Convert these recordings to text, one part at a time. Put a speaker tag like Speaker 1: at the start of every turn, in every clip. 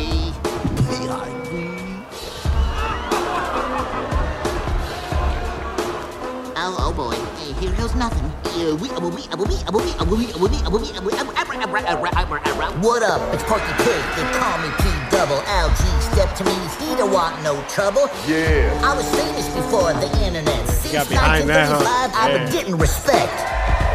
Speaker 1: B-I-G. Oh, oh boy. Hey, here goes nothing. uh, uh,
Speaker 2: What up? It's Porky Pig. They call me P Double. LG stepped to me. He don't want no trouble.
Speaker 3: Yeah.
Speaker 2: I was saying this before the internet. Since
Speaker 4: got behind that, huh?
Speaker 2: 1985, I've been
Speaker 4: Yeah.
Speaker 2: getting respect.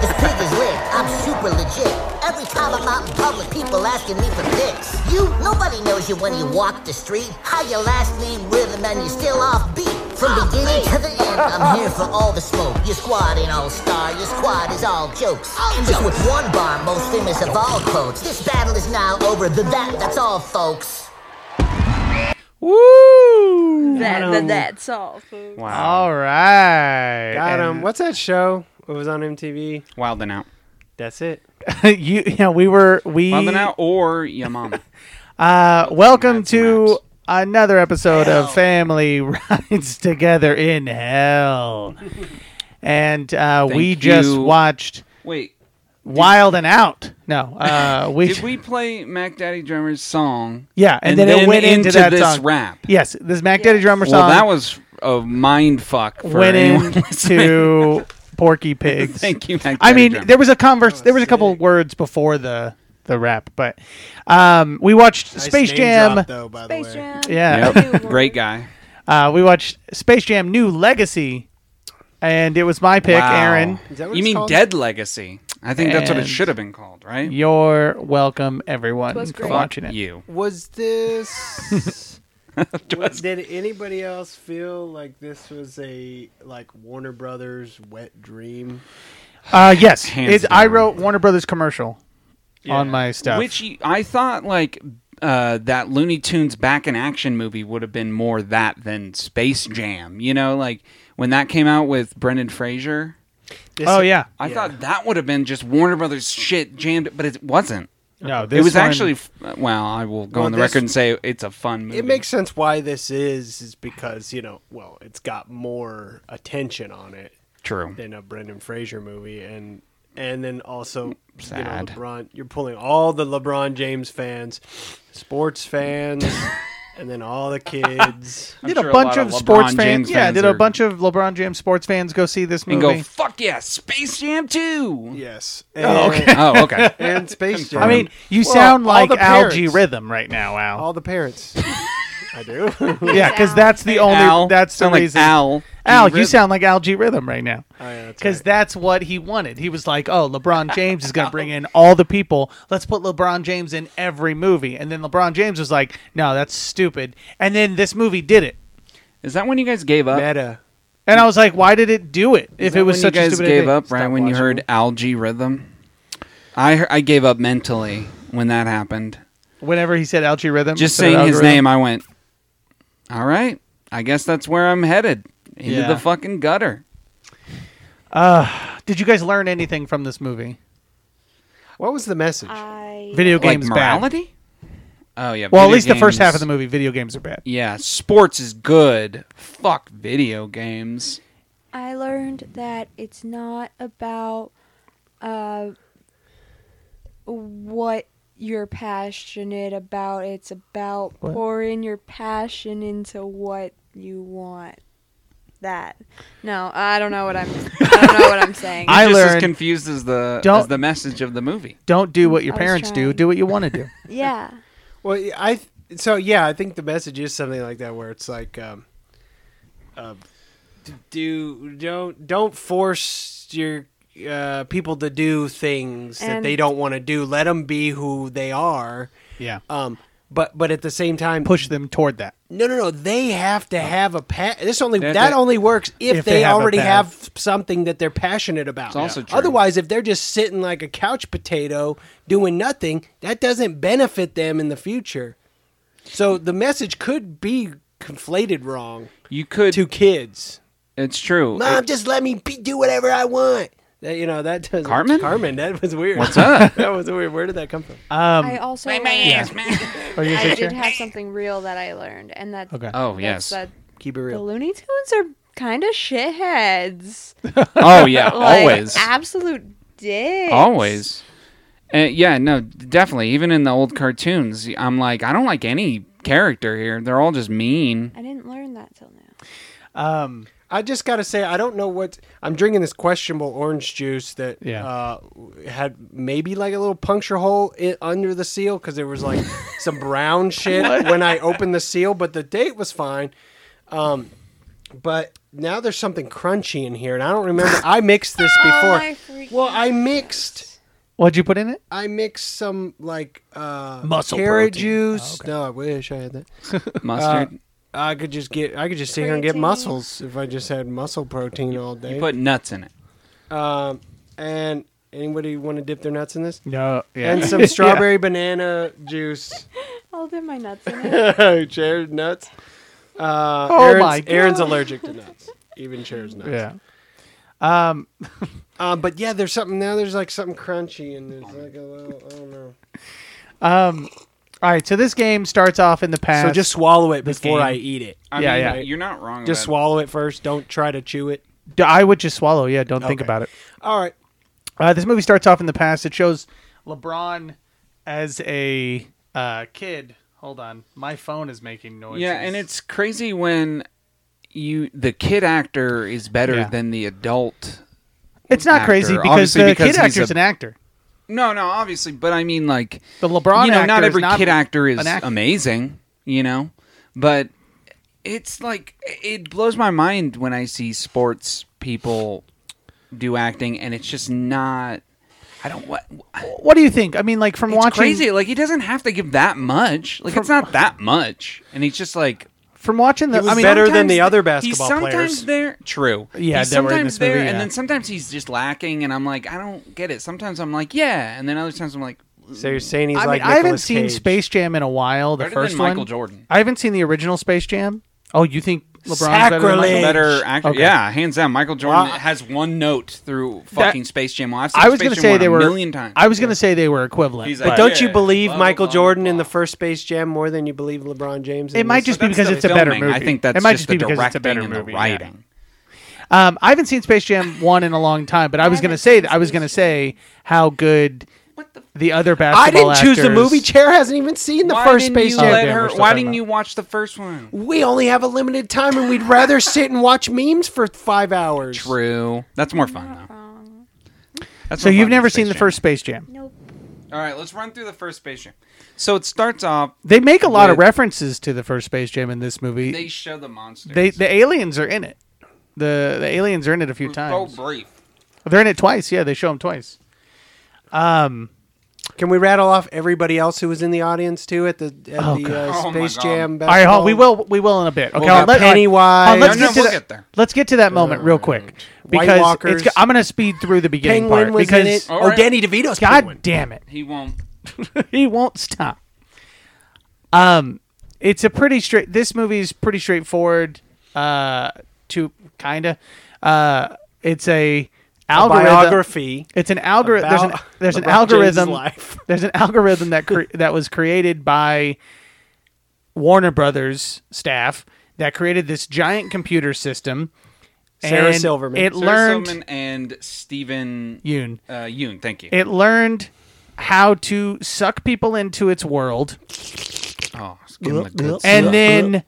Speaker 2: This pig is lit. I'm super legit. Every time I'm out in public, people asking me for pics. You, nobody knows you when you walk the street. How your last name rhythm and you still off beat. From beginning to the end, I'm here for all the smoke. Your squad ain't all star, your squad is all jokes. And just with one bar, most famous of all quotes. This battle is now over, the that, that's all, folks.
Speaker 4: Woo!
Speaker 5: That,
Speaker 4: Got
Speaker 5: that,
Speaker 4: 'em.
Speaker 5: that's all, folks.
Speaker 6: Wow.
Speaker 4: All right. Got
Speaker 6: And-
Speaker 4: him. What's that show? It was on MTV.
Speaker 6: Wildin' out.
Speaker 4: That's it. E
Speaker 7: you yeah we were we
Speaker 6: Wildin' out or your mama.
Speaker 7: uh welcome
Speaker 6: Maps, maps.
Speaker 7: to another episode of family rides together in hell and uh we
Speaker 6: Thank
Speaker 7: just
Speaker 6: you.
Speaker 7: watched
Speaker 6: Wait,
Speaker 7: wild and out no uh we,
Speaker 6: did we play Mac Daddy Drummer's song?
Speaker 7: yeah and, then, it went into, that
Speaker 6: this
Speaker 7: song
Speaker 6: rap.
Speaker 7: yes this mac daddy drummer
Speaker 6: Well,
Speaker 7: song
Speaker 6: that was a mind fuck for
Speaker 7: went
Speaker 6: anyone listening.
Speaker 7: into porky pigs
Speaker 6: Thank you, Mac
Speaker 7: I
Speaker 6: Daddy
Speaker 7: mean,
Speaker 6: Drummer.
Speaker 7: there was a converse. There was a couple words before the the rap, but um, we watched
Speaker 8: Nice
Speaker 7: Space
Speaker 8: name
Speaker 7: Jam.
Speaker 8: drop, though, by the
Speaker 5: Space
Speaker 8: way.
Speaker 5: Jam.
Speaker 7: Yeah,
Speaker 6: Yep. Great guy.
Speaker 7: uh, we watched Space Jam: New Legacy, and it was my pick,
Speaker 6: Wow.
Speaker 7: Aaron.
Speaker 4: Is that what
Speaker 6: you
Speaker 4: it's
Speaker 6: mean
Speaker 4: called?
Speaker 6: Dead Legacy? I think that's what it
Speaker 7: And-
Speaker 6: should have been called, right?
Speaker 7: You're welcome, everyone,
Speaker 5: It was
Speaker 7: for
Speaker 5: great.
Speaker 7: watching it.
Speaker 6: You.
Speaker 4: Was this?
Speaker 6: Was-
Speaker 4: did
Speaker 8: anybody else feel like this was a like Warner Brothers wet dream?
Speaker 7: Uh, yes,
Speaker 6: Hands
Speaker 7: it's, I
Speaker 6: down.
Speaker 7: wrote Warner Brothers commercial on my stuff.
Speaker 6: Which you- I thought like uh, that Looney Tunes back in action movie would have been more that than Space Jam. You know, like when that came out with Brendan Fraser,
Speaker 4: This-
Speaker 7: oh yeah,
Speaker 6: I thought that would have been just Warner Brothers shit jammed, but it wasn't.
Speaker 7: no, this
Speaker 6: it was
Speaker 7: one-
Speaker 6: actually f- well. I will go
Speaker 4: Well,
Speaker 6: on the
Speaker 4: this-
Speaker 6: record and say it's a fun movie.
Speaker 8: It makes sense why this is is because you know well it's got more attention on it
Speaker 6: true.
Speaker 8: than a Brendan Fraser movie and and then also
Speaker 6: Sad.
Speaker 8: you know LeBron you're pulling all the LeBron James fans, sports fans, and then all the kids.
Speaker 6: I'm
Speaker 7: did
Speaker 6: sure
Speaker 7: a bunch
Speaker 6: lot
Speaker 7: of sports fans.
Speaker 6: LeBron James
Speaker 7: yeah, did
Speaker 6: are-
Speaker 7: a bunch of LeBron James sports fans go see this
Speaker 6: and
Speaker 7: movie?
Speaker 6: go fuck yeah, Space Jam too.
Speaker 8: Yes. And,
Speaker 6: Oh okay.
Speaker 8: and Space Jam.
Speaker 7: I mean, you
Speaker 8: Well,
Speaker 7: sound
Speaker 8: all
Speaker 7: like
Speaker 8: the
Speaker 7: algae
Speaker 8: parents.
Speaker 7: rhythm right now, Al.
Speaker 8: all the parents. I do.
Speaker 7: yeah, because that's the only
Speaker 6: Al,
Speaker 7: that's the
Speaker 6: sound like
Speaker 7: reason.
Speaker 6: Al,
Speaker 7: Al, you
Speaker 6: Rhythm.
Speaker 7: sound like Al G Rhythm right now.
Speaker 8: that's
Speaker 7: Because that's what he wanted. He was like, "Oh, LeBron James is going to bring in all the people. Let's put LeBron James in every movie." And then LeBron James was like, "No, that's stupid." And then this movie did it.
Speaker 6: Is that when you guys gave up?
Speaker 8: Meta.
Speaker 7: And I was like, "Why did it do it?
Speaker 6: Is
Speaker 7: If
Speaker 6: that
Speaker 7: it was
Speaker 6: when
Speaker 7: such
Speaker 6: you guys
Speaker 7: a stupid
Speaker 6: gave
Speaker 7: idea?"
Speaker 6: up right when you heard algae rhythm. I he- I gave up mentally when that happened.
Speaker 7: Whenever he said Al G Rhythm,
Speaker 6: Just
Speaker 7: said
Speaker 6: saying his
Speaker 7: algorithm.
Speaker 6: name, I went. All right, I guess that's where I'm headed into
Speaker 7: Yeah.
Speaker 6: the fucking gutter.
Speaker 7: Did you guys learn anything from this movie?
Speaker 4: What was the message?
Speaker 7: Uh,
Speaker 5: I
Speaker 7: Video
Speaker 6: Like
Speaker 7: games bad.
Speaker 6: morality. Oh yeah.
Speaker 7: Well, at
Speaker 6: video
Speaker 7: least the first half of
Speaker 6: games-
Speaker 7: the movie, video games are bad.
Speaker 6: Yeah, sports is good. Fuck video games.
Speaker 5: I learned that it's not about uh, what you're passionate about. It's about pouring your passion into what you want. That no, I don't know what I'm. I don't know what I'm saying.
Speaker 7: I
Speaker 6: Just as
Speaker 7: learned-
Speaker 6: confused as the as
Speaker 7: Don't-
Speaker 6: the message of the movie.
Speaker 7: Don't do what your
Speaker 5: I was
Speaker 7: parents do.
Speaker 5: trying.
Speaker 7: Do what you want to do.
Speaker 5: yeah,
Speaker 4: Well,
Speaker 8: I th- so yeah, I think the message is something like that where it's like um, uh, d- do don't don't force your uh, people to do things that
Speaker 5: And-
Speaker 8: they don't want to do. Let them be who they are.
Speaker 7: yeah.
Speaker 8: Um, but but at the same time,
Speaker 7: Push them toward that.
Speaker 8: no no no, they have to have a pat. This only
Speaker 6: Oh. They have
Speaker 8: that
Speaker 6: to-
Speaker 8: only works if,
Speaker 7: If
Speaker 8: they,
Speaker 7: they have a
Speaker 8: already
Speaker 7: path.
Speaker 8: have something that they're passionate about.
Speaker 6: It's also true.
Speaker 8: Otherwise, if they're just sitting like a couch potato doing nothing, that doesn't benefit them in the future. So the message could be conflated wrong
Speaker 6: You could.
Speaker 8: to kids.
Speaker 6: It's true.
Speaker 8: Mom, just let me be, do whatever I want. That, you know that doesn't.
Speaker 6: Cartman?
Speaker 8: Carmen, that was weird.
Speaker 6: What's up?
Speaker 8: that was weird. Where did that come from?
Speaker 5: I also learned,
Speaker 8: Oh,
Speaker 7: Are um, you
Speaker 5: I
Speaker 7: gonna say
Speaker 5: did
Speaker 7: cheer?
Speaker 5: have something real that I learned, and that
Speaker 7: Okay.
Speaker 6: oh
Speaker 5: that's
Speaker 6: yes.
Speaker 5: that
Speaker 8: Keep it
Speaker 5: the
Speaker 8: real.
Speaker 5: Looney Tunes are kind of shitheads.
Speaker 6: Oh yeah.
Speaker 5: Like,
Speaker 6: always.
Speaker 5: absolute dicks.
Speaker 6: Always. Uh, yeah, no, definitely. Even in the old cartoons, I'm like, I don't like any character here. They're all just mean.
Speaker 5: I didn't learn that till now.
Speaker 7: Um,
Speaker 8: I just gotta say, I don't know what I'm drinking. This questionable orange juice that
Speaker 7: Yeah.
Speaker 8: uh, had maybe like a little puncture hole i under the seal because there was like some brown shit when I opened the seal, but the date was fine. Um, but now there's something crunchy in here, and I don't remember. I mixed this before.
Speaker 5: Oh my freaking
Speaker 8: well, I mixed.
Speaker 7: what'd you put in it?
Speaker 8: I mixed some like uh,
Speaker 7: Muscle
Speaker 8: carrot
Speaker 7: protein. Oh,
Speaker 8: juice. No, I wish I had that.
Speaker 7: Uh,
Speaker 6: Mustard.
Speaker 8: I could just get. I could just sit here and get
Speaker 5: Creatine.
Speaker 8: muscles if I just had muscle protein all day.
Speaker 6: Put nuts in it.
Speaker 8: Um, and anybody want to dip their nuts in this?
Speaker 7: No. Yeah.
Speaker 8: And some strawberry banana juice.
Speaker 5: I'll dip my nuts in it.
Speaker 8: Chair's nuts. Uh,
Speaker 7: Oh
Speaker 8: Aaron's,
Speaker 7: my God.
Speaker 8: Aaron's allergic to nuts. Even Chair's nuts.
Speaker 7: Yeah. Um,
Speaker 8: Uh, but yeah, there's something now. There's like something crunchy and there's like a little. I don't know.
Speaker 7: all right. So this game starts off in the past.
Speaker 8: so just swallow it
Speaker 7: This
Speaker 8: before
Speaker 7: game.
Speaker 8: I eat it.
Speaker 6: I
Speaker 7: Yeah,
Speaker 6: mean,
Speaker 7: yeah.
Speaker 6: You're not wrong.
Speaker 8: Just
Speaker 6: about
Speaker 8: swallow it first. Don't try to chew it.
Speaker 7: D- I would just swallow. Yeah. Don't think
Speaker 8: Okay.
Speaker 7: about it.
Speaker 8: All right.
Speaker 7: Uh, this movie starts off in the past. It shows LeBron as a uh, kid. Hold on, my phone is making
Speaker 6: it.
Speaker 7: noise.
Speaker 6: Yeah, and it's crazy when you the kid actor is better
Speaker 7: Yeah.
Speaker 6: than the adult.
Speaker 7: it's not
Speaker 6: actor,
Speaker 7: crazy because
Speaker 6: obviously
Speaker 7: the
Speaker 6: because
Speaker 7: kid
Speaker 6: he's
Speaker 7: actor's
Speaker 6: a-
Speaker 7: an actor.
Speaker 6: No, no, obviously, but I mean, like,
Speaker 7: The LeBron
Speaker 6: you know,
Speaker 7: actor
Speaker 6: not
Speaker 7: is
Speaker 6: every kid actor is
Speaker 7: an actor.
Speaker 6: amazing, you know, but it's like it blows my mind when I see sports people do acting, and it's just not. I don't what
Speaker 7: What do you think? I mean, like from
Speaker 6: it's
Speaker 7: watching
Speaker 6: crazy. Like he doesn't have to give that much. Like it's not that much, and he's just like
Speaker 7: from watching the.
Speaker 8: was
Speaker 7: I mean,
Speaker 8: better
Speaker 6: sometimes
Speaker 8: than the other
Speaker 6: th-
Speaker 8: basketball
Speaker 6: he's sometimes
Speaker 8: players.
Speaker 6: there. True.
Speaker 7: Yeah,
Speaker 6: He's
Speaker 7: they were in
Speaker 6: sometimes
Speaker 7: this
Speaker 6: there,
Speaker 7: movie, yeah.
Speaker 6: and then sometimes he's just lacking, and I'm like, I don't get it. Sometimes I'm like, yeah, and then other times I'm like,
Speaker 8: So you're saying he's
Speaker 7: I, mean,
Speaker 8: like
Speaker 7: I haven't
Speaker 8: Nicolas
Speaker 7: seen
Speaker 8: Cage.
Speaker 7: Space Jam in a while. The
Speaker 6: Better than
Speaker 7: first
Speaker 6: Michael
Speaker 7: one.
Speaker 6: Jordan.
Speaker 7: I haven't seen the original Space Jam. Oh, you think LeBron's better than Michael?
Speaker 8: Sacrilege.
Speaker 6: better actor.
Speaker 7: Okay.
Speaker 6: Yeah, hands down. Michael Jordan
Speaker 8: Well, I-
Speaker 6: has one note through fucking Space Jam. Well, I've seen
Speaker 7: I was
Speaker 6: going
Speaker 7: gonna
Speaker 6: to
Speaker 7: say they were
Speaker 6: a million times.
Speaker 7: I was going to say they were equivalent.
Speaker 6: He's
Speaker 7: but-
Speaker 6: like,
Speaker 8: Don't
Speaker 6: Yeah.
Speaker 8: you believe
Speaker 6: Blah,
Speaker 8: Michael
Speaker 6: blah,
Speaker 8: Jordan
Speaker 6: blah.
Speaker 8: in the first Space Jam more than you believe LeBron James? in
Speaker 7: It might
Speaker 8: this?
Speaker 7: just be because
Speaker 6: the
Speaker 7: it's a better
Speaker 6: filming.
Speaker 7: movie.
Speaker 6: I think that's
Speaker 7: it might
Speaker 6: just,
Speaker 7: just be
Speaker 6: the
Speaker 7: because
Speaker 6: directing
Speaker 7: it's a better
Speaker 6: and
Speaker 7: movie.
Speaker 6: the
Speaker 7: yeah.
Speaker 6: writing.
Speaker 7: Um, I haven't seen Space Jam one in a long time, but I was gonna say that I was gonna say how good the, other
Speaker 8: I
Speaker 7: basketball.
Speaker 8: didn't choose the
Speaker 7: actors-
Speaker 8: movie. Chair hasn't even seen the
Speaker 6: Why
Speaker 8: first
Speaker 6: didn't
Speaker 8: Space
Speaker 6: you
Speaker 8: Jam.
Speaker 6: let
Speaker 7: Damn,
Speaker 6: her-
Speaker 7: we're still
Speaker 6: why
Speaker 7: talking
Speaker 6: didn't
Speaker 7: about-
Speaker 6: you watch the first one?
Speaker 8: We only have a limited time, and we'd rather sit and watch memes for five hours.
Speaker 6: True. That's more fun though.
Speaker 5: Wrong.
Speaker 6: That's
Speaker 7: So
Speaker 6: more
Speaker 7: you've
Speaker 6: fun than
Speaker 7: never
Speaker 6: Space
Speaker 7: seen the
Speaker 6: Jam.
Speaker 7: first Space Jam.
Speaker 5: Nope.
Speaker 6: All right, let's run through the first Space Jam. So it starts off.
Speaker 7: They make a lot of
Speaker 6: Wait.
Speaker 7: references to the first Space Jam in this movie.
Speaker 6: They
Speaker 7: They,
Speaker 6: show the monsters.
Speaker 7: the aliens are in it. The the aliens are in it a few
Speaker 6: so
Speaker 7: times.
Speaker 6: brief.
Speaker 7: They're in it twice. Yeah, they show them twice.
Speaker 8: Can we rattle off everybody else who was in the audience too at the at the uh,
Speaker 6: Oh, my
Speaker 8: Space
Speaker 6: God.
Speaker 8: Jam?
Speaker 7: All right,
Speaker 8: basketball?
Speaker 7: hon, we will we will in a bit. Okay,
Speaker 8: got
Speaker 7: I'll let- all right,
Speaker 8: Pennywise.
Speaker 7: hon, let's
Speaker 6: No, no,
Speaker 7: get to
Speaker 6: we'll
Speaker 7: that-
Speaker 6: get there.
Speaker 7: Let's get to that moment real quick because
Speaker 8: Walkers.
Speaker 7: it's, I'm going to speed through the beginning
Speaker 8: Penguin
Speaker 7: part
Speaker 8: was
Speaker 7: because
Speaker 8: in it.
Speaker 6: All
Speaker 8: Oh,
Speaker 6: right.
Speaker 8: Danny DeVito's
Speaker 7: God
Speaker 8: Penguin.
Speaker 7: damn it.
Speaker 6: He won't.
Speaker 7: he won't stop. Um, it's a pretty straight. This movie is pretty straightforward. Uh, to kinda. Uh, it's a algorithm.
Speaker 8: biography.
Speaker 7: It's an algorithm. There's an
Speaker 8: about
Speaker 7: there's an
Speaker 8: LeBron
Speaker 7: algorithm.
Speaker 8: James's life.
Speaker 7: There's an algorithm that cre- that was created by Warner Brothers staff that created this giant computer system.
Speaker 8: Sarah
Speaker 7: and
Speaker 8: Silverman.
Speaker 7: It
Speaker 8: Sarah
Speaker 6: Sarah
Speaker 7: learned
Speaker 6: Silverman and Steven
Speaker 7: Yoon.
Speaker 6: uh, Yoon. Thank you.
Speaker 7: It learned how to suck people into its world.
Speaker 6: oh, it's giving him a good
Speaker 7: and then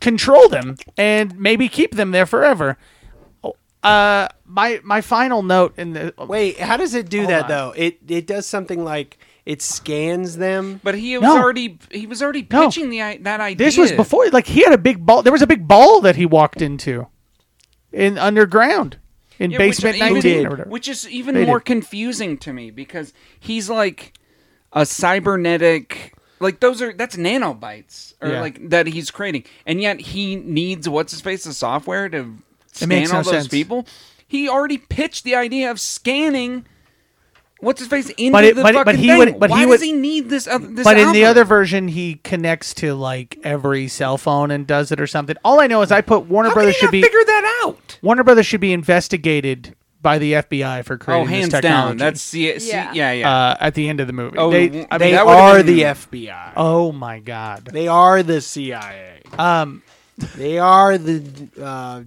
Speaker 7: control them and maybe keep them there forever. Uh, my my final note in the
Speaker 8: Wait, how does it do that
Speaker 7: on.
Speaker 8: though? It it does something like it scans them.
Speaker 6: But he was
Speaker 7: No.
Speaker 6: already he was already
Speaker 7: No.
Speaker 6: pitching the i- that idea.
Speaker 7: this was before like he had a big ball. There was a big ball that he walked into in underground in
Speaker 6: Yeah, which
Speaker 7: basement
Speaker 6: is
Speaker 7: nineteen
Speaker 6: even-
Speaker 7: or whatever.
Speaker 6: which is even
Speaker 7: They
Speaker 6: more
Speaker 7: did.
Speaker 6: confusing to me because he's like a cybernetic. Like those are that's nanobites or
Speaker 7: Yeah.
Speaker 6: like that he's creating, and yet he needs what's his face the software to scan
Speaker 7: makes no
Speaker 6: all those
Speaker 7: sense.
Speaker 6: people. He already pitched the idea of scanning. What's his face into
Speaker 7: it-
Speaker 6: the
Speaker 7: but it-
Speaker 6: fucking
Speaker 7: but he
Speaker 6: thing.
Speaker 7: would- but
Speaker 6: Why
Speaker 7: he
Speaker 6: does
Speaker 7: would-
Speaker 6: he need this? Other, this
Speaker 7: but in the
Speaker 6: algorithm?
Speaker 7: other version, he connects to like every cell phone and does it or something. All I know is I put Warner
Speaker 6: how could
Speaker 7: Brothers
Speaker 6: he
Speaker 7: should
Speaker 6: not
Speaker 7: be
Speaker 6: figure that out.
Speaker 7: Warner Brothers should be investigated by the FBI for
Speaker 6: Oh,
Speaker 7: creating
Speaker 6: hands
Speaker 7: this
Speaker 6: down.
Speaker 7: technology.
Speaker 6: That's see, see, yeah,
Speaker 5: Yeah.
Speaker 6: yeah.
Speaker 7: uh, at the end of the movie.
Speaker 6: Oh,
Speaker 7: they,
Speaker 6: w-
Speaker 7: I
Speaker 8: They
Speaker 7: mean,
Speaker 6: that would've
Speaker 8: are
Speaker 6: been-
Speaker 8: the FBI.
Speaker 7: Oh my Oh god.
Speaker 8: They are the CIA.
Speaker 7: Um
Speaker 8: They are the uh,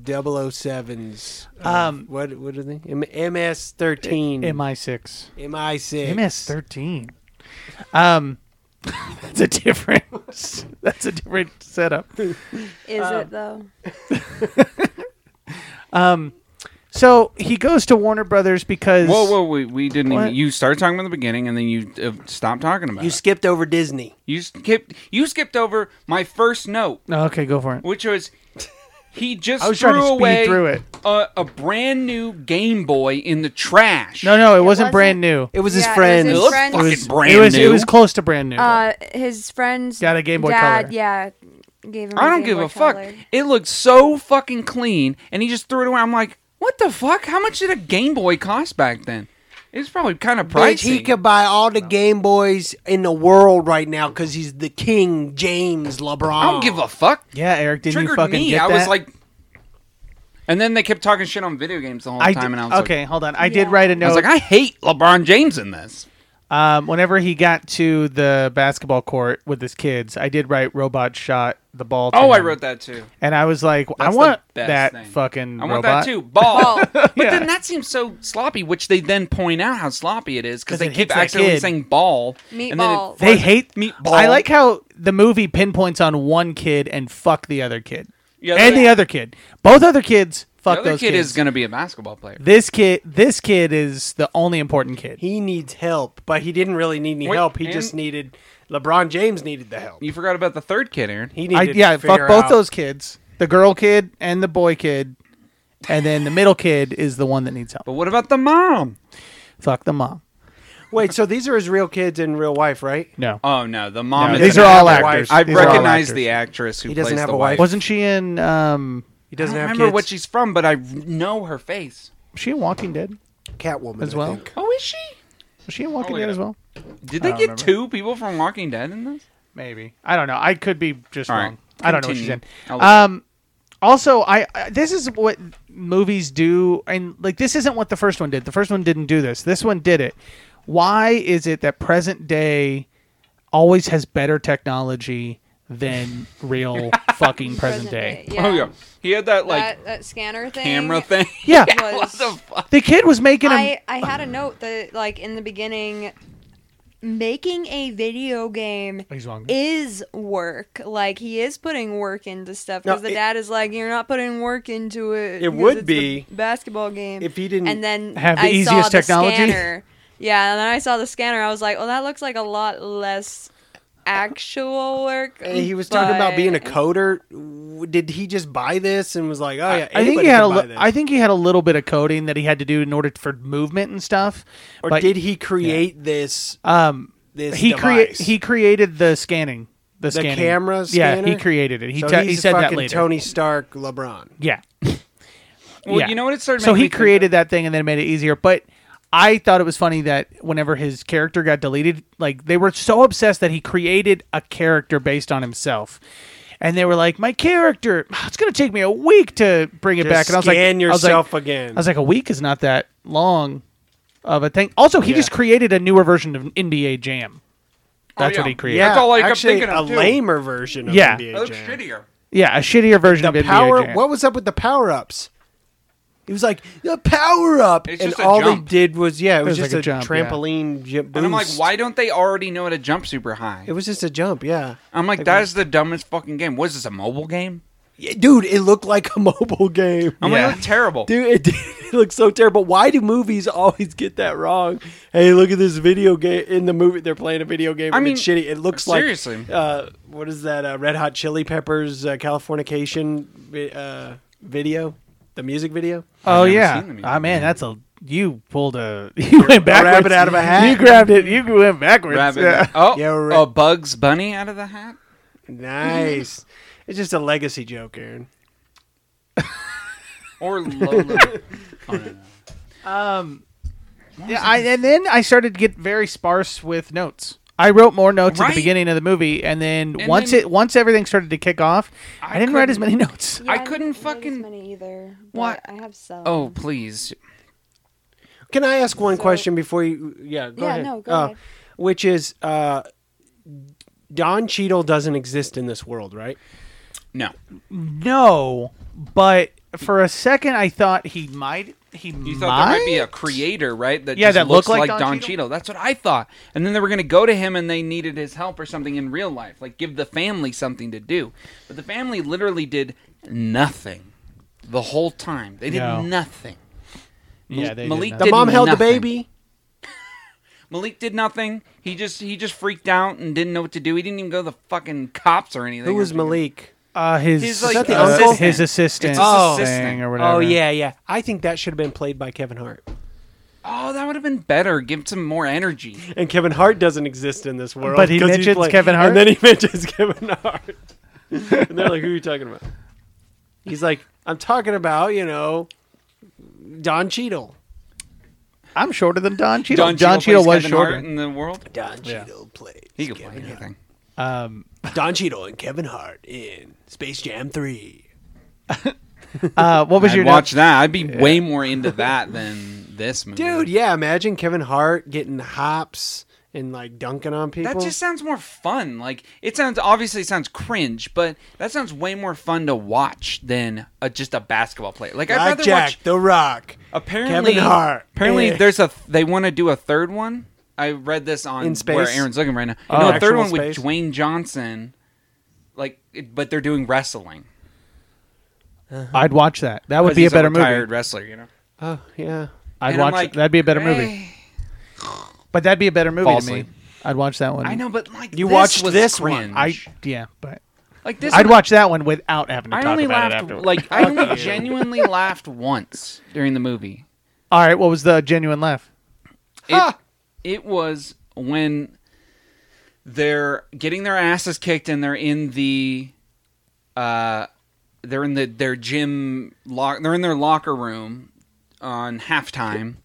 Speaker 8: 007s. Uh,
Speaker 7: Um,
Speaker 8: what what are they? M- MS thirteen.
Speaker 7: MI6.
Speaker 8: MI six.
Speaker 7: MS13. Um, that's a different. That's a different setup.
Speaker 5: Is
Speaker 6: Um,
Speaker 5: it though?
Speaker 7: So he goes to Warner Brothers because
Speaker 6: Whoa, whoa, we, we didn't
Speaker 7: What?
Speaker 6: even. You started talking about the beginning and then you uh, stopped talking about
Speaker 8: You
Speaker 6: it.
Speaker 8: skipped over Disney.
Speaker 6: You skipped, you skipped over my first note,
Speaker 7: No, Oh, okay, go for it.
Speaker 6: which was he just
Speaker 7: I was trying to
Speaker 6: threw
Speaker 7: speed
Speaker 6: away
Speaker 7: through it.
Speaker 6: A, a brand new Game Boy in the trash.
Speaker 7: No, no, it, wasn't
Speaker 5: wasn't-
Speaker 7: brand new.
Speaker 8: It was his
Speaker 5: Yeah, it was
Speaker 8: friend.
Speaker 6: It
Speaker 5: his
Speaker 6: looked
Speaker 5: friends-
Speaker 6: fucking
Speaker 5: It was-
Speaker 6: brand
Speaker 7: it was
Speaker 6: new.
Speaker 7: it was close to brand new.
Speaker 5: Uh, his friends
Speaker 7: Got a Game Boy
Speaker 5: dad,
Speaker 7: Color.
Speaker 5: Yeah, gave him.
Speaker 6: I
Speaker 5: a
Speaker 6: don't
Speaker 5: Game
Speaker 6: give
Speaker 5: Boy
Speaker 6: a fuck.
Speaker 5: Color.
Speaker 6: It looked so fucking clean, and he just threw it away. I'm like, what the fuck? How much did a Game Boy cost back then? It was probably kind of pricey.
Speaker 8: Bitch, he could buy all the Game Boys in the world right now because he's the King James LeBron.
Speaker 6: I don't give a fuck.
Speaker 7: yeah, Eric, didn't you
Speaker 6: Triggered
Speaker 7: fucking
Speaker 6: me.
Speaker 7: get
Speaker 6: I
Speaker 7: that?
Speaker 6: was like, and then they kept talking shit on video games the whole
Speaker 7: I
Speaker 6: time,
Speaker 7: d-
Speaker 6: and I was
Speaker 7: okay,
Speaker 6: like,
Speaker 7: hold on. I did
Speaker 5: Yeah.
Speaker 7: write a
Speaker 6: I
Speaker 7: note.
Speaker 6: was like, "Ah." I hate LeBron James in this.
Speaker 7: um, whenever he got to the basketball court with his kids, I did write robot shot the ball. to
Speaker 6: Oh, I
Speaker 7: him."
Speaker 6: wrote that too.
Speaker 7: and I was like, I
Speaker 6: That's the
Speaker 7: want
Speaker 6: best
Speaker 7: that
Speaker 6: thing.
Speaker 7: fucking.
Speaker 6: I want
Speaker 7: robot.
Speaker 6: that too. Ball. But
Speaker 7: Yeah.
Speaker 6: then that seems so sloppy, which they then point out how sloppy it is
Speaker 7: 'Cause
Speaker 6: because they
Speaker 7: it hits
Speaker 6: keep
Speaker 7: that
Speaker 6: accidentally
Speaker 7: kid.
Speaker 6: saying ball. And then
Speaker 5: Meatball.
Speaker 6: it,
Speaker 7: They hate
Speaker 6: meatball.
Speaker 7: I like how the movie pinpoints on one kid and fuck the other kid
Speaker 6: Yeah,
Speaker 7: and
Speaker 6: the-
Speaker 7: the other kid. Both other kids fuck
Speaker 6: the other
Speaker 7: those
Speaker 6: kid
Speaker 7: kids.
Speaker 6: is going to be a basketball player.
Speaker 7: this kid, this kid is the only important kid.
Speaker 8: He needs help, but he didn't really need any
Speaker 6: Wait,
Speaker 8: help. He
Speaker 6: and-
Speaker 8: just needed LeBron James needed the help.
Speaker 6: You forgot about the third kid, Aaron.
Speaker 8: He
Speaker 7: I,
Speaker 8: needed
Speaker 7: yeah,
Speaker 8: to figure
Speaker 7: fuck both
Speaker 8: out-
Speaker 7: those kids, the girl kid and the boy kid, and then the middle kid is the one that needs help.
Speaker 6: But what about the mom?
Speaker 7: Fuck the mom.
Speaker 8: Wait, so these are his real kids and real wife, right?
Speaker 7: No,
Speaker 6: Oh no, the mom.
Speaker 7: No,
Speaker 6: is
Speaker 7: these
Speaker 6: an
Speaker 7: are all
Speaker 6: actress.
Speaker 7: actors.
Speaker 6: I
Speaker 7: These are all
Speaker 6: recognize
Speaker 7: actors.
Speaker 6: the actress who
Speaker 8: He doesn't
Speaker 6: plays
Speaker 8: have
Speaker 6: the
Speaker 8: a wife.
Speaker 7: wasn't she in? Um,
Speaker 6: I
Speaker 8: He
Speaker 6: don't
Speaker 8: doesn't have
Speaker 6: remember
Speaker 8: kids.
Speaker 6: what she's from, but I know her face.
Speaker 7: she in Walking Dead?
Speaker 8: Catwoman
Speaker 7: As
Speaker 8: I
Speaker 7: well?
Speaker 8: think.
Speaker 6: Oh, is she?
Speaker 7: Was she in
Speaker 6: I'll
Speaker 7: Walking
Speaker 6: look
Speaker 7: Dead
Speaker 6: it
Speaker 7: as
Speaker 6: up.
Speaker 7: well?
Speaker 6: Did
Speaker 7: I
Speaker 6: they
Speaker 7: don't
Speaker 6: get
Speaker 7: remember.
Speaker 6: two people from Walking Dead in this?
Speaker 7: Maybe I don't know. I could be just
Speaker 6: All right.
Speaker 7: wrong. I don't know what she's in.
Speaker 6: Continue. I'll look it up.
Speaker 7: Um, also, I, I this is what movies do, and like this isn't what the first one did. The first one didn't do this. This one did it. Why is it that present day always has better technology than real fucking present day?
Speaker 5: Yeah.
Speaker 6: Oh yeah, he had that like
Speaker 5: that, that scanner thing.
Speaker 6: camera thing.
Speaker 7: Yeah,
Speaker 6: what
Speaker 5: Was,
Speaker 6: the fuck?
Speaker 7: the kid was making a
Speaker 5: I I had a note that like in the beginning, making a video game
Speaker 7: He's wrong.
Speaker 5: is work. Like he is putting work into stuff because
Speaker 8: No,
Speaker 5: the
Speaker 8: it-
Speaker 5: dad is like, "You're not putting work into it."
Speaker 8: It
Speaker 5: because
Speaker 8: would
Speaker 5: it's
Speaker 8: be
Speaker 5: the basketball game
Speaker 8: if he didn't
Speaker 5: and then
Speaker 7: have the
Speaker 5: I saw
Speaker 7: easiest technology.
Speaker 5: Scanner. Yeah, and then I saw the scanner. I was like, "Well, that looks like a lot less actual work."
Speaker 8: Hey, he was talking about
Speaker 5: but-
Speaker 8: being a coder. W- Did he just buy this and was like, "Oh yeah"?
Speaker 7: I think
Speaker 8: anybody
Speaker 7: he had a
Speaker 8: can buy
Speaker 7: li-
Speaker 8: this.
Speaker 7: I think he had a little bit of coding that he had to do in order for movement and stuff.
Speaker 8: or
Speaker 7: but,
Speaker 8: did he create this?
Speaker 7: um
Speaker 8: This
Speaker 7: he
Speaker 8: created.
Speaker 7: create he created the scanning the, scanning
Speaker 8: camera
Speaker 7: yeah he
Speaker 8: scanner?
Speaker 7: created it he,
Speaker 8: so
Speaker 7: te-
Speaker 8: he's
Speaker 7: he said that
Speaker 8: fucking
Speaker 7: later
Speaker 8: Tony Stark, LeBron.
Speaker 7: yeah
Speaker 6: Well,
Speaker 7: Yeah.
Speaker 6: you know what? It started.
Speaker 7: so
Speaker 6: making
Speaker 7: he
Speaker 6: me think
Speaker 7: created that thing and then made it easier but I thought it was funny that whenever his character got deleted like they were so obsessed that he created a character based on himself and they were like my character ah, it's gonna take me a week to bring it
Speaker 8: Just
Speaker 7: back and I was like
Speaker 8: scan
Speaker 7: I was like-
Speaker 8: yourself again.
Speaker 7: I was like a week is not that long of a thing also he just created a newer version of NBA Jam
Speaker 6: Oh,
Speaker 7: that's
Speaker 6: yeah.
Speaker 7: what he created
Speaker 8: Yeah,
Speaker 6: That's all I kept
Speaker 8: actually,
Speaker 6: thinking of,
Speaker 8: a
Speaker 6: too.
Speaker 8: lamer version of
Speaker 7: Yeah.
Speaker 8: NBA
Speaker 6: That looks
Speaker 8: Jam.
Speaker 6: shittier.
Speaker 7: Yeah, a shittier version
Speaker 8: the
Speaker 7: of NBA
Speaker 8: power.
Speaker 7: Jam.
Speaker 8: What was up with the power ups? He was like the power up,
Speaker 6: It's
Speaker 8: and
Speaker 6: just a
Speaker 8: all
Speaker 6: jump.
Speaker 8: they did was yeah, it was,
Speaker 7: was
Speaker 8: just
Speaker 7: like a
Speaker 8: a,
Speaker 7: jump, yeah.
Speaker 8: trampoline jump.
Speaker 6: And I'm like,
Speaker 8: boost.
Speaker 6: why don't they already know how to jump super high?
Speaker 8: It was just a jump, yeah.
Speaker 6: I'm like, that is the dumbest fucking game. What is this, a mobile game?
Speaker 8: Yeah, dude, it looked like a mobile game.
Speaker 6: I'm
Speaker 7: Yeah.
Speaker 6: like, that's Oh terrible.
Speaker 8: Dude, it, did- it looks so terrible. Why do movies always get that wrong? Hey, look at this video game in the movie. They're playing a video game.
Speaker 6: I
Speaker 8: and it's
Speaker 6: mean,
Speaker 8: shitty. It looks
Speaker 6: seriously.
Speaker 8: like uh, what is that? Uh, Red Hot Chili Peppers uh, Californication vi- uh, video, the music video.
Speaker 7: Oh
Speaker 6: I've never
Speaker 7: yeah.
Speaker 6: seen them either.
Speaker 7: Oh man, that's a you pulled a you went backwards.
Speaker 8: rabbit out of a hat.
Speaker 7: You grabbed it. You went backwards.
Speaker 6: Rabbit.
Speaker 7: Yeah.
Speaker 6: Oh,
Speaker 8: Yeah, we're-
Speaker 6: a Bugs Bunny out of the hat?
Speaker 8: Nice. it's just a legacy joke, Aaron.
Speaker 6: Or Lola? oh, no, no.
Speaker 7: Yeah, I, and then I started to get very sparse with notes. I wrote more notes at
Speaker 6: Right.
Speaker 7: the beginning of the movie, and then
Speaker 6: And
Speaker 7: once
Speaker 6: then-
Speaker 7: it once everything started to kick off, I,
Speaker 6: I
Speaker 7: didn't write as
Speaker 6: couldn't-
Speaker 7: many notes.
Speaker 5: Yeah,
Speaker 6: I
Speaker 5: didn't
Speaker 6: couldn't
Speaker 5: make as
Speaker 6: fucking-
Speaker 5: many either. but
Speaker 6: What?
Speaker 5: I have some.
Speaker 6: Oh, please.
Speaker 8: Can I ask one
Speaker 5: So-
Speaker 8: question before you? Yeah, go
Speaker 5: Yeah,
Speaker 8: ahead.
Speaker 5: no, go
Speaker 8: Uh,
Speaker 5: ahead.
Speaker 8: Which is, uh, Don Cheadle doesn't exist in this world, right?
Speaker 6: No.
Speaker 7: No, but for a second I thought he might. He
Speaker 6: You
Speaker 7: might.
Speaker 6: thought there might be a creator, right? That
Speaker 7: Yeah,
Speaker 6: just
Speaker 7: that
Speaker 6: looks
Speaker 7: looked
Speaker 6: like, Don, Cheadle. That's what I thought. And then they were going to go to him, and they needed his help or something in real life, like give the family something to do. But the family literally did nothing the whole time. They did
Speaker 7: No.
Speaker 6: nothing.
Speaker 7: yeah, they did
Speaker 6: Malik
Speaker 7: not.
Speaker 6: did
Speaker 8: The mom held the
Speaker 6: nothing.
Speaker 8: baby.
Speaker 6: Malik did nothing. He just he just freaked out and didn't know what to do. He didn't even go to the fucking cops or anything.
Speaker 4: Who
Speaker 6: or
Speaker 4: was
Speaker 6: something.
Speaker 4: Malik?
Speaker 7: Uh, his
Speaker 6: He's like
Speaker 7: uh,
Speaker 6: the uncle?
Speaker 7: his assistant,
Speaker 6: It's his
Speaker 7: oh,
Speaker 6: assistant.
Speaker 7: thing or whatever.
Speaker 8: Oh yeah, yeah. I think that should have been played by Kevin Hart.
Speaker 6: Oh, that would have been better. Give some more energy.
Speaker 8: And Kevin Hart doesn't exist in this world.
Speaker 7: But he
Speaker 8: 'cause he's
Speaker 7: mentions
Speaker 8: playing-
Speaker 7: Kevin Hart?
Speaker 8: And then he mentions Kevin Hart. and they're like, who are you talking about? He's like, I'm talking about, you know, Don Cheadle.
Speaker 7: I'm shorter than Don Cheadle.
Speaker 6: Don
Speaker 7: Don
Speaker 6: Cheadle
Speaker 7: Cheadle
Speaker 6: plays
Speaker 7: was
Speaker 6: Kevin
Speaker 7: shorter.
Speaker 6: Hart in the world.
Speaker 8: Don Cheadle played.
Speaker 6: He could play anything.
Speaker 7: Um,
Speaker 8: Don Cheadle and Kevin Hart in Space Jam 3.
Speaker 7: uh, what was
Speaker 6: I'd
Speaker 7: your
Speaker 6: watch that. I'd be way more into that than this movie.
Speaker 8: Dude, yeah, imagine Kevin Hart getting hops and like dunking on people.
Speaker 6: That just sounds more fun. Like it sounds obviously it sounds cringe, but that sounds way more fun to watch than a, just a basketball player. Like I'd
Speaker 8: Black
Speaker 6: rather
Speaker 8: Jack,
Speaker 6: watch.
Speaker 8: The Rock.
Speaker 6: Apparently,
Speaker 8: Kevin Hart.
Speaker 6: apparently
Speaker 8: Eh.
Speaker 6: there's a they want to do a third one. I read this on
Speaker 8: In space?
Speaker 6: where Aaron's looking right now.
Speaker 7: Oh,
Speaker 6: no, a third
Speaker 8: Actual
Speaker 6: one
Speaker 8: space?
Speaker 6: with Dwayne Johnson. Like, it, but they're doing wrestling.
Speaker 7: I'd watch that. That
Speaker 6: 'Cause
Speaker 7: would be a
Speaker 6: he's
Speaker 7: better
Speaker 6: retired
Speaker 7: movie.
Speaker 6: wrestler, you know.
Speaker 8: Oh, yeah.
Speaker 7: I'd
Speaker 6: And I'm
Speaker 7: watch
Speaker 6: like,
Speaker 7: that'd be a better movie.
Speaker 6: "Eh."
Speaker 7: But that'd be a better movie
Speaker 6: Fall
Speaker 7: to me.
Speaker 6: asleep.
Speaker 7: I'd watch that one.
Speaker 6: I know, but like
Speaker 8: You
Speaker 6: this
Speaker 8: watched
Speaker 6: was
Speaker 8: this
Speaker 6: cringe.
Speaker 8: one.
Speaker 7: I yeah, but
Speaker 6: like this.
Speaker 7: I'd
Speaker 6: one-
Speaker 7: watch that one without having to
Speaker 6: I
Speaker 7: talk
Speaker 6: only
Speaker 7: about it
Speaker 6: laughed
Speaker 7: afterwards.
Speaker 6: like I only genuinely laughed once during the movie.
Speaker 7: All right, what was the genuine laugh?
Speaker 6: It, it was when they're getting their asses kicked and they're in the uh they're in the their gym lock they're in their locker room on halftime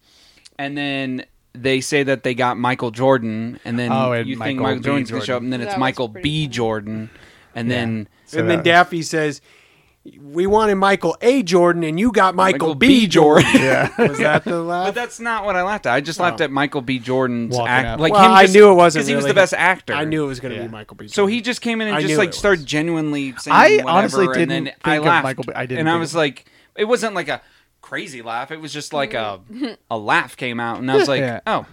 Speaker 6: and then they say that they got Michael Jordan and then
Speaker 7: Oh, and
Speaker 6: you think
Speaker 7: Michael
Speaker 6: Michael
Speaker 7: B.
Speaker 6: Jordan's gonna show up
Speaker 7: Jordan.
Speaker 6: and then it's
Speaker 5: That was
Speaker 6: Michael
Speaker 5: pretty
Speaker 6: B.
Speaker 5: funny.
Speaker 6: Jordan and then
Speaker 7: So
Speaker 8: and
Speaker 7: that
Speaker 8: then
Speaker 7: was-
Speaker 8: Daffy says, "We wanted Michael A. Jordan, and you got Michael,
Speaker 6: Michael
Speaker 8: B.
Speaker 6: B. Jordan.
Speaker 7: Yeah.
Speaker 8: Was that the
Speaker 6: But
Speaker 8: laugh?
Speaker 6: that's not what I laughed at. I just laughed at Michael B. Jordan's
Speaker 7: Walking
Speaker 6: act.
Speaker 7: out.
Speaker 6: Like
Speaker 8: well,
Speaker 6: him
Speaker 8: I
Speaker 6: just-
Speaker 8: knew it wasn't
Speaker 6: 'cause he was
Speaker 8: really-
Speaker 6: the best actor.
Speaker 8: I knew it was going to
Speaker 7: Yeah.
Speaker 8: be Michael B. Jordan.
Speaker 6: So he just came in and
Speaker 8: I
Speaker 6: just
Speaker 8: knew
Speaker 6: like
Speaker 8: it
Speaker 6: started
Speaker 8: was.
Speaker 6: genuinely saying
Speaker 7: I
Speaker 6: whatever,
Speaker 7: honestly
Speaker 6: and
Speaker 7: didn't
Speaker 6: then
Speaker 7: think
Speaker 6: I
Speaker 7: of
Speaker 6: laughed.
Speaker 7: Michael B- I didn't
Speaker 6: and I
Speaker 7: think
Speaker 6: was
Speaker 7: of-
Speaker 6: like, it wasn't like a crazy laugh. It was just like a a laugh came out, and I was like,
Speaker 7: Yeah.
Speaker 6: oh,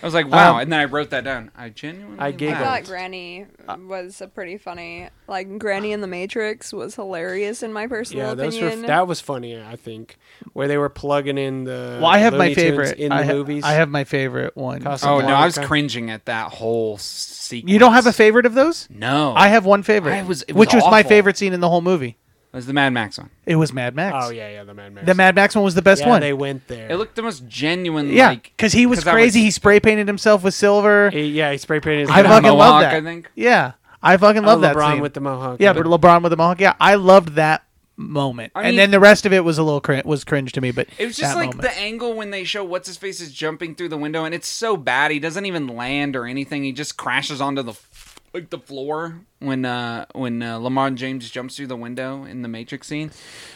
Speaker 6: I was like, wow.
Speaker 7: Um,
Speaker 6: and then I wrote that down. I genuinely
Speaker 8: I giggled.
Speaker 5: I thought
Speaker 6: laughed.
Speaker 5: Granny
Speaker 8: Uh,
Speaker 5: was a pretty funny. Like Granny in the Matrix was hilarious in my personal
Speaker 8: yeah, those were,
Speaker 5: opinion.
Speaker 8: that was funny. I think where they were plugging in the.
Speaker 7: Well, I have
Speaker 8: Looney
Speaker 7: my
Speaker 8: Tunes
Speaker 7: favorite
Speaker 8: in the
Speaker 7: I ha-
Speaker 8: movies.
Speaker 7: I have my favorite one.
Speaker 8: Casablanca.
Speaker 6: Oh no, I was
Speaker 8: Blanca.
Speaker 6: cringing at that whole sequence.
Speaker 7: You don't have a favorite of those?
Speaker 6: No,
Speaker 7: I have one favorite,
Speaker 6: I was- it was
Speaker 7: which was my
Speaker 6: awful.
Speaker 7: favorite scene in the whole movie.
Speaker 6: It was the Mad Max one.
Speaker 7: It was Mad Max.
Speaker 8: Oh yeah, yeah, the Mad Max.
Speaker 7: The Mad Max one was the best
Speaker 8: yeah,
Speaker 7: one.
Speaker 8: They went there.
Speaker 6: It looked the most genuine.
Speaker 7: yeah,
Speaker 6: like
Speaker 7: because he was
Speaker 6: 'cause I
Speaker 7: crazy. He spray painted himself with silver.
Speaker 8: He- yeah, he spray painted his.
Speaker 7: I
Speaker 8: mouth.
Speaker 7: fucking love
Speaker 6: Mohawk,
Speaker 7: that.
Speaker 6: I think.
Speaker 7: Yeah, I fucking
Speaker 8: Oh,
Speaker 7: love that
Speaker 8: LeBron
Speaker 7: scene.
Speaker 8: with the mohawk.
Speaker 7: yeah, but LeBron with the mohawk. Yeah, I loved that moment.
Speaker 6: I mean-
Speaker 7: and then the rest of it was a little cringe, was cringe to me. But
Speaker 6: It was just
Speaker 7: that
Speaker 6: like
Speaker 7: moment.
Speaker 6: the angle when they show what's his face is jumping through the window, and it's so bad he doesn't even land or anything. He just crashes onto the f- like the floor when uh when uh, Lamar James jumps through the window in the Matrix scene,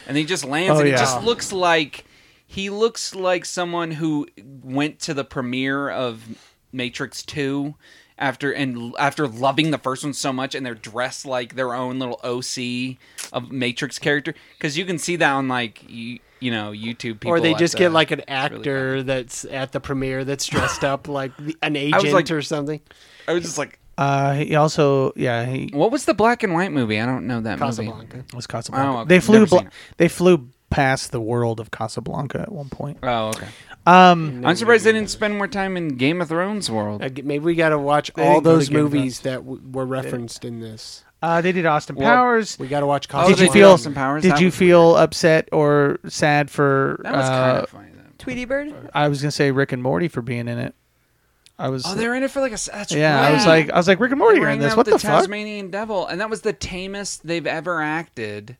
Speaker 6: and he just lands,
Speaker 7: Oh,
Speaker 6: and
Speaker 7: yeah.
Speaker 6: it just looks like he looks like someone who went to the premiere of Matrix Two. After and after loving the first one so much, and they're dressed like their own little OC of Matrix character, because you can see that on like you, you know YouTube people,
Speaker 8: or they
Speaker 6: at
Speaker 8: just
Speaker 6: the-
Speaker 8: get like an
Speaker 6: really
Speaker 8: actor that's at the premiere that's dressed up like the- an
Speaker 6: was
Speaker 8: agent
Speaker 6: like-
Speaker 8: or something.
Speaker 6: I was just like,
Speaker 7: uh, he also yeah he
Speaker 6: what was the black and white movie? I don't know that movie.
Speaker 8: Casablanca.
Speaker 7: was Casablanca.
Speaker 6: Oh, okay.
Speaker 7: They flew
Speaker 6: Never seen
Speaker 7: bla- they flew past the world of Casablanca at one point.
Speaker 6: Oh, okay.
Speaker 7: Um,
Speaker 6: I'm surprised they didn't spend more time in Game of Thrones world.
Speaker 8: Uh, g- Maybe we got to watch
Speaker 7: They
Speaker 8: all
Speaker 7: didn't really
Speaker 8: those
Speaker 7: give a
Speaker 8: movies that w- were referenced in this.
Speaker 7: uh, they did Austin
Speaker 6: Well,
Speaker 7: Powers.
Speaker 8: We got to watch.
Speaker 6: Oh,
Speaker 7: did
Speaker 6: they
Speaker 7: you
Speaker 6: did
Speaker 7: feel
Speaker 6: Austin Powers?
Speaker 7: did
Speaker 6: That
Speaker 7: you
Speaker 6: was
Speaker 7: feel upset or sad for
Speaker 6: That was
Speaker 7: uh,
Speaker 6: kind of funny. Though.
Speaker 5: Tweety Bird.
Speaker 7: I was gonna say Rick and Morty for being in it. I was
Speaker 6: Oh, they're in it for like a. s- That's
Speaker 7: yeah.
Speaker 6: right.
Speaker 7: I was like I was like Rick and
Speaker 6: They
Speaker 7: Morty are
Speaker 6: rang
Speaker 7: in this.
Speaker 6: out
Speaker 7: What
Speaker 6: the,
Speaker 7: the, fuck?
Speaker 6: Tasmanian Devil, and that was the tamest they've ever acted.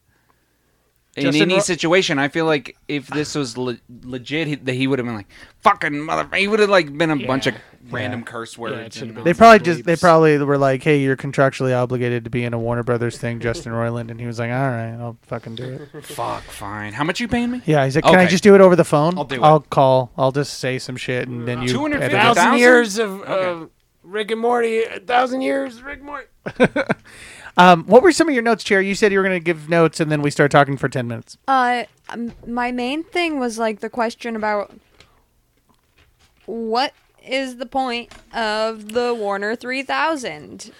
Speaker 6: In
Speaker 7: Justin
Speaker 6: any
Speaker 7: Ro-
Speaker 6: situation, I feel like if this was le- legit, he, that he would have been like fucking motherfucker. He would have like been a bunch of random curse words.
Speaker 8: should've
Speaker 6: and
Speaker 8: been
Speaker 7: They probably just they probably were like, hey, you're contractually obligated to be in a Warner Brothers thing, Justin Roiland, and he was like, all right, I'll fucking do it.
Speaker 6: fuck fine. How much you paying me?
Speaker 7: Yeah, he's like, can I
Speaker 6: Okay.
Speaker 7: just do it over the phone?
Speaker 6: I'll do it.
Speaker 7: I'll call. I'll just say some shit, and then you. edit it."
Speaker 6: 250,000?
Speaker 8: thousand years of
Speaker 6: Okay.
Speaker 8: of Rick and Morty. A thousand years, Rick and Morty.
Speaker 7: Um, what were some of your notes, Chair? You said you were going to give notes, and then we started talking for ten minutes.
Speaker 5: Uh, um, my main thing was like the question about what is the point of the Warner 3000?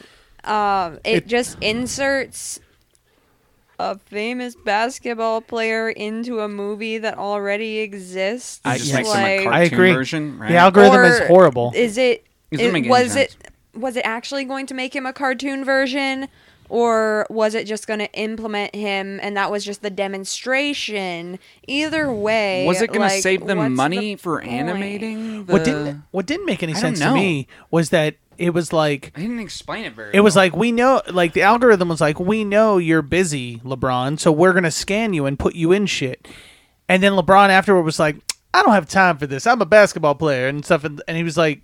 Speaker 5: Um, it,
Speaker 7: It-
Speaker 5: just inserts a famous basketball player into a movie that already exists.
Speaker 6: I just
Speaker 7: Yes.
Speaker 6: make some like, cartoon
Speaker 7: I agree.
Speaker 6: version, right?
Speaker 7: The algorithm is
Speaker 5: Or
Speaker 7: horrible.
Speaker 5: Is it?
Speaker 6: It doesn't
Speaker 5: it-
Speaker 6: make any
Speaker 5: was
Speaker 6: sense.
Speaker 5: it? Was it actually going to make him a cartoon version, or was it just going to implement him, and that was just the demonstration? Either way,
Speaker 6: was it going
Speaker 5: like,
Speaker 6: to save them
Speaker 5: what's the
Speaker 6: money for
Speaker 5: point?
Speaker 6: animating? The...
Speaker 7: what didn't What didn't make any
Speaker 6: I don't
Speaker 7: sense to
Speaker 6: know.
Speaker 7: me was that it was like
Speaker 6: I didn't explain it very.
Speaker 7: It was
Speaker 6: well.
Speaker 7: like we know, like the algorithm was like, we know you're busy, LeBron, so we're gonna scan you and put you in shit. And then LeBron afterward was like, I don't have time for this. I'm a basketball player and stuff. And, and he was like,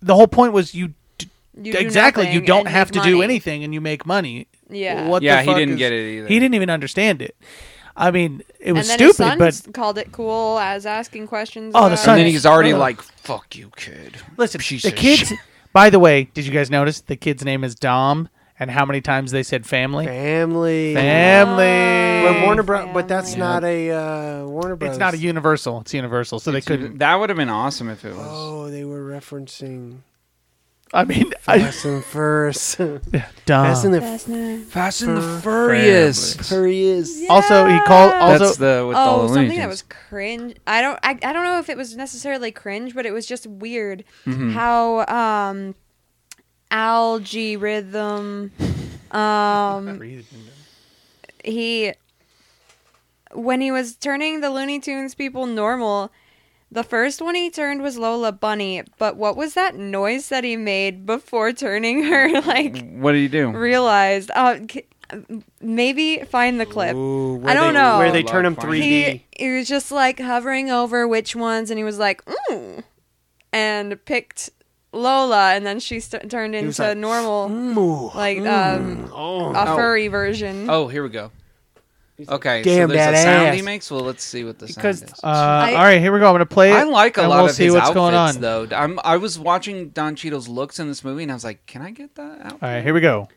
Speaker 7: the whole point was you, d-
Speaker 5: You do
Speaker 7: exactly you
Speaker 5: nothing
Speaker 7: don't
Speaker 5: and
Speaker 7: have to
Speaker 5: make
Speaker 7: do
Speaker 5: money.
Speaker 7: anything and you make money.
Speaker 5: Yeah.
Speaker 7: What the
Speaker 6: Yeah, he
Speaker 7: fuck
Speaker 6: didn't
Speaker 7: is-
Speaker 6: get it either.
Speaker 7: He didn't even understand it. I mean, it
Speaker 5: And
Speaker 7: was
Speaker 5: then
Speaker 7: stupid,
Speaker 5: his son
Speaker 7: but
Speaker 5: called it cool as asking questions.
Speaker 7: Oh, the
Speaker 5: about
Speaker 7: son-
Speaker 6: and then he's already
Speaker 7: Ugh.
Speaker 6: like, "Fuck you, kid."
Speaker 7: Listen,
Speaker 6: Piece
Speaker 7: the
Speaker 6: of
Speaker 7: kids.
Speaker 6: shit.
Speaker 7: By the way, did you guys notice the kid's name is Dom? And how many times they said family?
Speaker 4: Family.
Speaker 7: Family.
Speaker 4: But Warner Bro- But that's
Speaker 5: Family.
Speaker 4: not a uh, Warner Bros.
Speaker 7: It's not a Universal. It's Universal, so they couldn't.
Speaker 6: That would have been awesome if it was.
Speaker 4: Oh, they were referencing
Speaker 7: I mean, I,
Speaker 4: Fast and Furious. Fast and
Speaker 7: dumb.
Speaker 4: the
Speaker 5: That's not-
Speaker 6: Fast and the Furious.
Speaker 4: Furious.
Speaker 7: Also, he called. Also,
Speaker 6: That's the with all
Speaker 5: Oh,
Speaker 6: the Looney
Speaker 5: something that
Speaker 6: Tunes.
Speaker 5: was cringe. I don't. I, I don't know if it was necessarily cringe, but it was just weird
Speaker 4: Mm-hmm.
Speaker 5: how um, algorithm um he when he was turning the Looney Tunes people normal. The first one he turned was Lola Bunny, but what was that noise that he made before turning her? Like
Speaker 6: What do you
Speaker 4: Mm.
Speaker 6: do?
Speaker 5: realized. Uh, c- maybe find the clip. I don't
Speaker 4: they,
Speaker 5: know.
Speaker 4: Where they turn
Speaker 6: Love
Speaker 4: them 3D.
Speaker 6: Fine.
Speaker 5: He, he was just like hovering over which ones, and he was like, ooh, and picked Lola, and then she st- turned into normal, like um,
Speaker 7: Oh,
Speaker 5: a furry version.
Speaker 6: Oh, here we go. Okay,
Speaker 4: Damn
Speaker 6: so there's a
Speaker 4: that
Speaker 6: sound he
Speaker 4: ass.
Speaker 6: makes. Well, let's see what the sound
Speaker 4: Because,
Speaker 6: is.
Speaker 7: uh, all right, here we go. I'm gonna play it.
Speaker 6: I like a
Speaker 7: and
Speaker 6: lot
Speaker 7: we'll
Speaker 6: of
Speaker 7: see
Speaker 6: his
Speaker 7: what's
Speaker 6: outfits,
Speaker 7: going on.
Speaker 6: though. I'm, I was watching Don Cheadle's looks in this movie, and I was like, "Can I get that out?"
Speaker 7: All right, here we go.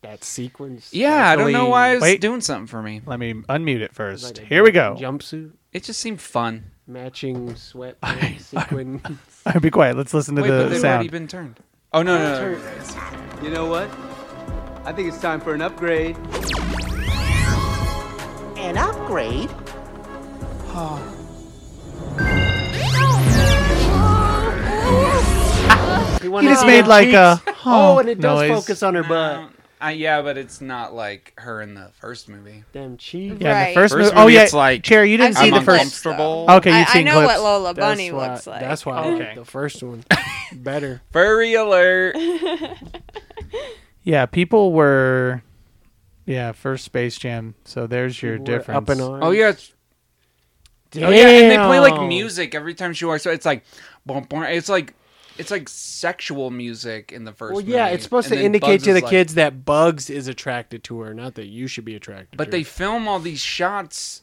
Speaker 4: that sequence.
Speaker 6: Yeah, I don't know
Speaker 4: definitely
Speaker 6: why it's
Speaker 7: Wait.
Speaker 6: doing something for me.
Speaker 7: Let me unmute it first.
Speaker 4: a
Speaker 7: Here we go.
Speaker 4: Jumpsuit
Speaker 6: It just seemed fun.
Speaker 4: matching sweatpants sequence.
Speaker 7: All right, be quiet. Let's listen to
Speaker 6: Wait, but
Speaker 7: the
Speaker 6: they've already
Speaker 7: sound.
Speaker 6: been turned. Oh no, no, no, no.
Speaker 3: You know what? I think it's time for an upgrade.
Speaker 1: An upgrade?
Speaker 7: He just made like a
Speaker 4: oh, and it does
Speaker 7: noise.
Speaker 4: focus on her butt.
Speaker 6: Uh, yeah, but it's not like her in the first movie.
Speaker 4: Damn cheek.
Speaker 7: Yeah, in
Speaker 5: Right.
Speaker 7: the first,
Speaker 6: First
Speaker 7: movie. Oh
Speaker 6: movie,
Speaker 7: yeah,
Speaker 6: it's like,
Speaker 7: chair. You didn't
Speaker 5: I've
Speaker 7: see
Speaker 5: seen
Speaker 7: the
Speaker 6: I'm
Speaker 5: clips,
Speaker 7: first.
Speaker 6: uncomfortable.
Speaker 5: though.
Speaker 7: Okay, you've
Speaker 5: I, I
Speaker 7: seen
Speaker 5: know
Speaker 7: clips.
Speaker 5: what Lola
Speaker 4: That's
Speaker 5: Bunny
Speaker 4: why,
Speaker 5: looks like.
Speaker 4: That's why I like the first one better.
Speaker 6: Furry alert.
Speaker 7: Yeah, people were. Yeah, first Space Jam. So there's your
Speaker 4: We're
Speaker 7: difference.
Speaker 4: Up in arms.
Speaker 6: oh yeah. it's- Oh, yeah, and they play like
Speaker 4: Damn.
Speaker 6: music every time she walks. out. It's like, bum, bum. it's like, it's like sexual music in the first.
Speaker 4: Well, yeah,
Speaker 6: movie,
Speaker 4: it's supposed
Speaker 6: and
Speaker 4: to
Speaker 6: then
Speaker 4: indicate
Speaker 6: Bugs
Speaker 4: to
Speaker 6: is
Speaker 4: the
Speaker 6: like-
Speaker 4: kids that Bugs is attracted to her, not that you should be attracted.
Speaker 6: But
Speaker 4: to
Speaker 6: they
Speaker 4: her.
Speaker 6: film all these shots.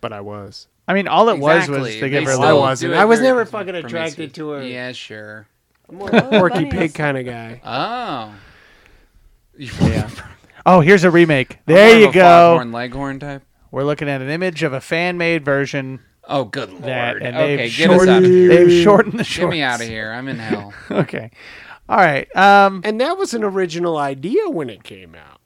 Speaker 4: but I was.
Speaker 7: I mean, all it was was
Speaker 6: Exactly.
Speaker 7: to give
Speaker 6: They
Speaker 7: her a
Speaker 6: still
Speaker 4: I
Speaker 7: little.
Speaker 4: wasn't.
Speaker 6: do it
Speaker 4: I was
Speaker 6: very
Speaker 4: never fucking
Speaker 6: promiscuous.
Speaker 4: attracted to her.
Speaker 6: Yeah, sure.
Speaker 4: More of a Porky
Speaker 5: Bunny
Speaker 4: Pig
Speaker 5: is-
Speaker 4: kind of guy.
Speaker 6: Oh. Yeah.
Speaker 7: Oh, here's a remake. There you go.
Speaker 6: Foghorn Leghorn type.
Speaker 7: We're looking at an image of a fan-made version
Speaker 6: Oh, good lord.
Speaker 7: that, and
Speaker 6: okay,
Speaker 7: they've
Speaker 6: get us out
Speaker 7: shortened.
Speaker 6: of here.
Speaker 7: They've shortened the
Speaker 6: Get
Speaker 7: shorts.
Speaker 6: me out of here. I'm in hell.
Speaker 7: Okay, all right. Um,
Speaker 4: And that was an original idea when it came out.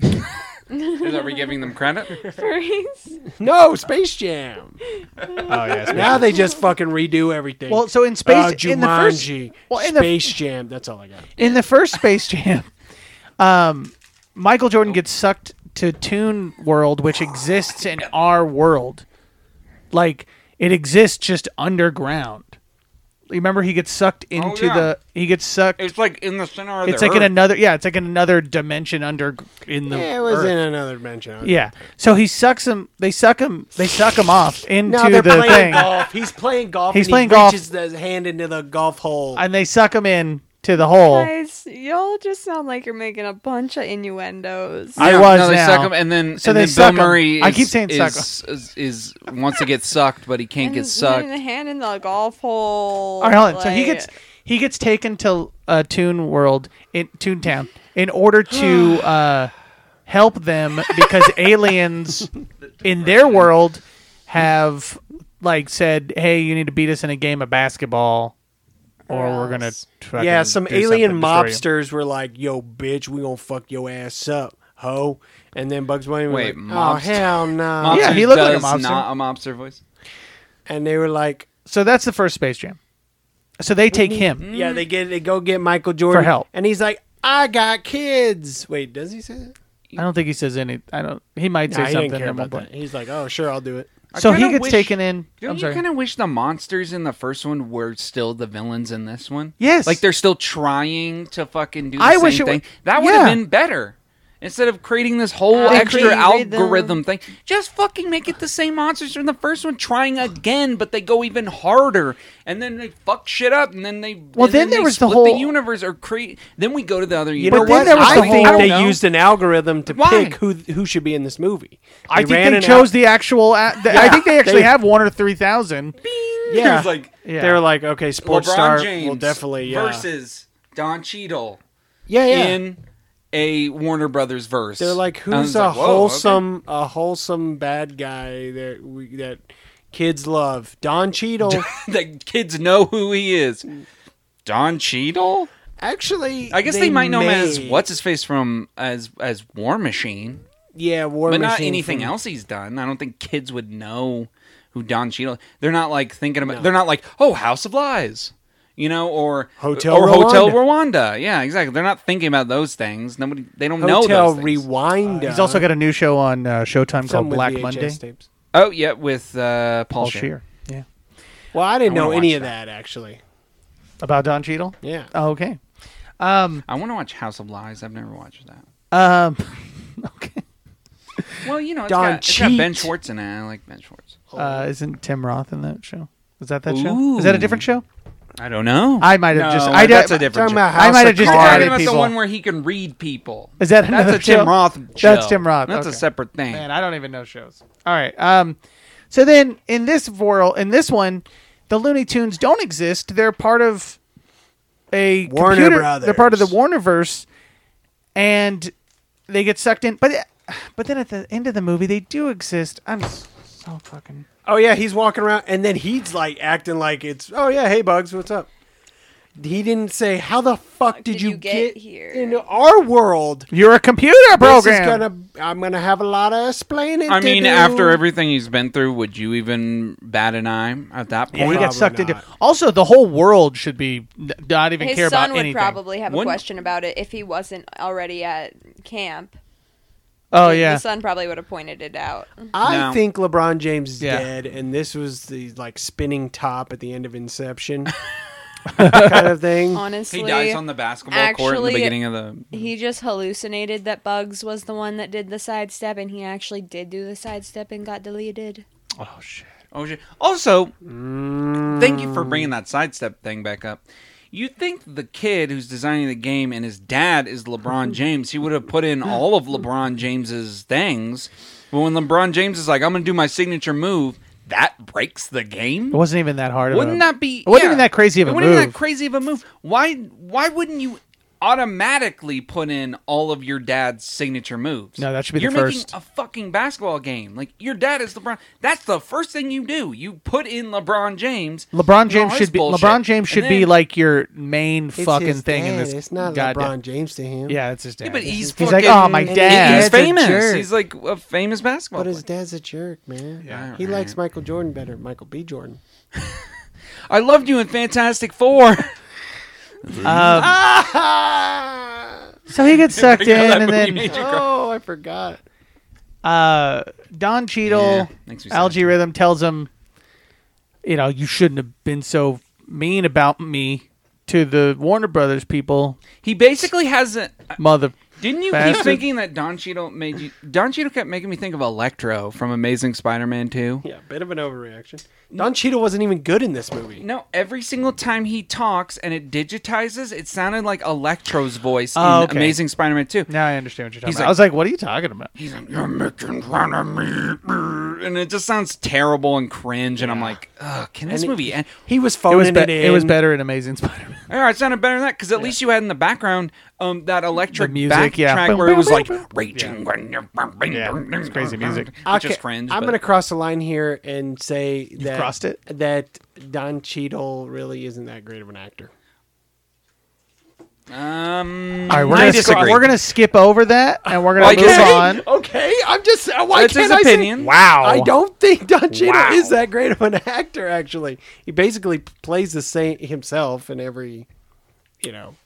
Speaker 6: Is- Are we giving them credit?
Speaker 5: Furries.
Speaker 4: No, Space Jam.
Speaker 7: oh yes.
Speaker 4: Now they just fucking redo everything.
Speaker 7: Well, so in
Speaker 4: Uh,
Speaker 7: space, in the first,
Speaker 4: Jumanji,
Speaker 7: well, in the-
Speaker 4: Space Jam. That's all I got.
Speaker 7: in the first Space Jam, um, Michael Jordan gets sucked to Toon World, which exists in our world. Like it exists just underground. Remember, he gets sucked
Speaker 4: Oh,
Speaker 7: into
Speaker 6: yeah.
Speaker 7: the. He gets sucked.
Speaker 6: It's like in the center of
Speaker 7: it's
Speaker 6: the
Speaker 7: like in
Speaker 6: earth.
Speaker 7: another. Yeah, it's like in another dimension under in the.
Speaker 4: Yeah, it was
Speaker 7: earth.
Speaker 4: in another dimension.
Speaker 7: Yeah. So he sucks him. They suck him. They suck him off into
Speaker 4: Now they're
Speaker 7: the
Speaker 4: playing
Speaker 7: thing,
Speaker 4: golf. He's playing golf.
Speaker 7: He's
Speaker 4: and
Speaker 7: playing
Speaker 4: he
Speaker 7: golf.
Speaker 4: Reaches his hand into the golf hole.
Speaker 7: and they suck him in to the hole.
Speaker 5: Guys, y'all just sound like you're making a bunch of innuendos.
Speaker 7: I
Speaker 6: Yeah,
Speaker 7: was
Speaker 6: no, they
Speaker 7: now.
Speaker 6: suck him, and then
Speaker 7: So
Speaker 6: and
Speaker 7: they
Speaker 6: then
Speaker 7: suck 'em.
Speaker 6: Bill Murray. Is,
Speaker 7: I keep saying
Speaker 6: is,
Speaker 7: suck
Speaker 6: Is, is wants to get sucked, but he can't
Speaker 5: And
Speaker 6: get
Speaker 5: then
Speaker 6: sucked.
Speaker 5: The hand in the golf hole.
Speaker 7: All right, hold on. So he
Speaker 5: like-
Speaker 7: gets He gets taken to uh, Toon World in Toontown in order to uh, help them because aliens in their world have like said, "Hey, you need to beat us in a game of basketball, or we're gonna." fucking
Speaker 8: yeah, some
Speaker 7: do
Speaker 8: alien
Speaker 7: something, destroy you."
Speaker 8: mobsters were like, "Yo, bitch, we gonna fuck your ass up, ho!" And then Bugs Bunny was
Speaker 6: Wait,
Speaker 8: like, "Oh
Speaker 6: mobster-
Speaker 8: hell no!"
Speaker 6: Mobster
Speaker 7: Yeah, he looked like a
Speaker 6: does
Speaker 7: mobster.
Speaker 6: Not a mobster voice.
Speaker 8: And they were like,
Speaker 7: So that's the first Space Jam. So they take him.
Speaker 8: "Yeah,
Speaker 4: Mm.
Speaker 8: they get they go get Michael Jordan
Speaker 7: help.
Speaker 8: and he's like, "I got kids." Wait, does he say that?
Speaker 7: I don't think he says any. I don't. He might say
Speaker 8: Nah, he
Speaker 7: something.
Speaker 8: didn't care
Speaker 7: at one
Speaker 8: about that.
Speaker 7: point.
Speaker 8: He's like, "Oh, sure, I'll do it."
Speaker 6: I
Speaker 7: So he
Speaker 6: kinda
Speaker 7: gets
Speaker 6: wish-
Speaker 7: taken in.
Speaker 6: Don't
Speaker 7: I'm
Speaker 6: you
Speaker 7: sorry.
Speaker 6: kind of wish the monsters in the first one were still the villains in this one?
Speaker 7: Yes.
Speaker 6: like they're still trying to fucking do the
Speaker 7: I
Speaker 6: same
Speaker 7: wish it wa-
Speaker 6: thing. that would have
Speaker 7: Yeah.
Speaker 6: been better instead of creating this whole
Speaker 5: They
Speaker 6: extra
Speaker 5: created them.
Speaker 6: algorithm thing. Just fucking make it the same monsters from the first one, trying again, but they go even harder, and then they fuck shit up, and then they
Speaker 7: Well,
Speaker 6: and
Speaker 7: then there
Speaker 6: they
Speaker 7: was the
Speaker 6: split
Speaker 7: whole-
Speaker 6: universe or create. Then we go to the other
Speaker 8: You
Speaker 6: universe.
Speaker 8: know what?
Speaker 7: there was
Speaker 8: I
Speaker 7: the
Speaker 8: think
Speaker 7: whole-
Speaker 8: they
Speaker 6: I don't
Speaker 8: used an algorithm to
Speaker 6: Why?
Speaker 8: pick who who should be in this movie.
Speaker 7: I
Speaker 8: They
Speaker 7: think
Speaker 8: ran
Speaker 7: they
Speaker 8: an
Speaker 7: chose
Speaker 8: al-
Speaker 7: the actual. a- th- I think they actually have one or three thousand.
Speaker 8: yeah.
Speaker 6: It's like
Speaker 7: Yeah.
Speaker 8: They were like, "Okay, sports
Speaker 6: LeBron
Speaker 8: star,
Speaker 6: James
Speaker 8: will definitely yeah.
Speaker 6: versus Don Cheadle.
Speaker 8: yeah, yeah."
Speaker 6: in a Warner Brothers verse.
Speaker 8: They're like,
Speaker 6: And I was
Speaker 8: who's a
Speaker 6: like, "Whoa,
Speaker 8: wholesome, a wholesome bad guy that we, that kids love? Don Cheadle.
Speaker 6: okay." the kids know who he is. Don Cheadle.
Speaker 8: Actually,
Speaker 6: I guess they, might know him as
Speaker 8: may-
Speaker 6: what's his face from as as War Machine,
Speaker 8: Yeah, War
Speaker 6: but not
Speaker 8: Machine
Speaker 6: anything
Speaker 8: from-
Speaker 6: else he's done. I don't think kids would know who Don Cheadle. They're not like thinking about. They're not like, oh, House of Lies. You know, or
Speaker 8: Hotel
Speaker 6: or Hotel
Speaker 8: Rwanda.
Speaker 6: Rwanda. Yeah, exactly. They're not thinking about those things. Nobody, they don't know
Speaker 8: Hotel
Speaker 6: those things.
Speaker 8: Rewind.
Speaker 7: He's also got a new show on uh, Showtime called Black Monday.
Speaker 8: Tapes.
Speaker 6: oh yeah, with uh, Paul,
Speaker 7: Paul
Speaker 6: Shear.
Speaker 7: Shear. Yeah.
Speaker 8: Well, I didn't
Speaker 6: I
Speaker 8: know
Speaker 6: wanna
Speaker 8: any
Speaker 6: watch
Speaker 8: of that actually.
Speaker 7: About Don Cheadle.
Speaker 8: Yeah,
Speaker 7: Oh, okay.
Speaker 6: I want to watch House of Lies. I've never watched that.
Speaker 7: Um. okay.
Speaker 6: Well, you know, it's,
Speaker 8: Don
Speaker 6: got, it's got Ben
Speaker 8: Cheat.
Speaker 6: Schwartz in it. I like Ben Schwartz.
Speaker 7: Uh, isn't Tim Roth in that show? Is that that show? Is that a different show?
Speaker 6: I don't know.
Speaker 7: I might have
Speaker 6: No,
Speaker 7: just.
Speaker 6: that-
Speaker 7: I
Speaker 6: that's a different
Speaker 8: talking about
Speaker 6: show.
Speaker 8: House
Speaker 7: I might have
Speaker 8: of
Speaker 7: just
Speaker 8: Cards.
Speaker 6: Talking
Speaker 7: added
Speaker 6: about
Speaker 7: people.
Speaker 6: the one where he can read people.
Speaker 7: Is that
Speaker 6: that's
Speaker 7: another
Speaker 6: a Tim
Speaker 7: show?
Speaker 6: Roth? Show.
Speaker 7: That's Tim Roth,
Speaker 6: That's a
Speaker 7: okay.
Speaker 6: separate thing.
Speaker 7: Man, I don't even know shows. All right. Um, so then in this world, in this one, the Looney Tunes don't exist. They're part of a
Speaker 8: Warner
Speaker 7: computer-
Speaker 8: Brothers.
Speaker 7: They're part of the Warnerverse, and they get sucked in. But but then at the end of the movie, they do exist. I'm s- so fucking.
Speaker 8: Oh yeah, he's walking around, and then he's like acting like it's. Oh yeah, hey Bugs, what's up? He didn't say how the fuck did,
Speaker 5: did
Speaker 8: you,
Speaker 5: you get
Speaker 8: get
Speaker 5: here?"
Speaker 8: into our world.
Speaker 7: You're a computer
Speaker 8: This
Speaker 7: program.
Speaker 8: is gonna. I'm gonna have a lot of explaining.
Speaker 6: I
Speaker 8: to
Speaker 6: mean,
Speaker 8: do.
Speaker 6: after everything he's been through, would you even bat an eye at that
Speaker 7: And he
Speaker 6: point?
Speaker 8: Yeah.
Speaker 7: got
Speaker 8: Probably
Speaker 7: sucked into.
Speaker 8: not.
Speaker 7: Also, the whole world should be n- not even care
Speaker 5: His
Speaker 7: about
Speaker 5: son would
Speaker 7: anything.
Speaker 5: probably have a
Speaker 6: Wouldn't-
Speaker 5: question about it if he wasn't already at camp.
Speaker 7: oh
Speaker 5: The-
Speaker 7: yeah,
Speaker 5: the son probably would have pointed it out.
Speaker 8: I
Speaker 6: No.
Speaker 8: think LeBron James is
Speaker 7: Yeah.
Speaker 8: dead, and this was the like spinning top at the end of Inception kind of thing.
Speaker 5: Honestly,
Speaker 6: He dies on the basketball court in the
Speaker 5: actually-
Speaker 6: beginning of the.
Speaker 5: He just hallucinated that Bugs was the one that did the sidestep, and he actually did do the sidestep and got deleted.
Speaker 7: oh shit.
Speaker 6: Oh shit! Also, thank you for bringing that sidestep thing back up. You think the kid who's designing the game and his dad is LeBron James? He would have put in all of LeBron James's things, but when LeBron James is like, "I'm going to do my signature move," that breaks the game.
Speaker 7: It wasn't even that hard.
Speaker 6: Wouldn't
Speaker 7: of a,
Speaker 6: that be?
Speaker 7: It wasn't
Speaker 6: yeah.
Speaker 7: even that crazy of a
Speaker 6: It wouldn't even
Speaker 7: move.
Speaker 6: that crazy of a move. Why? Why wouldn't you automatically put in all of your dad's signature moves?
Speaker 7: No, that should be the
Speaker 6: You're
Speaker 7: first.
Speaker 6: making a fucking basketball game. Like your dad is LeBron. That's the first thing you do. You put in LeBron James.
Speaker 7: LeBron
Speaker 6: and all
Speaker 7: James
Speaker 6: his
Speaker 7: should be
Speaker 6: bullshit.
Speaker 7: LeBron James
Speaker 6: And
Speaker 7: should
Speaker 6: then-
Speaker 7: be like your main
Speaker 8: It's
Speaker 7: fucking
Speaker 8: his
Speaker 7: thing in
Speaker 8: dad,
Speaker 7: this.
Speaker 8: It's not
Speaker 7: goddamn-
Speaker 8: LeBron James to him.
Speaker 7: Yeah, it's his dad.
Speaker 6: Yeah, but he's,
Speaker 7: he's
Speaker 6: fucking-
Speaker 7: like, oh my
Speaker 8: and
Speaker 7: dad.
Speaker 6: He's
Speaker 8: dad's a
Speaker 6: famous.
Speaker 8: jerk.
Speaker 6: He's like a famous basketball.
Speaker 8: But his
Speaker 6: player.
Speaker 8: dad's a jerk, man.
Speaker 6: Yeah.
Speaker 8: he
Speaker 6: Alright.
Speaker 8: likes Michael Jordan better. Michael B. Jordan.
Speaker 6: I loved you in Fantastic Four.
Speaker 8: Ah!
Speaker 7: so he gets sucked
Speaker 6: Yeah, that
Speaker 7: in, and
Speaker 6: movie
Speaker 7: then
Speaker 6: made you cry.
Speaker 8: Oh, I forgot.
Speaker 7: uh, Don
Speaker 6: Yeah,
Speaker 7: Cheadle,
Speaker 6: makes me sad.
Speaker 7: Algae Rhythm tells him, you know, you shouldn't have been so mean about me to the Warner Brothers people,
Speaker 6: He basically has a
Speaker 7: mother.
Speaker 6: Didn't you
Speaker 7: Bastard.
Speaker 6: keep thinking that Don Cheadle made you? Don Cheadle kept making me think of Electro from Amazing Spider-Man Two.
Speaker 8: Yeah, bit of an overreaction. Don Cheadle wasn't even good in this movie.
Speaker 6: No, every single time he talks and it digitizes, it sounded like Electro's voice
Speaker 7: Oh,
Speaker 6: in
Speaker 7: okay.
Speaker 6: Amazing Spider-Man Two.
Speaker 7: Now I understand what you're talking
Speaker 6: He's
Speaker 7: about.
Speaker 6: like-
Speaker 7: I was like, what are you talking about?
Speaker 6: He's like, "You're making fun of me," and it just sounds terrible and cringe. And I'm like, Ugh, can this
Speaker 8: And it-
Speaker 6: movie end?
Speaker 8: He was
Speaker 7: It
Speaker 8: phoning
Speaker 7: was,
Speaker 8: it,
Speaker 7: be-
Speaker 8: in.
Speaker 7: it was better in Amazing Spider-Man.
Speaker 6: All right, it sounded better than that because at least you had in the background um, that electric
Speaker 7: The music,
Speaker 6: backtrack
Speaker 7: yeah.
Speaker 6: where it was like raging.
Speaker 7: Yeah, it's crazy music.
Speaker 6: Which
Speaker 8: Okay,
Speaker 6: is cringe.
Speaker 8: I'm
Speaker 6: but-
Speaker 8: gonna cross the line here and say that
Speaker 7: crossed it?
Speaker 8: That Don Cheadle really isn't that great of an actor.
Speaker 6: Um,
Speaker 7: All right, we're
Speaker 6: I
Speaker 7: gonna
Speaker 6: disagree.
Speaker 7: we're gonna skip over that and we're gonna
Speaker 6: Okay.
Speaker 7: move on.
Speaker 8: Okay, I'm just uh, why
Speaker 6: That's his
Speaker 8: can't I say-
Speaker 6: opinion.
Speaker 7: Wow,
Speaker 8: I don't think Don Cheadle
Speaker 6: Wow.
Speaker 8: is that great of an actor. Actually, he basically p- plays the same himself in every, you know,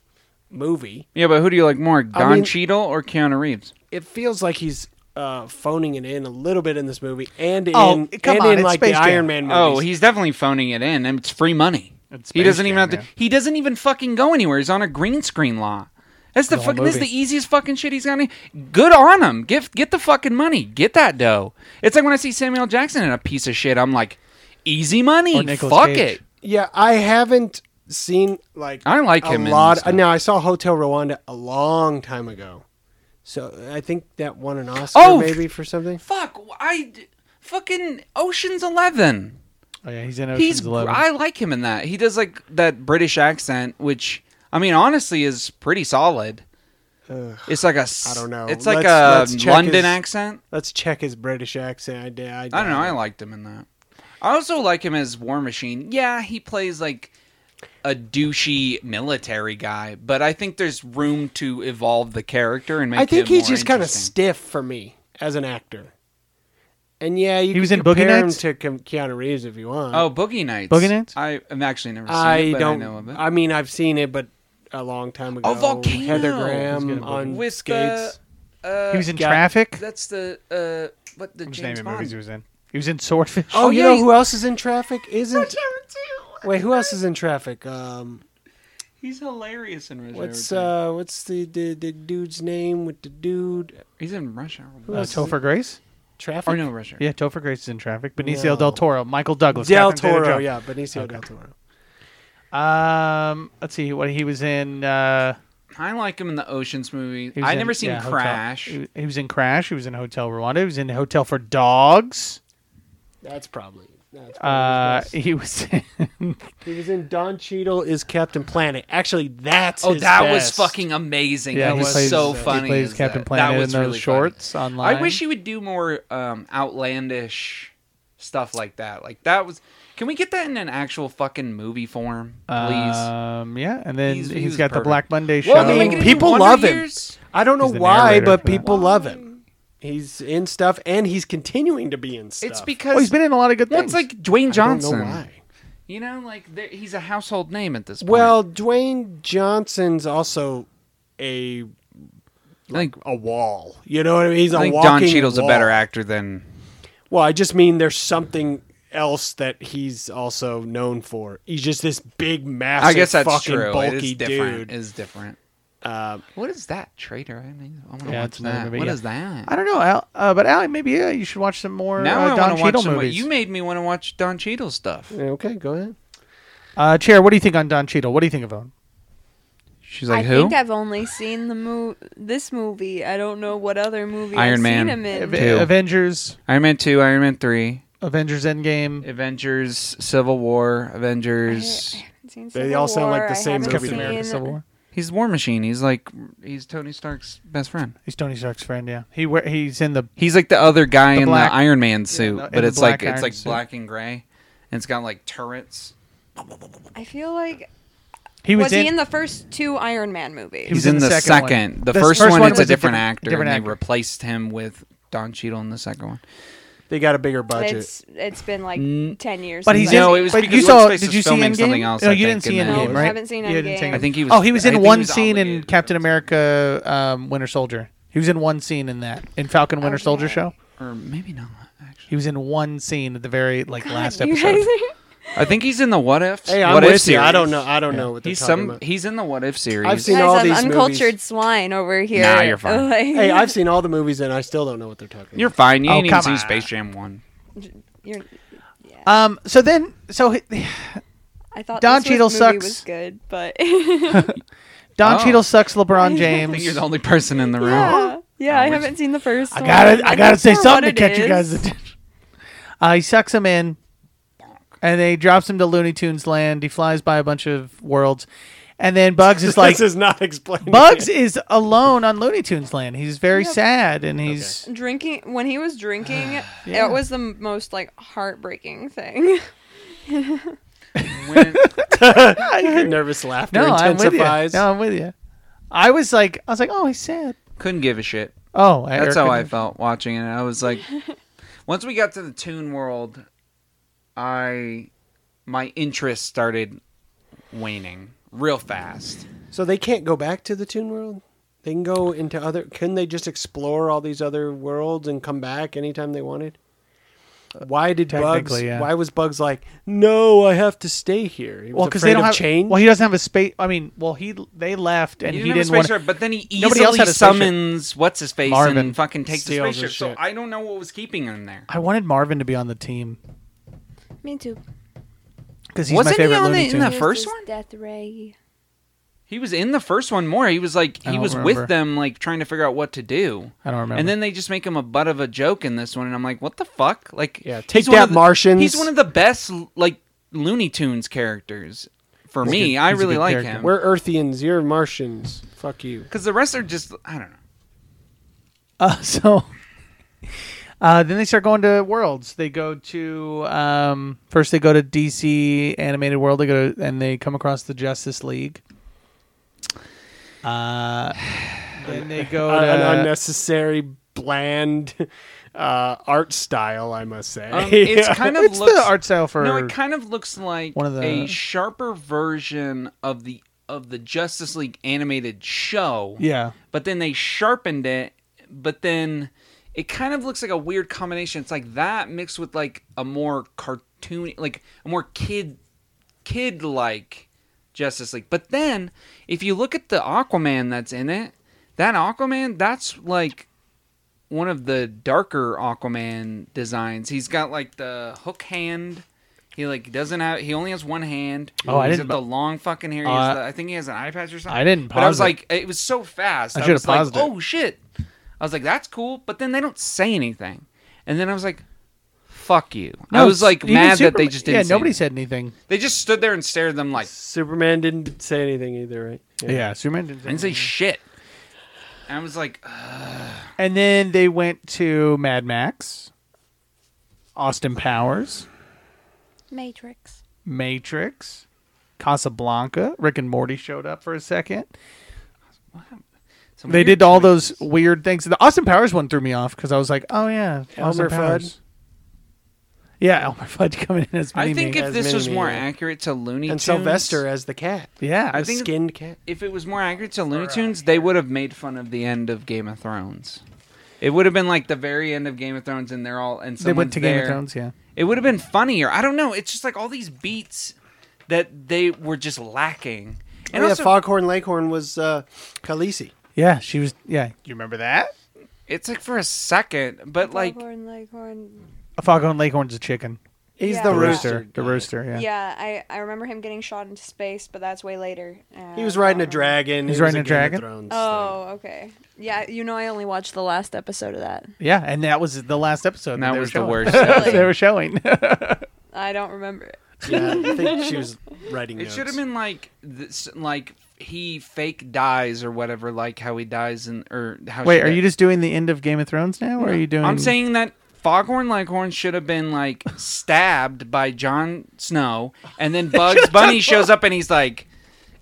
Speaker 8: movie.
Speaker 6: Yeah, but who do you like more, Don
Speaker 8: mean-
Speaker 6: Cheadle or Keanu Reeves?
Speaker 8: It feels like he's uh, phoning it in a little bit in this movie, and in
Speaker 7: Oh, come
Speaker 8: and
Speaker 7: on,
Speaker 8: in
Speaker 7: it's
Speaker 8: like
Speaker 7: Space
Speaker 8: the
Speaker 7: Jam.
Speaker 8: Iron Man. Movies.
Speaker 6: Oh, he's definitely phoning it in, and it's free money.
Speaker 7: It's
Speaker 6: he
Speaker 7: Space
Speaker 6: doesn't even
Speaker 7: Jam,
Speaker 6: have to.
Speaker 7: yeah.
Speaker 6: He doesn't even fucking go anywhere. He's on a green screen law. That's the,
Speaker 7: whole
Speaker 6: fucking. This is
Speaker 7: movie.
Speaker 6: the easiest fucking shit he's got. any- Good on him. Get get the fucking money. Get that dough. It's like when I see Samuel Jackson in a piece of shit. I'm like, easy money.
Speaker 7: Or Nicolas
Speaker 6: Fuck
Speaker 7: Cage.
Speaker 6: it.
Speaker 8: yeah. I haven't seen like
Speaker 6: I like
Speaker 8: a
Speaker 6: him in
Speaker 8: lot.
Speaker 6: stuff.
Speaker 8: now I saw Hotel Rwanda a long time ago, so I think that won an Oscar
Speaker 6: Oh!
Speaker 8: maybe for something.
Speaker 6: Fuck. I d- fucking Ocean's Eleven.
Speaker 7: Oh, yeah, he's in Ocean's
Speaker 6: He's.
Speaker 7: Eleven.
Speaker 6: I like him in that. He does like that British accent, which I mean, honestly, is pretty solid. It's like a. s-
Speaker 8: I don't know.
Speaker 6: It's like
Speaker 8: Let's-
Speaker 6: a
Speaker 8: let's check
Speaker 6: London
Speaker 8: his-
Speaker 6: accent.
Speaker 8: Let's check his British accent. I, d-
Speaker 6: I don't know. I liked him in that. I also like him as War Machine. Yeah, he plays like a douchey military guy, but I think there's room to evolve the character and make.
Speaker 8: I think
Speaker 6: him
Speaker 8: he's
Speaker 6: more
Speaker 8: just kind of
Speaker 6: interesting.
Speaker 8: stiff for me as an actor. And yeah, you
Speaker 7: He was
Speaker 8: can
Speaker 7: in Boogie
Speaker 8: compare him
Speaker 7: Nights?
Speaker 8: to Ke- Keanu Reeves if you want.
Speaker 6: Oh, Boogie Nights.
Speaker 7: Boogie Nights?
Speaker 6: I have actually never seen
Speaker 8: I
Speaker 6: it, but
Speaker 8: don't.
Speaker 6: I know of it.
Speaker 8: I mean, I've seen it, but a long time ago.
Speaker 6: Oh, Volcano!
Speaker 8: Heather
Speaker 6: He's
Speaker 8: Graham on
Speaker 6: With
Speaker 8: skates.
Speaker 6: the. Uh,
Speaker 7: he was in
Speaker 8: yeah.
Speaker 7: Traffic.
Speaker 6: That's the. Uh, what the
Speaker 7: His
Speaker 6: James
Speaker 7: name of
Speaker 6: Bond.
Speaker 7: movies he was in. He was in Swordfish. Uh,
Speaker 8: oh,
Speaker 6: Oh,
Speaker 8: you
Speaker 6: yeah,
Speaker 8: know
Speaker 6: he-
Speaker 8: who else is in traffic? Isn't wait? Who else is in traffic? Um,
Speaker 6: He's hilarious in Rush
Speaker 8: what's
Speaker 6: Hour.
Speaker 8: uh, what's the, the the dude's name with the dude?
Speaker 6: He's in Rush Hour.
Speaker 8: Who
Speaker 7: Uh,
Speaker 8: else is-
Speaker 7: Topher Grace.
Speaker 8: Traffic.
Speaker 6: Or Oh, no, Rush Hour.
Speaker 7: Yeah, Topher Grace is in Traffic. Benicio
Speaker 8: No.
Speaker 7: del Toro, Michael Douglas,
Speaker 8: Del
Speaker 7: Catherine
Speaker 8: Toro.
Speaker 7: Zeta-Jones.
Speaker 8: Yeah, Benicio del Toro.
Speaker 7: Um, let's see what he was in. Uh,
Speaker 6: I like him in the Ocean's movie.
Speaker 7: he was
Speaker 6: I
Speaker 7: in-
Speaker 6: never seen
Speaker 7: yeah, Hotel-
Speaker 6: Crash.
Speaker 7: He, he was in Crash. He was in Hotel Rwanda. He was in Hotel for Dogs.
Speaker 8: That's probably. That's
Speaker 6: Oh,
Speaker 8: probably
Speaker 7: Uh,
Speaker 8: his best.
Speaker 7: he was. In,
Speaker 8: He was in Don Cheadle is Captain Planet. Actually, that's
Speaker 6: Oh,
Speaker 8: his
Speaker 6: that was
Speaker 8: best.
Speaker 6: fucking amazing.
Speaker 7: yeah,
Speaker 6: that
Speaker 7: he
Speaker 6: was
Speaker 7: plays,
Speaker 6: so
Speaker 7: he
Speaker 6: funny.
Speaker 7: plays
Speaker 6: as
Speaker 7: Captain
Speaker 6: that.
Speaker 7: Planet
Speaker 6: that
Speaker 7: in
Speaker 6: was
Speaker 7: those
Speaker 6: really
Speaker 7: shorts
Speaker 6: funny.
Speaker 7: online.
Speaker 6: I wish he would do more um, outlandish stuff like that. Like that was. Can we get that in an actual fucking movie form, please?
Speaker 7: Um, yeah, and then
Speaker 6: He's- he
Speaker 7: he's
Speaker 6: was
Speaker 7: got
Speaker 6: perfect.
Speaker 7: the Black Monday show.
Speaker 6: Well,
Speaker 8: I
Speaker 6: they
Speaker 8: mean,
Speaker 6: make it
Speaker 8: people
Speaker 6: Wonder
Speaker 8: love him.
Speaker 6: Years?
Speaker 8: I don't know
Speaker 7: He's the
Speaker 8: why,
Speaker 7: narrator
Speaker 8: but
Speaker 7: for that.
Speaker 8: people love him. He's in stuff, and he's continuing to be in stuff.
Speaker 6: It's
Speaker 7: Oh,
Speaker 6: because
Speaker 7: he's been in a lot of good
Speaker 6: well,
Speaker 7: things.
Speaker 6: it's like Dwayne Johnson.
Speaker 8: I don't know why.
Speaker 6: You know, like there- he's a household name at this point.
Speaker 8: Well, Dwayne Johnson's also a
Speaker 6: I think,
Speaker 8: a wall. You know what I mean? He's a
Speaker 6: I think
Speaker 8: walking
Speaker 6: Don Cheadle's
Speaker 8: wall.
Speaker 6: a better actor than
Speaker 8: Well, I just mean there's something else that he's also known for. He's just this big, massive,
Speaker 6: I guess that's
Speaker 8: fucking
Speaker 6: true.
Speaker 8: bulky
Speaker 6: it is different.
Speaker 8: dude.
Speaker 6: It is different.
Speaker 8: Uh,
Speaker 6: What is that traitor? I mean, I want to
Speaker 7: Yeah,
Speaker 6: watch
Speaker 7: it's another
Speaker 6: that. What is
Speaker 7: movie, yeah.
Speaker 6: that?
Speaker 7: I don't know, Al, uh, but Allie, maybe yeah, you should watch some more
Speaker 6: now
Speaker 7: uh,
Speaker 6: I
Speaker 7: Don
Speaker 6: want to watch
Speaker 7: Cheadle
Speaker 6: some.
Speaker 7: movies.
Speaker 6: You made me want to watch Don Cheadle stuff.
Speaker 8: okay, go ahead.
Speaker 7: uh, Chair, what do you think on Don Cheadle? What do you think of him?
Speaker 6: She's like,
Speaker 5: I
Speaker 6: who?
Speaker 5: think I've only seen the mo- this movie. I don't know what other movie
Speaker 6: Iron
Speaker 5: I've
Speaker 6: Man.
Speaker 5: seen him in.
Speaker 7: Ave- Avengers,
Speaker 6: Iron Man two, Iron Man three,
Speaker 7: Avengers Endgame.
Speaker 6: Avengers, Civil War,
Speaker 5: I- I
Speaker 6: Avengers.
Speaker 5: haven't seen
Speaker 8: They
Speaker 5: Civil
Speaker 8: all sound like
Speaker 5: War.
Speaker 8: the
Speaker 5: I
Speaker 8: same
Speaker 5: haven't
Speaker 8: movie.
Speaker 7: Captain America:
Speaker 5: seen-
Speaker 7: Civil War.
Speaker 6: He's War Machine. He's like he's Tony Stark's best friend.
Speaker 7: He's Tony Stark's friend. Yeah, he wear, he's in the
Speaker 6: He's like the other guy
Speaker 7: The
Speaker 6: in
Speaker 7: black-
Speaker 6: the Iron Man suit,
Speaker 7: no, in
Speaker 6: but
Speaker 7: the
Speaker 6: it's like
Speaker 7: black
Speaker 6: it's
Speaker 7: iron
Speaker 6: like
Speaker 7: suit.
Speaker 6: black and gray, and it's got like turrets.
Speaker 5: I feel like
Speaker 7: he was,
Speaker 5: was he in the first two Iron Man movies?
Speaker 7: He was
Speaker 6: He's in, the second.
Speaker 7: one.
Speaker 6: The
Speaker 7: The
Speaker 6: first,
Speaker 7: first
Speaker 6: one,
Speaker 7: one
Speaker 6: it's a
Speaker 7: was a
Speaker 6: different,
Speaker 7: different-
Speaker 6: actor,
Speaker 7: different
Speaker 6: and
Speaker 7: actor.
Speaker 6: they replaced him with Don Cheadle in the second one.
Speaker 8: They got a bigger budget.
Speaker 5: It's it's been like ten years.
Speaker 7: But
Speaker 5: since
Speaker 7: he's
Speaker 5: I've
Speaker 6: No,
Speaker 7: in,
Speaker 6: it was
Speaker 7: but
Speaker 6: because
Speaker 7: you saw.
Speaker 6: Let's Face
Speaker 7: Did you
Speaker 6: is
Speaker 7: see
Speaker 6: filming
Speaker 7: Endgame?
Speaker 6: something else,
Speaker 7: no,
Speaker 6: I
Speaker 7: you
Speaker 6: think,
Speaker 7: didn't see
Speaker 6: and then-
Speaker 7: Endgame,
Speaker 5: No,
Speaker 7: right?
Speaker 5: haven't seen
Speaker 7: You didn't
Speaker 5: Endgame.
Speaker 7: see
Speaker 5: I
Speaker 6: think he was-
Speaker 7: Oh, he was
Speaker 6: I
Speaker 7: in
Speaker 6: think he
Speaker 7: one
Speaker 6: was
Speaker 7: scene in
Speaker 6: obligated.
Speaker 7: Captain America: um, Winter Soldier. He was in one scene in that in Falcon Winter Soldier
Speaker 5: Okay.
Speaker 7: show.
Speaker 6: Or maybe not, actually.
Speaker 7: He was in one scene at the very like last
Speaker 5: You
Speaker 7: episode.
Speaker 5: guys-
Speaker 6: I think he's in the What Ifs.
Speaker 8: Hey, I'm
Speaker 6: what if
Speaker 8: with you.
Speaker 6: series.
Speaker 8: I don't know. I don't know what they're
Speaker 6: He's
Speaker 8: talking
Speaker 6: some.
Speaker 8: about.
Speaker 6: He's in the What If series.
Speaker 8: I've seen
Speaker 5: Guys,
Speaker 8: all
Speaker 5: I'm
Speaker 8: these
Speaker 5: uncultured
Speaker 8: movies.
Speaker 5: swine over here.
Speaker 6: Nah, you're fine.
Speaker 5: Like,
Speaker 8: Hey, I've seen all the movies and I still don't know what they're talking.
Speaker 6: You're fine. You
Speaker 7: Oh,
Speaker 6: ain't even
Speaker 7: come
Speaker 6: seen
Speaker 7: on.
Speaker 6: Space Jam one.
Speaker 5: you're-
Speaker 7: Um. So then, so h-
Speaker 5: I thought
Speaker 7: Don
Speaker 5: this was-
Speaker 7: Cheadle
Speaker 5: movie
Speaker 7: sucks.
Speaker 5: was good, but
Speaker 7: Don
Speaker 6: Oh.
Speaker 7: Cheadle sucks LeBron
Speaker 6: I think
Speaker 7: James.
Speaker 6: you're the only person in the room.
Speaker 5: yeah, yeah, I haven't seen the first.
Speaker 7: I
Speaker 5: one.
Speaker 7: gotta, I gotta say
Speaker 5: For
Speaker 7: something
Speaker 5: what
Speaker 7: to catch
Speaker 5: it
Speaker 7: you
Speaker 5: is.
Speaker 7: guys' attention. Uh, he sucks him in, and then he drops him to Looney Tunes land. He flies by a bunch of worlds, and then Bugs is like,
Speaker 8: this is not explained.
Speaker 7: Bugs is alone on Looney Tunes land. He's very sad, and he's
Speaker 5: Drinking when he was drinking, it was the most like heartbreaking thing.
Speaker 6: When-
Speaker 8: nervous laughter
Speaker 7: no, I'm with you.
Speaker 8: intensifies.
Speaker 7: No, I'm with you. I was like, I was like, oh, he's sad.
Speaker 6: couldn't give a shit.
Speaker 7: Oh, I-
Speaker 6: That's
Speaker 7: or
Speaker 6: how I
Speaker 7: couldn't-
Speaker 6: felt watching it. I was like, once we got to the Toon World, I my interest started waning real fast.
Speaker 8: So they can't go back to the Toon World. They can go into other. Can they just explore all these other worlds and come back anytime they wanted? Why did Bugs?
Speaker 7: Technically, yeah.
Speaker 8: Why was Bugs like, no, I have to stay here? He was
Speaker 7: Well, because they
Speaker 8: afraid
Speaker 7: don't
Speaker 8: of
Speaker 7: have.
Speaker 8: change.
Speaker 7: Well, he doesn't have a space. I mean, well, he they left, and he,
Speaker 6: have a
Speaker 7: didn't
Speaker 6: space
Speaker 7: want.
Speaker 6: ship, but then he
Speaker 7: Nobody
Speaker 6: easily
Speaker 7: else had a spaceship.
Speaker 6: summons what's his face
Speaker 7: Marvin.
Speaker 6: and fucking takes the
Speaker 8: Steals his
Speaker 6: spaceship. So
Speaker 8: shit.
Speaker 6: I don't know what was keeping him there.
Speaker 7: I wanted Marvin to be on the team
Speaker 5: Me too.
Speaker 7: because he's
Speaker 6: Wasn't
Speaker 7: my
Speaker 6: he
Speaker 7: favorite
Speaker 6: on the-
Speaker 7: Looney
Speaker 6: in
Speaker 7: Tunes.
Speaker 6: the first one?
Speaker 5: Death Ray.
Speaker 6: He was in the first one more. He was like
Speaker 7: I
Speaker 6: he
Speaker 7: don't
Speaker 6: was
Speaker 7: remember.
Speaker 6: with them, like trying to figure out what to do.
Speaker 7: I don't remember.
Speaker 6: And then they just make him a butt of a joke in this one, and I'm like, what the fuck? Like,
Speaker 8: Yeah, take
Speaker 6: he's one
Speaker 8: that,
Speaker 6: of the-
Speaker 8: Martians.
Speaker 6: He's one of the best like Looney Tunes characters for me. I
Speaker 7: he's a
Speaker 6: really
Speaker 7: good
Speaker 6: like
Speaker 7: character.
Speaker 6: him
Speaker 8: We're Earthians. You're Martians. Fuck you.
Speaker 6: because the rest are just I don't know.
Speaker 7: Uh, so uh, then they start going to worlds. They go to um, first they go to DC Animated World. They go to, and they come across the Justice League. Uh, then they go
Speaker 8: Uh, an
Speaker 7: to
Speaker 8: unnecessary bland uh, art style, I must say.
Speaker 6: Um, it's kind of
Speaker 7: it's
Speaker 6: looks
Speaker 7: the art style for
Speaker 6: no, it kind of looks like
Speaker 7: one of the-
Speaker 6: a sharper version of the of the Justice League animated show.
Speaker 7: yeah.
Speaker 6: but then they sharpened it but then it kind of looks like a weird combination it's like that mixed with like a more cartoon like a more kid kid like justice league but then if you look at the aquaman that's in it that aquaman that's like one of the darker aquaman designs he's got like the hook hand he like doesn't have he only has one hand
Speaker 7: Oh, I
Speaker 6: He's
Speaker 7: didn't
Speaker 6: got
Speaker 7: bu-
Speaker 6: the long fucking hair he has
Speaker 7: Uh,
Speaker 6: the, i think he has an eye patch or something
Speaker 7: I didn't
Speaker 6: but i was
Speaker 7: pause it.
Speaker 6: like it was so fast.
Speaker 7: I
Speaker 6: I,
Speaker 7: should've
Speaker 6: was like,
Speaker 7: paused it.
Speaker 6: oh shit. I was like, that's cool, but then they don't say anything. And then I was like, fuck you. I was like
Speaker 7: even
Speaker 6: mad that
Speaker 7: Superman-
Speaker 6: they just didn't.
Speaker 7: Yeah, nobody
Speaker 6: say
Speaker 7: said anything.
Speaker 6: anything. They just stood there and stared at them like
Speaker 8: Superman didn't say anything either, right?
Speaker 7: Yeah, Superman didn't.
Speaker 6: I didn't say shit. And I was like, ugh.
Speaker 7: And then they went to Mad Max, Austin Powers,
Speaker 5: Matrix.
Speaker 7: Matrix, Casablanca. Rick and Morty showed up for a second.
Speaker 6: it's a
Speaker 7: They
Speaker 6: weird
Speaker 7: did all
Speaker 6: choice.
Speaker 7: those weird things. The Austin Powers one threw me off because I was like, oh yeah, Austin
Speaker 8: Elmer Fudd.
Speaker 7: Powers. Yeah, Elmer Fudd coming in as mini
Speaker 6: I think if
Speaker 8: as
Speaker 6: this was
Speaker 8: Mini-Me,
Speaker 6: more
Speaker 8: yeah.
Speaker 6: accurate to Looney
Speaker 8: And
Speaker 6: Tunes,
Speaker 8: Sylvester as the cat,
Speaker 7: yeah,
Speaker 6: I
Speaker 8: the
Speaker 6: think-
Speaker 8: skinned cat.
Speaker 6: if it was more accurate to Looney Tunes, they would have made fun of the end of Game of Thrones. It would have been like the very end of Game of Thrones, and they're all and
Speaker 7: they went
Speaker 6: someone's
Speaker 7: to Game
Speaker 6: there.
Speaker 7: of Thrones. Yeah,
Speaker 6: It would have been funnier. I don't know. It's just like all these beats that they were just lacking. And
Speaker 8: And Oh, yeah,
Speaker 6: also,
Speaker 8: Foghorn Leghorn was uh, Khaleesi.
Speaker 7: yeah, she was. Yeah, you remember that?
Speaker 6: it's like for a second, but like
Speaker 5: Leghorn, Leghorn.
Speaker 7: A foghorn leghorn's a chicken.
Speaker 8: He's
Speaker 5: Yeah.
Speaker 8: the
Speaker 7: The
Speaker 8: rooster.
Speaker 7: rooster. The rooster. Yeah.
Speaker 5: Yeah. I I remember him getting shot into space, but that's way later. Uh,
Speaker 8: He was
Speaker 5: I
Speaker 8: riding a
Speaker 5: don't remember.
Speaker 8: dragon.
Speaker 7: He's
Speaker 8: It was
Speaker 7: riding a
Speaker 8: Game of
Speaker 7: dragon?
Speaker 8: Thrones
Speaker 5: Oh, okay. Yeah, you know I only watched the last episode of that.
Speaker 7: Yeah, and that was the last episode.
Speaker 6: that
Speaker 7: they were
Speaker 6: was the
Speaker 7: showing.
Speaker 6: worst.
Speaker 5: Really?
Speaker 7: they were showing.
Speaker 5: I don't remember it.
Speaker 8: thing. Yeah, I think she was writing.
Speaker 6: it
Speaker 8: notes.
Speaker 6: should have been like this, like he fake dies or whatever, like how he dies and or how.
Speaker 7: Wait,
Speaker 6: she
Speaker 7: are
Speaker 6: di-
Speaker 7: you just doing the end of Game of Thrones now, or are you doing?
Speaker 6: I'm saying that Foghorn Leghorn should have been like stabbed by Jon Snow, and then Bugs Bunny shows up and he's like,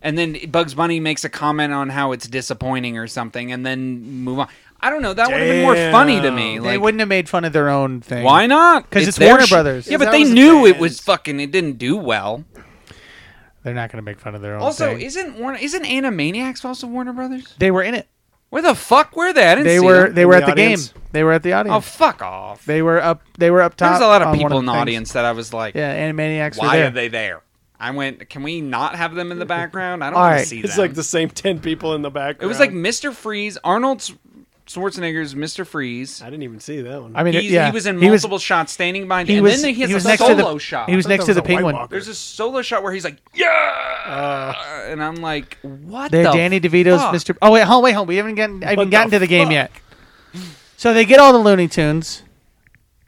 Speaker 6: and then Bugs Bunny makes a comment on how it's disappointing or something, and then move on. I don't know. That would have been more funny to me.
Speaker 8: Damn.
Speaker 7: they
Speaker 6: Like,
Speaker 7: wouldn't have made fun of their own thing.
Speaker 6: why not?
Speaker 7: 'Cause it's
Speaker 6: their
Speaker 7: Warner
Speaker 6: sh-
Speaker 7: Brothers.
Speaker 6: Yeah,
Speaker 8: That
Speaker 6: but they
Speaker 8: was a
Speaker 6: knew it
Speaker 8: brand.
Speaker 6: was fucking. It didn't do well.
Speaker 7: They're not going to make fun of their own.
Speaker 6: Also,
Speaker 7: thing.
Speaker 6: isn't Warner? Isn't Animaniacs also Warner Brothers?
Speaker 7: they were in it.
Speaker 6: Where the fuck were they? I didn't
Speaker 7: They
Speaker 6: see
Speaker 7: were
Speaker 6: them.
Speaker 7: they were
Speaker 8: In
Speaker 7: at
Speaker 8: the
Speaker 7: the
Speaker 8: audience?
Speaker 7: game. They were at the
Speaker 6: Oh
Speaker 7: audience.
Speaker 6: fuck off!
Speaker 7: they were up. They were up top.
Speaker 6: There's a lot of
Speaker 7: on one
Speaker 6: people in the
Speaker 7: things.
Speaker 6: audience that I was like,
Speaker 7: Yeah, Animaniacs were
Speaker 6: why
Speaker 7: there.
Speaker 6: are they there? I went, can we not have them in the background? I don't
Speaker 7: All
Speaker 6: want
Speaker 7: right.
Speaker 6: to see them.
Speaker 8: It's like the same ten people in the background.
Speaker 6: it was like Mr. Freeze, Arnold S- Schwarzenegger's Mr. Freeze.
Speaker 8: I didn't even see that one.
Speaker 7: I mean,
Speaker 6: He's-
Speaker 7: yeah,
Speaker 6: he was in
Speaker 7: he was-
Speaker 6: multiple shots standing behind
Speaker 7: He
Speaker 6: and
Speaker 7: was.
Speaker 6: then he has
Speaker 7: he was
Speaker 6: a
Speaker 7: next
Speaker 6: solo
Speaker 7: to the.
Speaker 6: shot.
Speaker 7: He was next
Speaker 8: that
Speaker 7: to the
Speaker 8: was a White
Speaker 7: penguin.
Speaker 8: Walker.
Speaker 6: There's a solo shot where he's like, yeah, and I'm like, what?
Speaker 7: They're
Speaker 6: the
Speaker 7: Uh. Danny DeVito's
Speaker 6: fuck?
Speaker 7: Mr. Oh wait, hold wait, hold. We haven't gotten I haven't
Speaker 8: the
Speaker 7: gotten to the game
Speaker 8: fuck?
Speaker 7: yet. So they get all the Looney Tunes,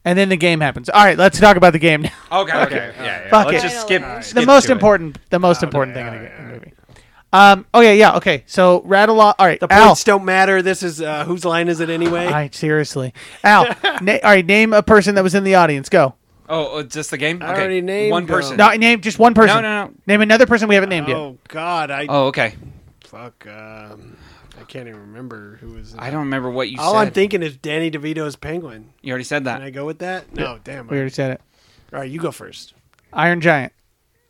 Speaker 7: and then the game happens. All right, let's talk about the game now.
Speaker 6: Okay, okay, yeah, yeah.
Speaker 7: Fuck
Speaker 6: Let's
Speaker 7: it.
Speaker 6: just skip,
Speaker 5: Alright.
Speaker 6: skip
Speaker 7: the most
Speaker 6: to it.
Speaker 7: important, the most important thing in the, ga- movie. Um. Oh yeah, yeah. Okay. So rattle off. All right,
Speaker 8: the
Speaker 7: Al.
Speaker 8: points don't matter. This is uh, whose line is it anyway?
Speaker 7: I seriously, Al. na- all right, name a person that was in the audience. Go.
Speaker 6: Oh, oh, just the game.
Speaker 8: I
Speaker 6: okay,
Speaker 8: already named
Speaker 6: one
Speaker 8: them.
Speaker 6: person.
Speaker 7: No, name just one person.
Speaker 6: no, no.
Speaker 7: Name another person we haven't named yet.
Speaker 8: Oh God, I
Speaker 6: Oh, okay.
Speaker 8: fuck. Um, I can't even remember who was. in
Speaker 6: I
Speaker 8: it.
Speaker 6: don't remember what you
Speaker 8: All
Speaker 6: said.
Speaker 8: I'm thinking is Danny DeVito's penguin.
Speaker 6: you already said
Speaker 8: Can I
Speaker 6: that.
Speaker 8: go with that? No, damn.
Speaker 7: We already said it.
Speaker 8: All right, you go first.
Speaker 7: Iron Giant.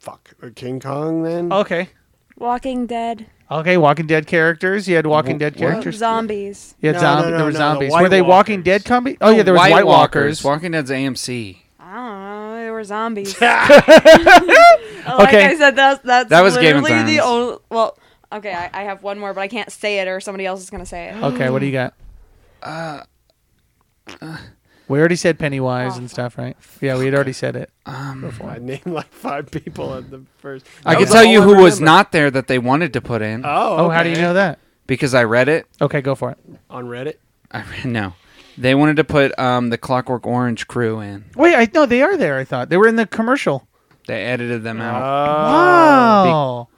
Speaker 8: Fuck. Or King Kong then.
Speaker 7: Okay.
Speaker 5: Walking Dead,
Speaker 7: Okay. Walking Dead characters. You had Walking Dead characters.
Speaker 5: zombies.
Speaker 7: Yeah,
Speaker 8: No,
Speaker 7: zomb-
Speaker 8: no, no,
Speaker 7: there were
Speaker 8: no, the
Speaker 7: zombies.
Speaker 8: White
Speaker 7: were they Walking Dead
Speaker 8: Walkers.
Speaker 7: combi? Oh yeah, there was White, Walkers.
Speaker 6: Walking Dead's AMC.
Speaker 5: I don't know. Ah, They were zombies. Oh, Like
Speaker 7: Okay.
Speaker 5: I said, that's that's
Speaker 6: That was Game of
Speaker 5: literally the
Speaker 6: Thrones.
Speaker 5: only. Well, okay, I, I have one more, but I can't say it, or somebody else is gonna say it.
Speaker 7: okay, what do you got?
Speaker 8: Uh,
Speaker 7: we already said Pennywise and stuff, right? Yeah, we had already said it.
Speaker 8: Oh, I named like five people at the first.
Speaker 6: I
Speaker 8: That
Speaker 6: can
Speaker 8: was
Speaker 6: tell
Speaker 8: all
Speaker 6: you
Speaker 8: I
Speaker 6: who was
Speaker 8: remember.
Speaker 6: not there that they wanted to put in
Speaker 8: Oh,
Speaker 7: Oh, how do you
Speaker 8: okay.
Speaker 7: know that?
Speaker 6: because I read it.
Speaker 7: Okay, go for it.
Speaker 8: on Reddit?
Speaker 6: I read no. They wanted to put um, the Clockwork Orange crew in.
Speaker 7: Wait, I no, they are there. I thought they were in the commercial.
Speaker 6: They edited them out.
Speaker 8: Uh,
Speaker 7: Wow,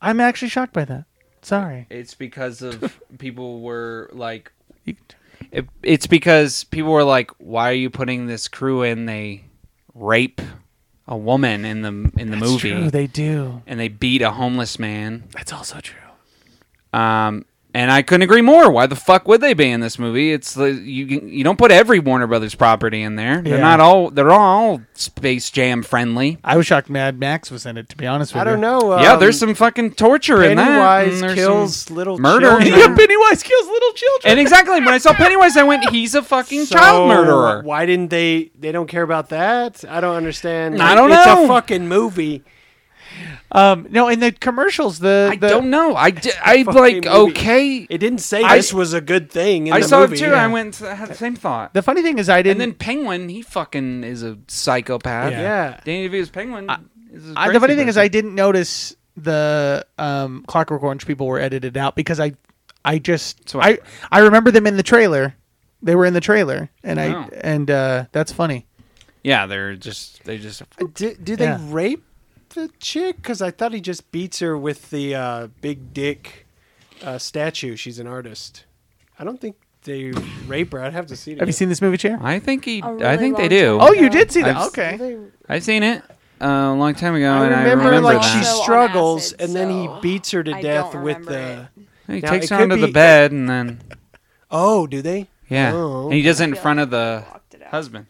Speaker 7: I'm actually shocked by that. Sorry.
Speaker 6: It's because of people were like,
Speaker 7: You-
Speaker 6: it, it's because people were like, why are you putting this crew in? They rape a woman in the in the
Speaker 7: That's
Speaker 6: movie,
Speaker 7: true, they do.
Speaker 6: and they beat a homeless man.
Speaker 7: That's also Oh, true.
Speaker 6: Um, and I couldn't agree more. Why the fuck would they be in this movie? It's the you can- you don't put every Warner Brothers property in there. They're
Speaker 7: Yeah.
Speaker 6: not all they're all Space Jam friendly.
Speaker 7: I was shocked. Mad Max was in it. To be honest with
Speaker 8: I
Speaker 7: you,
Speaker 8: don't know. Um,
Speaker 6: yeah, there's some fucking torture in that.
Speaker 8: Pennywise
Speaker 6: and there's
Speaker 8: kills
Speaker 6: some
Speaker 8: little
Speaker 6: murder.
Speaker 8: children.
Speaker 7: Yeah, Pennywise kills little children.
Speaker 6: and exactly when I saw Pennywise, I went, "He's a fucking
Speaker 8: So,
Speaker 6: child murderer."
Speaker 8: Why didn't they? They don't care about that. I don't understand.
Speaker 6: I don't
Speaker 8: it's
Speaker 6: know.
Speaker 8: a fucking movie.
Speaker 7: Um, no, in the commercials, the,
Speaker 6: I
Speaker 7: the
Speaker 6: don't know. I d- I
Speaker 8: fucking
Speaker 6: like
Speaker 8: movie.
Speaker 6: okay.
Speaker 8: It didn't say
Speaker 6: I-
Speaker 8: this was a good thing. In
Speaker 6: I
Speaker 8: the
Speaker 6: saw
Speaker 8: movie.
Speaker 6: it too. I went. I had the same thought.
Speaker 7: The funny thing is, I
Speaker 6: and
Speaker 7: didn't.
Speaker 6: then Penguin, he fucking is a psychopath.
Speaker 8: Yeah. Yeah.
Speaker 6: Danny DeVito's Penguin. is a
Speaker 7: I, the
Speaker 6: crazy
Speaker 7: funny thing is,
Speaker 6: person.
Speaker 7: I didn't notice the um, Clockwork Orange people were edited out because I, I just
Speaker 6: So-
Speaker 7: I I remember them in the trailer. They were in the trailer, and I
Speaker 6: Wow.
Speaker 7: and uh, that's funny.
Speaker 6: yeah, they're just they just
Speaker 8: Uh, Do, do they
Speaker 7: Yeah.
Speaker 8: rape the chick? Because I thought he just beats her with the uh, big dick uh, statue. She's an artist. I don't think they rape her. I'd have to see it.
Speaker 7: Have you
Speaker 8: again.
Speaker 7: seen this movie, Chair?
Speaker 6: I think he.
Speaker 5: A really
Speaker 6: I think they
Speaker 5: long
Speaker 6: do.
Speaker 5: time. Oh!
Speaker 7: Oh, you did see that.
Speaker 6: I've-
Speaker 7: okay.
Speaker 6: I've seen it uh, a long time ago,
Speaker 8: I
Speaker 6: and
Speaker 8: remember,
Speaker 6: I remember
Speaker 8: like
Speaker 6: that.
Speaker 8: she
Speaker 5: Also on
Speaker 8: struggles,
Speaker 5: acid,
Speaker 8: and then he
Speaker 5: so
Speaker 8: beats her to
Speaker 5: I
Speaker 8: death
Speaker 5: don't
Speaker 8: with
Speaker 5: remember
Speaker 8: the.
Speaker 6: he
Speaker 8: now,
Speaker 6: takes
Speaker 8: it
Speaker 6: her
Speaker 8: could
Speaker 6: onto the
Speaker 8: be-
Speaker 6: bed, and then
Speaker 8: Oh, do they?
Speaker 6: yeah,
Speaker 8: Oh,
Speaker 6: and he does it in
Speaker 5: okay.
Speaker 6: front of the
Speaker 5: Blocked it out.
Speaker 6: husband.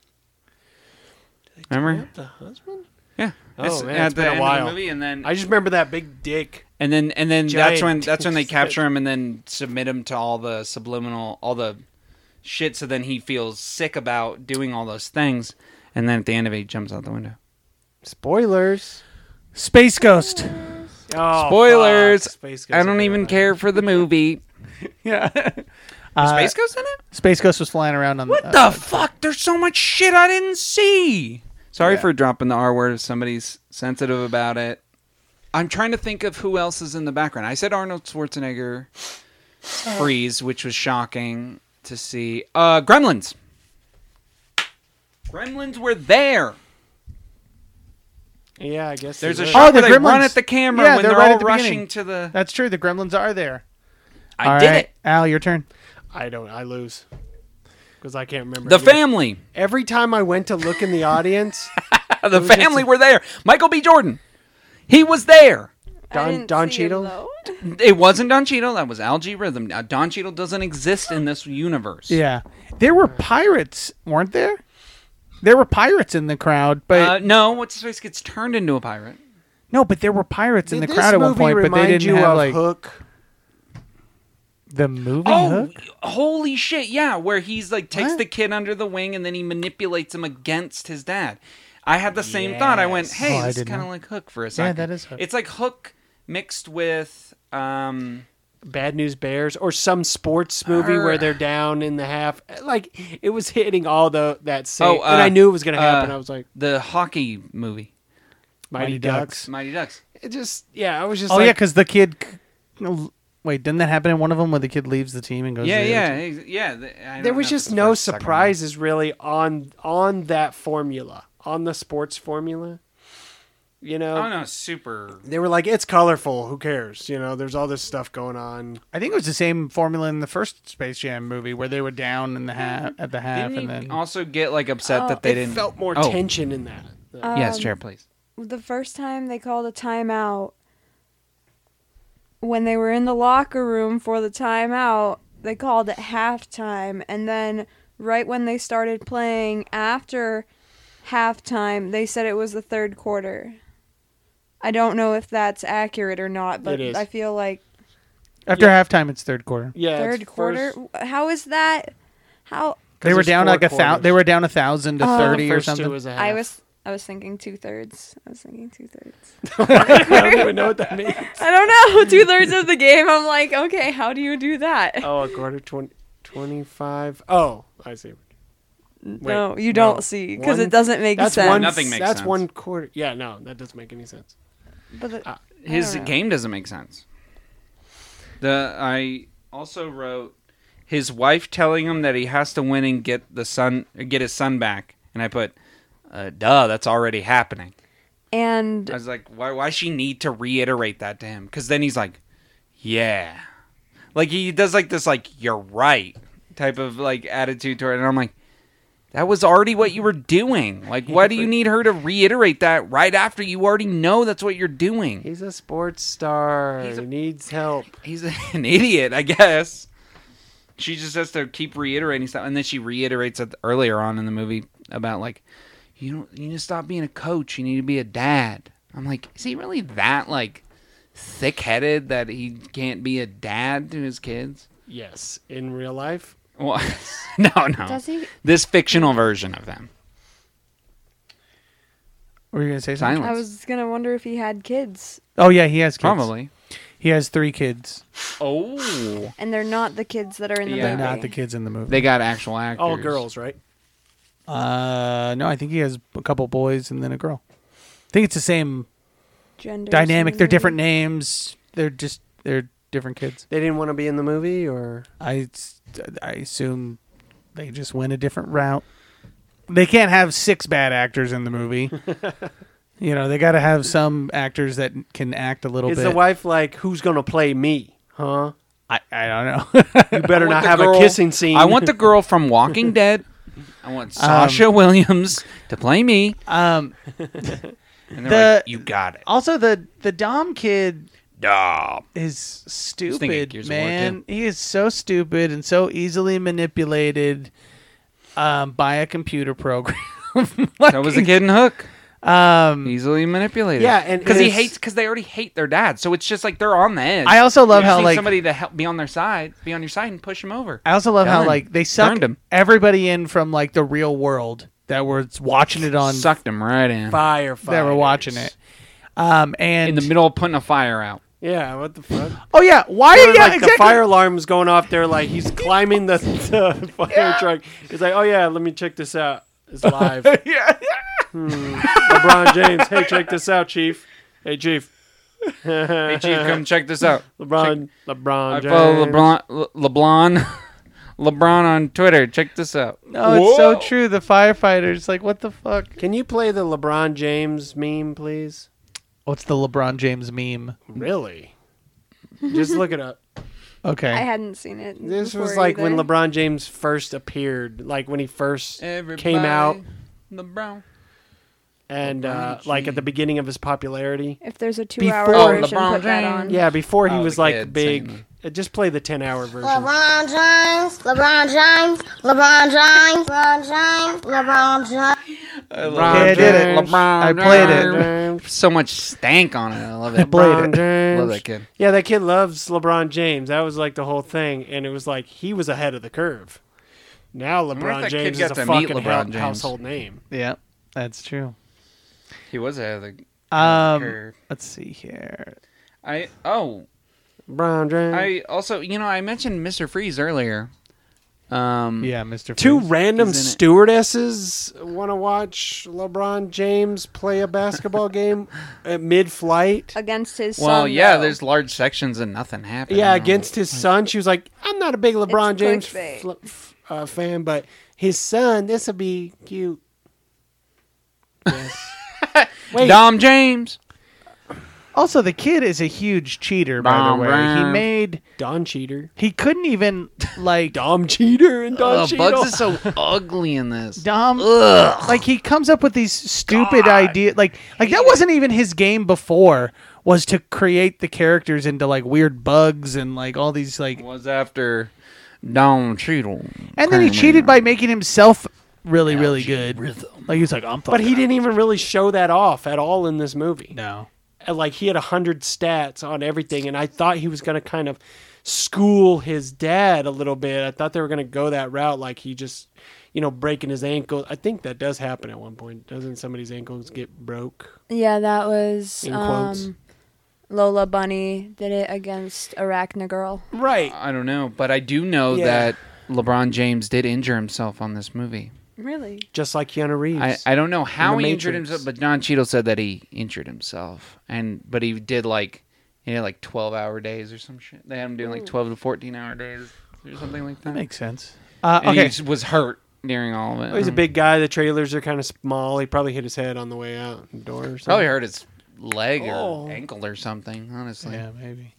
Speaker 6: Remember?
Speaker 8: The husband?
Speaker 6: Yeah.
Speaker 8: Oh,
Speaker 6: It's
Speaker 8: man,
Speaker 6: at
Speaker 8: it's
Speaker 6: the
Speaker 8: been a
Speaker 6: end
Speaker 8: while.
Speaker 6: of the movie, and then
Speaker 8: I just remember that big dick.
Speaker 6: and then and then that's
Speaker 8: Giant
Speaker 6: when that's when they
Speaker 8: dick.
Speaker 6: capture him and then submit him to all the subliminal, all the shit. So then he feels sick about doing all those things, and then at the end of it, he jumps out the window.
Speaker 8: Spoilers.
Speaker 7: Space Ghost.
Speaker 8: Oh,
Speaker 6: Spoilers.
Speaker 8: fuck. Space Ghost
Speaker 6: I don't
Speaker 8: is
Speaker 6: even
Speaker 8: bad.
Speaker 6: care for the movie.
Speaker 7: yeah.
Speaker 6: Was
Speaker 7: Uh,
Speaker 6: Space Ghost in it?
Speaker 7: Space Ghost was flying around on
Speaker 6: What
Speaker 7: uh,
Speaker 6: the fuck? There's so much shit I didn't see. Sorry for dropping the R word if somebody's sensitive about it. I'm trying to think of who else is in the background. I said Arnold Schwarzenegger freeze, which was shocking to see. Uh Gremlins. Gremlins were there.
Speaker 8: Yeah, I guess
Speaker 6: There's
Speaker 8: they
Speaker 6: a
Speaker 8: were.
Speaker 6: shot
Speaker 7: the
Speaker 6: where they run
Speaker 7: Gremlins.
Speaker 6: at the camera
Speaker 7: Yeah,
Speaker 6: when
Speaker 7: they're
Speaker 6: they're,
Speaker 7: right
Speaker 6: all
Speaker 7: at the
Speaker 6: rushing
Speaker 7: beginning.
Speaker 6: to the.
Speaker 7: That's true. The Gremlins are there.
Speaker 6: I did it.
Speaker 7: Al, your turn.
Speaker 8: I don't. I lose because I can't remember.
Speaker 6: The
Speaker 8: any of-
Speaker 6: family,
Speaker 8: Every time I went to look in the audience,
Speaker 6: the family were there. Michael B. Jordan, he was there.
Speaker 5: I
Speaker 8: Don-
Speaker 5: didn't
Speaker 8: Don
Speaker 5: see him,
Speaker 8: Cheadle?
Speaker 5: though.
Speaker 6: It wasn't Don Cheadle. That was Algae Rhythm. Now Don Cheadle doesn't exist in this universe.
Speaker 7: Yeah, there were pirates, weren't there? There were pirates in the crowd, but
Speaker 6: Uh, no, what's his face gets turned into a pirate.
Speaker 7: no, but there were pirates in the
Speaker 8: Did
Speaker 7: crowd
Speaker 8: this
Speaker 7: at one
Speaker 8: movie
Speaker 7: point, but they
Speaker 8: remind
Speaker 7: didn't
Speaker 8: you
Speaker 7: have
Speaker 8: of
Speaker 7: like
Speaker 8: Hook.
Speaker 7: The movie
Speaker 6: Oh,
Speaker 7: hook?
Speaker 6: holy shit! Yeah, where he's like takes
Speaker 7: What?
Speaker 6: the kid under the wing and then he manipulates him against his dad. I had the same thought. I went,
Speaker 7: Yes.
Speaker 6: "Hey,
Speaker 7: Oh, I
Speaker 6: this is
Speaker 7: did
Speaker 6: kind of
Speaker 7: not-
Speaker 6: like Hook for a second.
Speaker 7: that is Hook.
Speaker 6: It's like Hook mixed with um,
Speaker 8: Bad News Bears or some sports movie where they're down in the half. Like it was hitting all the that same,
Speaker 6: Oh,
Speaker 8: and
Speaker 6: uh,
Speaker 8: I knew it was going to happen.
Speaker 6: uh,
Speaker 8: I was like
Speaker 6: the hockey movie,
Speaker 8: Mighty,
Speaker 7: Mighty
Speaker 8: Ducks.
Speaker 6: Mighty Ducks.
Speaker 8: It just yeah, I was just
Speaker 7: Oh yeah,
Speaker 8: like,
Speaker 7: because the kid. c- no, Wait, didn't that happen in one of them where the kid leaves the team and goes?
Speaker 6: Yeah,
Speaker 7: to the other
Speaker 6: yeah,
Speaker 7: team?
Speaker 6: ex- yeah. th- I don't
Speaker 8: there was
Speaker 6: know
Speaker 8: just
Speaker 6: the
Speaker 8: no
Speaker 6: first, second one.
Speaker 8: surprises really on on that formula on the sports formula. You know,
Speaker 6: Oh no, super.
Speaker 8: they were like, it's colorful. Who cares? You know, there's all this stuff going on.
Speaker 7: I think it was the same formula in the first Space Jam movie where they were down in the half at the half
Speaker 6: Didn't
Speaker 7: and
Speaker 6: he
Speaker 7: then.
Speaker 6: also get like upset
Speaker 5: Oh,
Speaker 6: that they
Speaker 8: it
Speaker 6: didn't
Speaker 8: felt more
Speaker 6: oh,
Speaker 8: tension in that.
Speaker 6: Yes, chair, please.
Speaker 5: the first time they called a timeout when they were in the locker room for the timeout they called it halftime and then right when they started playing after halftime they said it was the third quarter i don't know if that's accurate or not but
Speaker 8: It is.
Speaker 5: i feel like
Speaker 7: After halftime, it's third quarter.
Speaker 8: yeah, it's
Speaker 5: third quarter
Speaker 8: first-
Speaker 5: how is that how
Speaker 7: They were
Speaker 8: there's
Speaker 7: down
Speaker 8: four
Speaker 7: like a
Speaker 8: quarters.
Speaker 7: thousand. They were down a thousand to
Speaker 5: Oh.
Speaker 7: thirty or
Speaker 8: first two
Speaker 7: something.
Speaker 8: is a
Speaker 5: i
Speaker 8: half.
Speaker 5: was i was thinking two-thirds i was thinking two-thirds
Speaker 8: I don't even know what that means.
Speaker 5: I don't know. Two thirds of the game, I'm like, okay, how do you do that?
Speaker 8: Oh, a quarter 20, 25. Oh, I see.
Speaker 5: no,
Speaker 8: wait,
Speaker 5: you
Speaker 8: no.
Speaker 5: don't see because
Speaker 8: One-
Speaker 5: it doesn't make
Speaker 8: That's
Speaker 5: sense.
Speaker 8: one.
Speaker 6: Nothing makes
Speaker 8: That's
Speaker 6: sense.
Speaker 8: one quarter. Yeah, no, that doesn't make any sense.
Speaker 5: But the,
Speaker 6: Uh,
Speaker 5: I
Speaker 6: His
Speaker 5: don't know.
Speaker 6: game doesn't make sense. The I also wrote his wife telling him that he has to win and get the son get his son back, and I put, uh, "Duh, that's already happening." I
Speaker 5: and
Speaker 6: was like, "Why? Why she need to reiterate that to him?" Because then he's like, "Yeah," like he does like this like "You're right" type of like attitude toward, it. and I'm like. That was already what you were doing. Like, why do you need her to reiterate that right after you already know that's what you're doing?
Speaker 8: He's a sports star.
Speaker 6: He's a-
Speaker 8: he needs help.
Speaker 6: he's an idiot, I guess. She just has to keep reiterating stuff, and then she reiterates it earlier on in the movie about like, you don't, you need to stop being a coach. You need to be a dad. I'm like, is he really that like thick-headed that he can't be a dad to his kids?
Speaker 8: Yes, in real life.
Speaker 6: Well, no, no.
Speaker 5: Does he-
Speaker 6: This fictional version of them.
Speaker 7: Were you gonna say something?
Speaker 6: Silence.
Speaker 5: I was gonna wonder if he had kids,
Speaker 7: Oh yeah, he has kids.
Speaker 6: Probably.
Speaker 7: He has three kids.
Speaker 6: Oh.
Speaker 5: and they're not the kids that are in the
Speaker 6: Yeah.
Speaker 7: They're
Speaker 5: movie.
Speaker 7: not the kids in the movie.
Speaker 6: They got actual actors.
Speaker 8: All girls, right?
Speaker 7: Uh, no, I think he has a couple boys and then a girl. I think it's the same
Speaker 5: Genders
Speaker 7: dynamic.
Speaker 5: in the
Speaker 7: They're
Speaker 5: movie.
Speaker 7: different names. They're just they're different kids.
Speaker 8: They didn't want to be in the movie, or
Speaker 7: I I assume they just went a different route. They can't have six bad actors in the movie. you know, they got to have some actors that can act a little
Speaker 8: is
Speaker 7: bit.
Speaker 8: the wife like, "Who's gonna play me?" Huh?
Speaker 7: I, I don't know.
Speaker 8: You better
Speaker 6: I want
Speaker 8: not
Speaker 6: the
Speaker 8: have
Speaker 6: girl-
Speaker 8: a kissing scene.
Speaker 6: I want the girl from Walking Dead. I want Sasha Williams to play me.
Speaker 7: um,
Speaker 6: And they're
Speaker 7: The-
Speaker 6: like, you got it.
Speaker 7: also the the Dom kid
Speaker 6: Duh.
Speaker 7: is
Speaker 6: thinking
Speaker 7: stupid,
Speaker 6: Gears of War,
Speaker 7: man. He is so stupid and so easily manipulated um, by a computer program.
Speaker 6: That was a kid in Hook.
Speaker 7: Um,
Speaker 6: Easily manipulated.
Speaker 8: Yeah, and-
Speaker 6: because he
Speaker 8: and it's-
Speaker 6: hates because they already hate their dad, so it's just like they're on the edge.
Speaker 7: I also love
Speaker 6: You
Speaker 7: how
Speaker 6: need
Speaker 7: like
Speaker 6: somebody to help be on their side, be on your side, and push him over.
Speaker 7: I also love how
Speaker 6: Done.
Speaker 7: like they suck
Speaker 6: Turned him.
Speaker 7: everybody in from like the real world that was watching it on
Speaker 6: Sucked him right in
Speaker 8: firefighters.
Speaker 7: that were watching it. Um, and
Speaker 6: in the middle of putting a fire out.
Speaker 8: Yeah, what the fuck?
Speaker 7: oh yeah, why
Speaker 8: Or,
Speaker 7: are you
Speaker 8: like the
Speaker 7: exactly?
Speaker 8: fire alarm's going off. They're like, he's climbing the, the fire truck. He's like, "Oh yeah, let me check this out. It's live."
Speaker 7: yeah,
Speaker 8: LeBron James, hey, check this out, Chief. Hey, Chief.
Speaker 6: Hey, chief, come check this out.
Speaker 8: LeBron. LeBron.
Speaker 6: I
Speaker 8: James.
Speaker 6: follow LeBron, Le- LeBron, LeBron on Twitter. Check this out.
Speaker 7: no, Oh, it's so true. The firefighters, like, what the fuck?
Speaker 8: Can you play the LeBron James meme, please?
Speaker 7: What's the LeBron James meme?
Speaker 8: Really? Just look it up.
Speaker 7: Okay,
Speaker 5: I hadn't seen it.
Speaker 8: This was
Speaker 5: before
Speaker 8: like when
Speaker 5: either.
Speaker 8: LeBron James first appeared, like when he first came out,
Speaker 6: LeBron.
Speaker 8: and uh, like at the beginning of his popularity.
Speaker 5: If there's a two-hour
Speaker 7: Before- Oh,
Speaker 5: version,
Speaker 6: LeBron
Speaker 5: put that
Speaker 6: James.
Speaker 5: on.
Speaker 8: Yeah, before he
Speaker 6: Oh,
Speaker 8: was
Speaker 6: the
Speaker 8: like
Speaker 6: kid
Speaker 8: big.
Speaker 6: singing.
Speaker 8: Uh, Just play the ten-hour version.
Speaker 9: LeBron James, LeBron James, LeBron James, LeBron James, LeBron James.
Speaker 7: Yeah, I did it.
Speaker 8: James.
Speaker 7: I played it.
Speaker 6: So much stank on it. I love it.
Speaker 7: Played it.
Speaker 6: Love
Speaker 8: James.
Speaker 6: that kid.
Speaker 8: Yeah, that kid loves LeBron James. That was like the whole thing, and it was like he was ahead of the curve. Now
Speaker 6: if that
Speaker 8: LeBron
Speaker 6: kid
Speaker 8: James
Speaker 6: got
Speaker 8: is a
Speaker 6: to meet
Speaker 8: fucking
Speaker 6: LeBron
Speaker 8: hou-
Speaker 6: James.
Speaker 8: household name.
Speaker 7: Yeah, that's true.
Speaker 6: He was ahead of the.
Speaker 7: Um,
Speaker 6: curve.
Speaker 7: let's see here.
Speaker 6: I oh
Speaker 8: LeBron James.
Speaker 6: I also you know I mentioned Mr. Freeze earlier. Um,
Speaker 7: Yeah, Mr.
Speaker 8: Two
Speaker 7: Freeze.
Speaker 8: random
Speaker 6: He's in it.
Speaker 8: stewardesses want to watch LeBron James play a basketball game at mid-flight.
Speaker 5: against his
Speaker 6: Well,
Speaker 5: son,
Speaker 6: yeah,
Speaker 5: though.
Speaker 6: there's large sections and nothing happened.
Speaker 8: Yeah,
Speaker 6: I don't know.
Speaker 8: against his son. She was like, "I'm not a big LeBron
Speaker 5: It's
Speaker 8: James
Speaker 5: clickbait.
Speaker 8: fl- f- uh, fan, but his son, this would be cute." Yes. Wait,
Speaker 6: Dom James.
Speaker 7: Also, the kid is a huge cheater. By the
Speaker 6: Bom,
Speaker 7: way, he
Speaker 6: bom.
Speaker 7: made
Speaker 8: Don Cheater,
Speaker 7: he couldn't even like
Speaker 8: Dom Cheater, and Don
Speaker 6: Ugh,
Speaker 8: Cheadle.
Speaker 6: Uh, Oh, Bugs is so ugly in this.
Speaker 7: dumb. Like he comes up with these stupid ideas. Like like that wasn't even his game before. Was to create the characters into like weird bugs and like all these like.
Speaker 6: was after Don Cheadle.
Speaker 7: And then he cheated by making himself really really good.
Speaker 6: rhythm.
Speaker 7: Like he's like I'm.
Speaker 8: but he
Speaker 7: fucking-
Speaker 8: didn't even really show that off at all in this movie.
Speaker 7: No.
Speaker 8: And, Like he had a hundred stats on everything, and I thought he was gonna kind of school his dad a little bit. I thought they were gonna go that route, like he just, you know, breaking his ankle. I think that does happen at one point. Doesn't somebody's ankles get broke?
Speaker 5: yeah, that was
Speaker 8: In quotes.
Speaker 5: um, Lola Bunny did it against Arachna Girl.
Speaker 8: Right.
Speaker 6: I don't know, but I do know
Speaker 8: Yeah.
Speaker 6: that LeBron James did injure himself on this movie.
Speaker 5: Really?
Speaker 8: Just like Keanu
Speaker 6: I,
Speaker 8: Reeves.
Speaker 6: I don't know how
Speaker 8: the
Speaker 6: he injured
Speaker 8: Matrix.
Speaker 6: himself, but Don Cheadle said that he injured himself, and but he did like he had like twelve hour days or some shit. They had him doing like twelve to fourteen hour days or something like that.
Speaker 7: Makes sense. Uh,
Speaker 6: And
Speaker 7: okay.
Speaker 6: he was hurt during all of it. Mm.
Speaker 8: Oh, he's a big guy. The trailers are kind of small. He probably hit his head on the way out the door. Or something.
Speaker 6: Probably hurt his leg
Speaker 8: Oh.
Speaker 6: or ankle or something. Honestly,
Speaker 7: Yeah, maybe.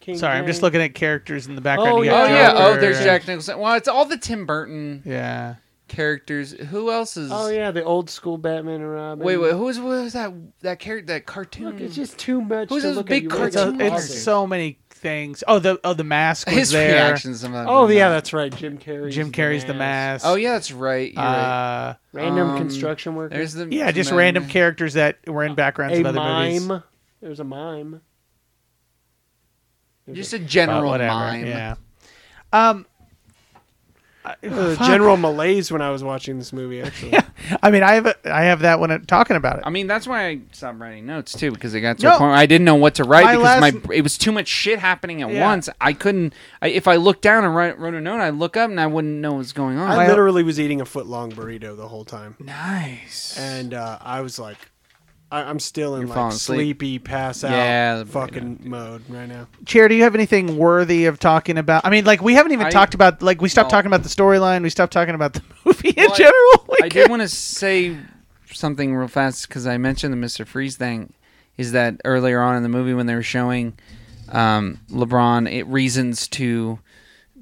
Speaker 8: King
Speaker 7: Sorry, I'm just
Speaker 8: Kang.
Speaker 7: looking at characters in the background.
Speaker 8: Oh,
Speaker 7: You
Speaker 6: Oh
Speaker 7: got
Speaker 6: yeah. Oh,
Speaker 7: Joker
Speaker 6: there's
Speaker 7: and-
Speaker 6: Jack Nicholson. Well, it's all the Tim Burton
Speaker 7: Yeah.
Speaker 6: characters. Who else is?
Speaker 8: Oh yeah, the old school Batman and Robin.
Speaker 6: Wait, wait. Who was, who was that? That character? That cartoon?
Speaker 8: Look, it's just too much.
Speaker 6: Who's
Speaker 8: to
Speaker 6: those
Speaker 8: look
Speaker 6: big
Speaker 8: at. You
Speaker 7: It's, a,
Speaker 8: really
Speaker 6: cartoon
Speaker 8: can't
Speaker 7: it's
Speaker 6: characters?
Speaker 8: bother.
Speaker 7: so many things. Oh, the oh the mask was
Speaker 6: His
Speaker 7: there.
Speaker 6: reactions. sometimes.
Speaker 8: Oh yeah, that's right. Jim Carrey.
Speaker 7: Jim Carrey's the mask.
Speaker 6: Oh yeah, that's right. You're right.
Speaker 7: Uh,
Speaker 8: Random
Speaker 6: Um,
Speaker 8: construction worker.
Speaker 6: There's the
Speaker 7: yeah, just
Speaker 6: the-
Speaker 7: random characters that were in backgrounds
Speaker 8: a
Speaker 7: of other
Speaker 8: mime.
Speaker 7: movies.
Speaker 8: There's a mime.
Speaker 6: Just a
Speaker 7: But
Speaker 6: general
Speaker 7: whatever.
Speaker 6: mime. Uh,
Speaker 7: Yeah. Um. I-
Speaker 6: Oh,
Speaker 8: Uh,
Speaker 7: fuck.
Speaker 8: General malaise when I was watching this movie. Actually,
Speaker 7: I mean, I have a, I have that when I'm talking about it.
Speaker 6: I mean, that's why I stopped writing notes too, because it got to
Speaker 7: No.
Speaker 6: a point where I didn't know what to write
Speaker 7: My
Speaker 6: because
Speaker 7: last-
Speaker 6: my it was too much shit happening at
Speaker 7: Yeah.
Speaker 6: once. I couldn't. I, if I looked down and write, wrote a note, I'd look up and I wouldn't know what was going on.
Speaker 8: I
Speaker 7: My-
Speaker 8: literally was eating a foot long burrito the whole time.
Speaker 7: nice.
Speaker 8: and uh, I was like, I, I'm still in
Speaker 6: You're
Speaker 8: like
Speaker 6: falling asleep.
Speaker 8: sleepy, pass out,
Speaker 6: Yeah, the burrito,
Speaker 8: fucking mode right now.
Speaker 7: Chair, do you have anything worthy of talking about? I mean, like we haven't even
Speaker 6: I-
Speaker 7: talked about like we stopped
Speaker 6: No.
Speaker 7: talking about the storyline, we stopped talking about the movie in
Speaker 6: Well, I-
Speaker 7: general. Like,
Speaker 6: I did want to say something real fast because I mentioned the Mister Freeze thing. Is that earlier on in the movie when they were showing um, LeBron it reasons to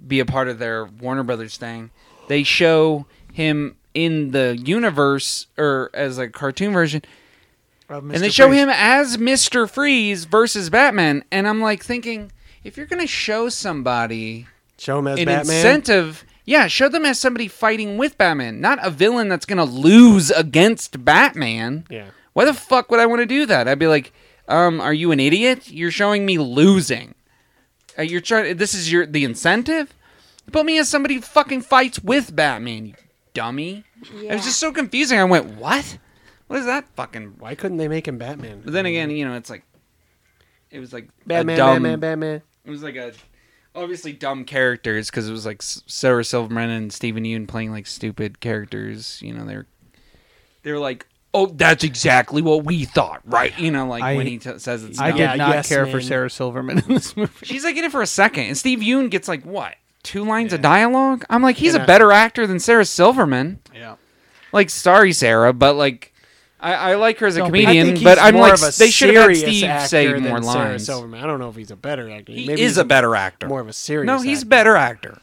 Speaker 6: be a part of their Warner Brothers thing? They show him in the universe or as a cartoon version, and they show him as Mister Freeze versus Batman. And I'm like thinking, if you're gonna show somebody
Speaker 8: Show him as
Speaker 6: an
Speaker 8: Batman.
Speaker 6: incentive. Yeah, show them as somebody fighting with Batman, not a villain that's gonna lose against Batman.
Speaker 8: Yeah.
Speaker 6: Why the fuck would I want to do that? I'd be like, um, are you an idiot? You're showing me losing. Uh, you're trying. This is your the incentive. Put me as somebody who fucking fights with Batman, you dummy. It
Speaker 5: Yeah.
Speaker 6: was just so confusing. I went, what? What is that fucking?
Speaker 8: Why couldn't they make him Batman?
Speaker 6: But then again, you know, it's like, it was like a
Speaker 8: Batman,
Speaker 6: dumb-
Speaker 8: Batman, Batman.
Speaker 6: it was like a obviously dumb characters because it was like S- Sarah Silverman and Stephen Yeun playing like stupid characters. You know, they're they're like, oh, that's exactly what we thought, right? You know, like
Speaker 7: I-
Speaker 6: when he t- says it's.
Speaker 7: I
Speaker 6: dumb.
Speaker 7: did
Speaker 8: Yeah,
Speaker 7: not
Speaker 8: yes,
Speaker 7: care for
Speaker 8: man.
Speaker 7: Sarah Silverman in this movie.
Speaker 6: She's like in it for a second, and Steve Yeun gets like what two lines of dialogue. I'm like, he's
Speaker 8: And
Speaker 6: a
Speaker 8: I-
Speaker 6: better actor than Sarah Silverman.
Speaker 7: Yeah.
Speaker 6: Like, sorry, Sarah, but like. I, I like her as a
Speaker 7: Don't be- I
Speaker 6: comedian,
Speaker 8: I think he's
Speaker 6: but I'm
Speaker 8: more
Speaker 6: like
Speaker 8: of a
Speaker 6: they should have had
Speaker 8: serious
Speaker 6: Steve
Speaker 8: actor
Speaker 6: say
Speaker 8: than
Speaker 6: more
Speaker 8: Sarah
Speaker 6: lines.
Speaker 8: Silverman. I don't know if he's a better actor.
Speaker 6: He
Speaker 8: Maybe
Speaker 6: is
Speaker 8: he's
Speaker 6: a better actor.
Speaker 8: more of a serious.
Speaker 6: No, he's
Speaker 8: actor.
Speaker 6: better actor.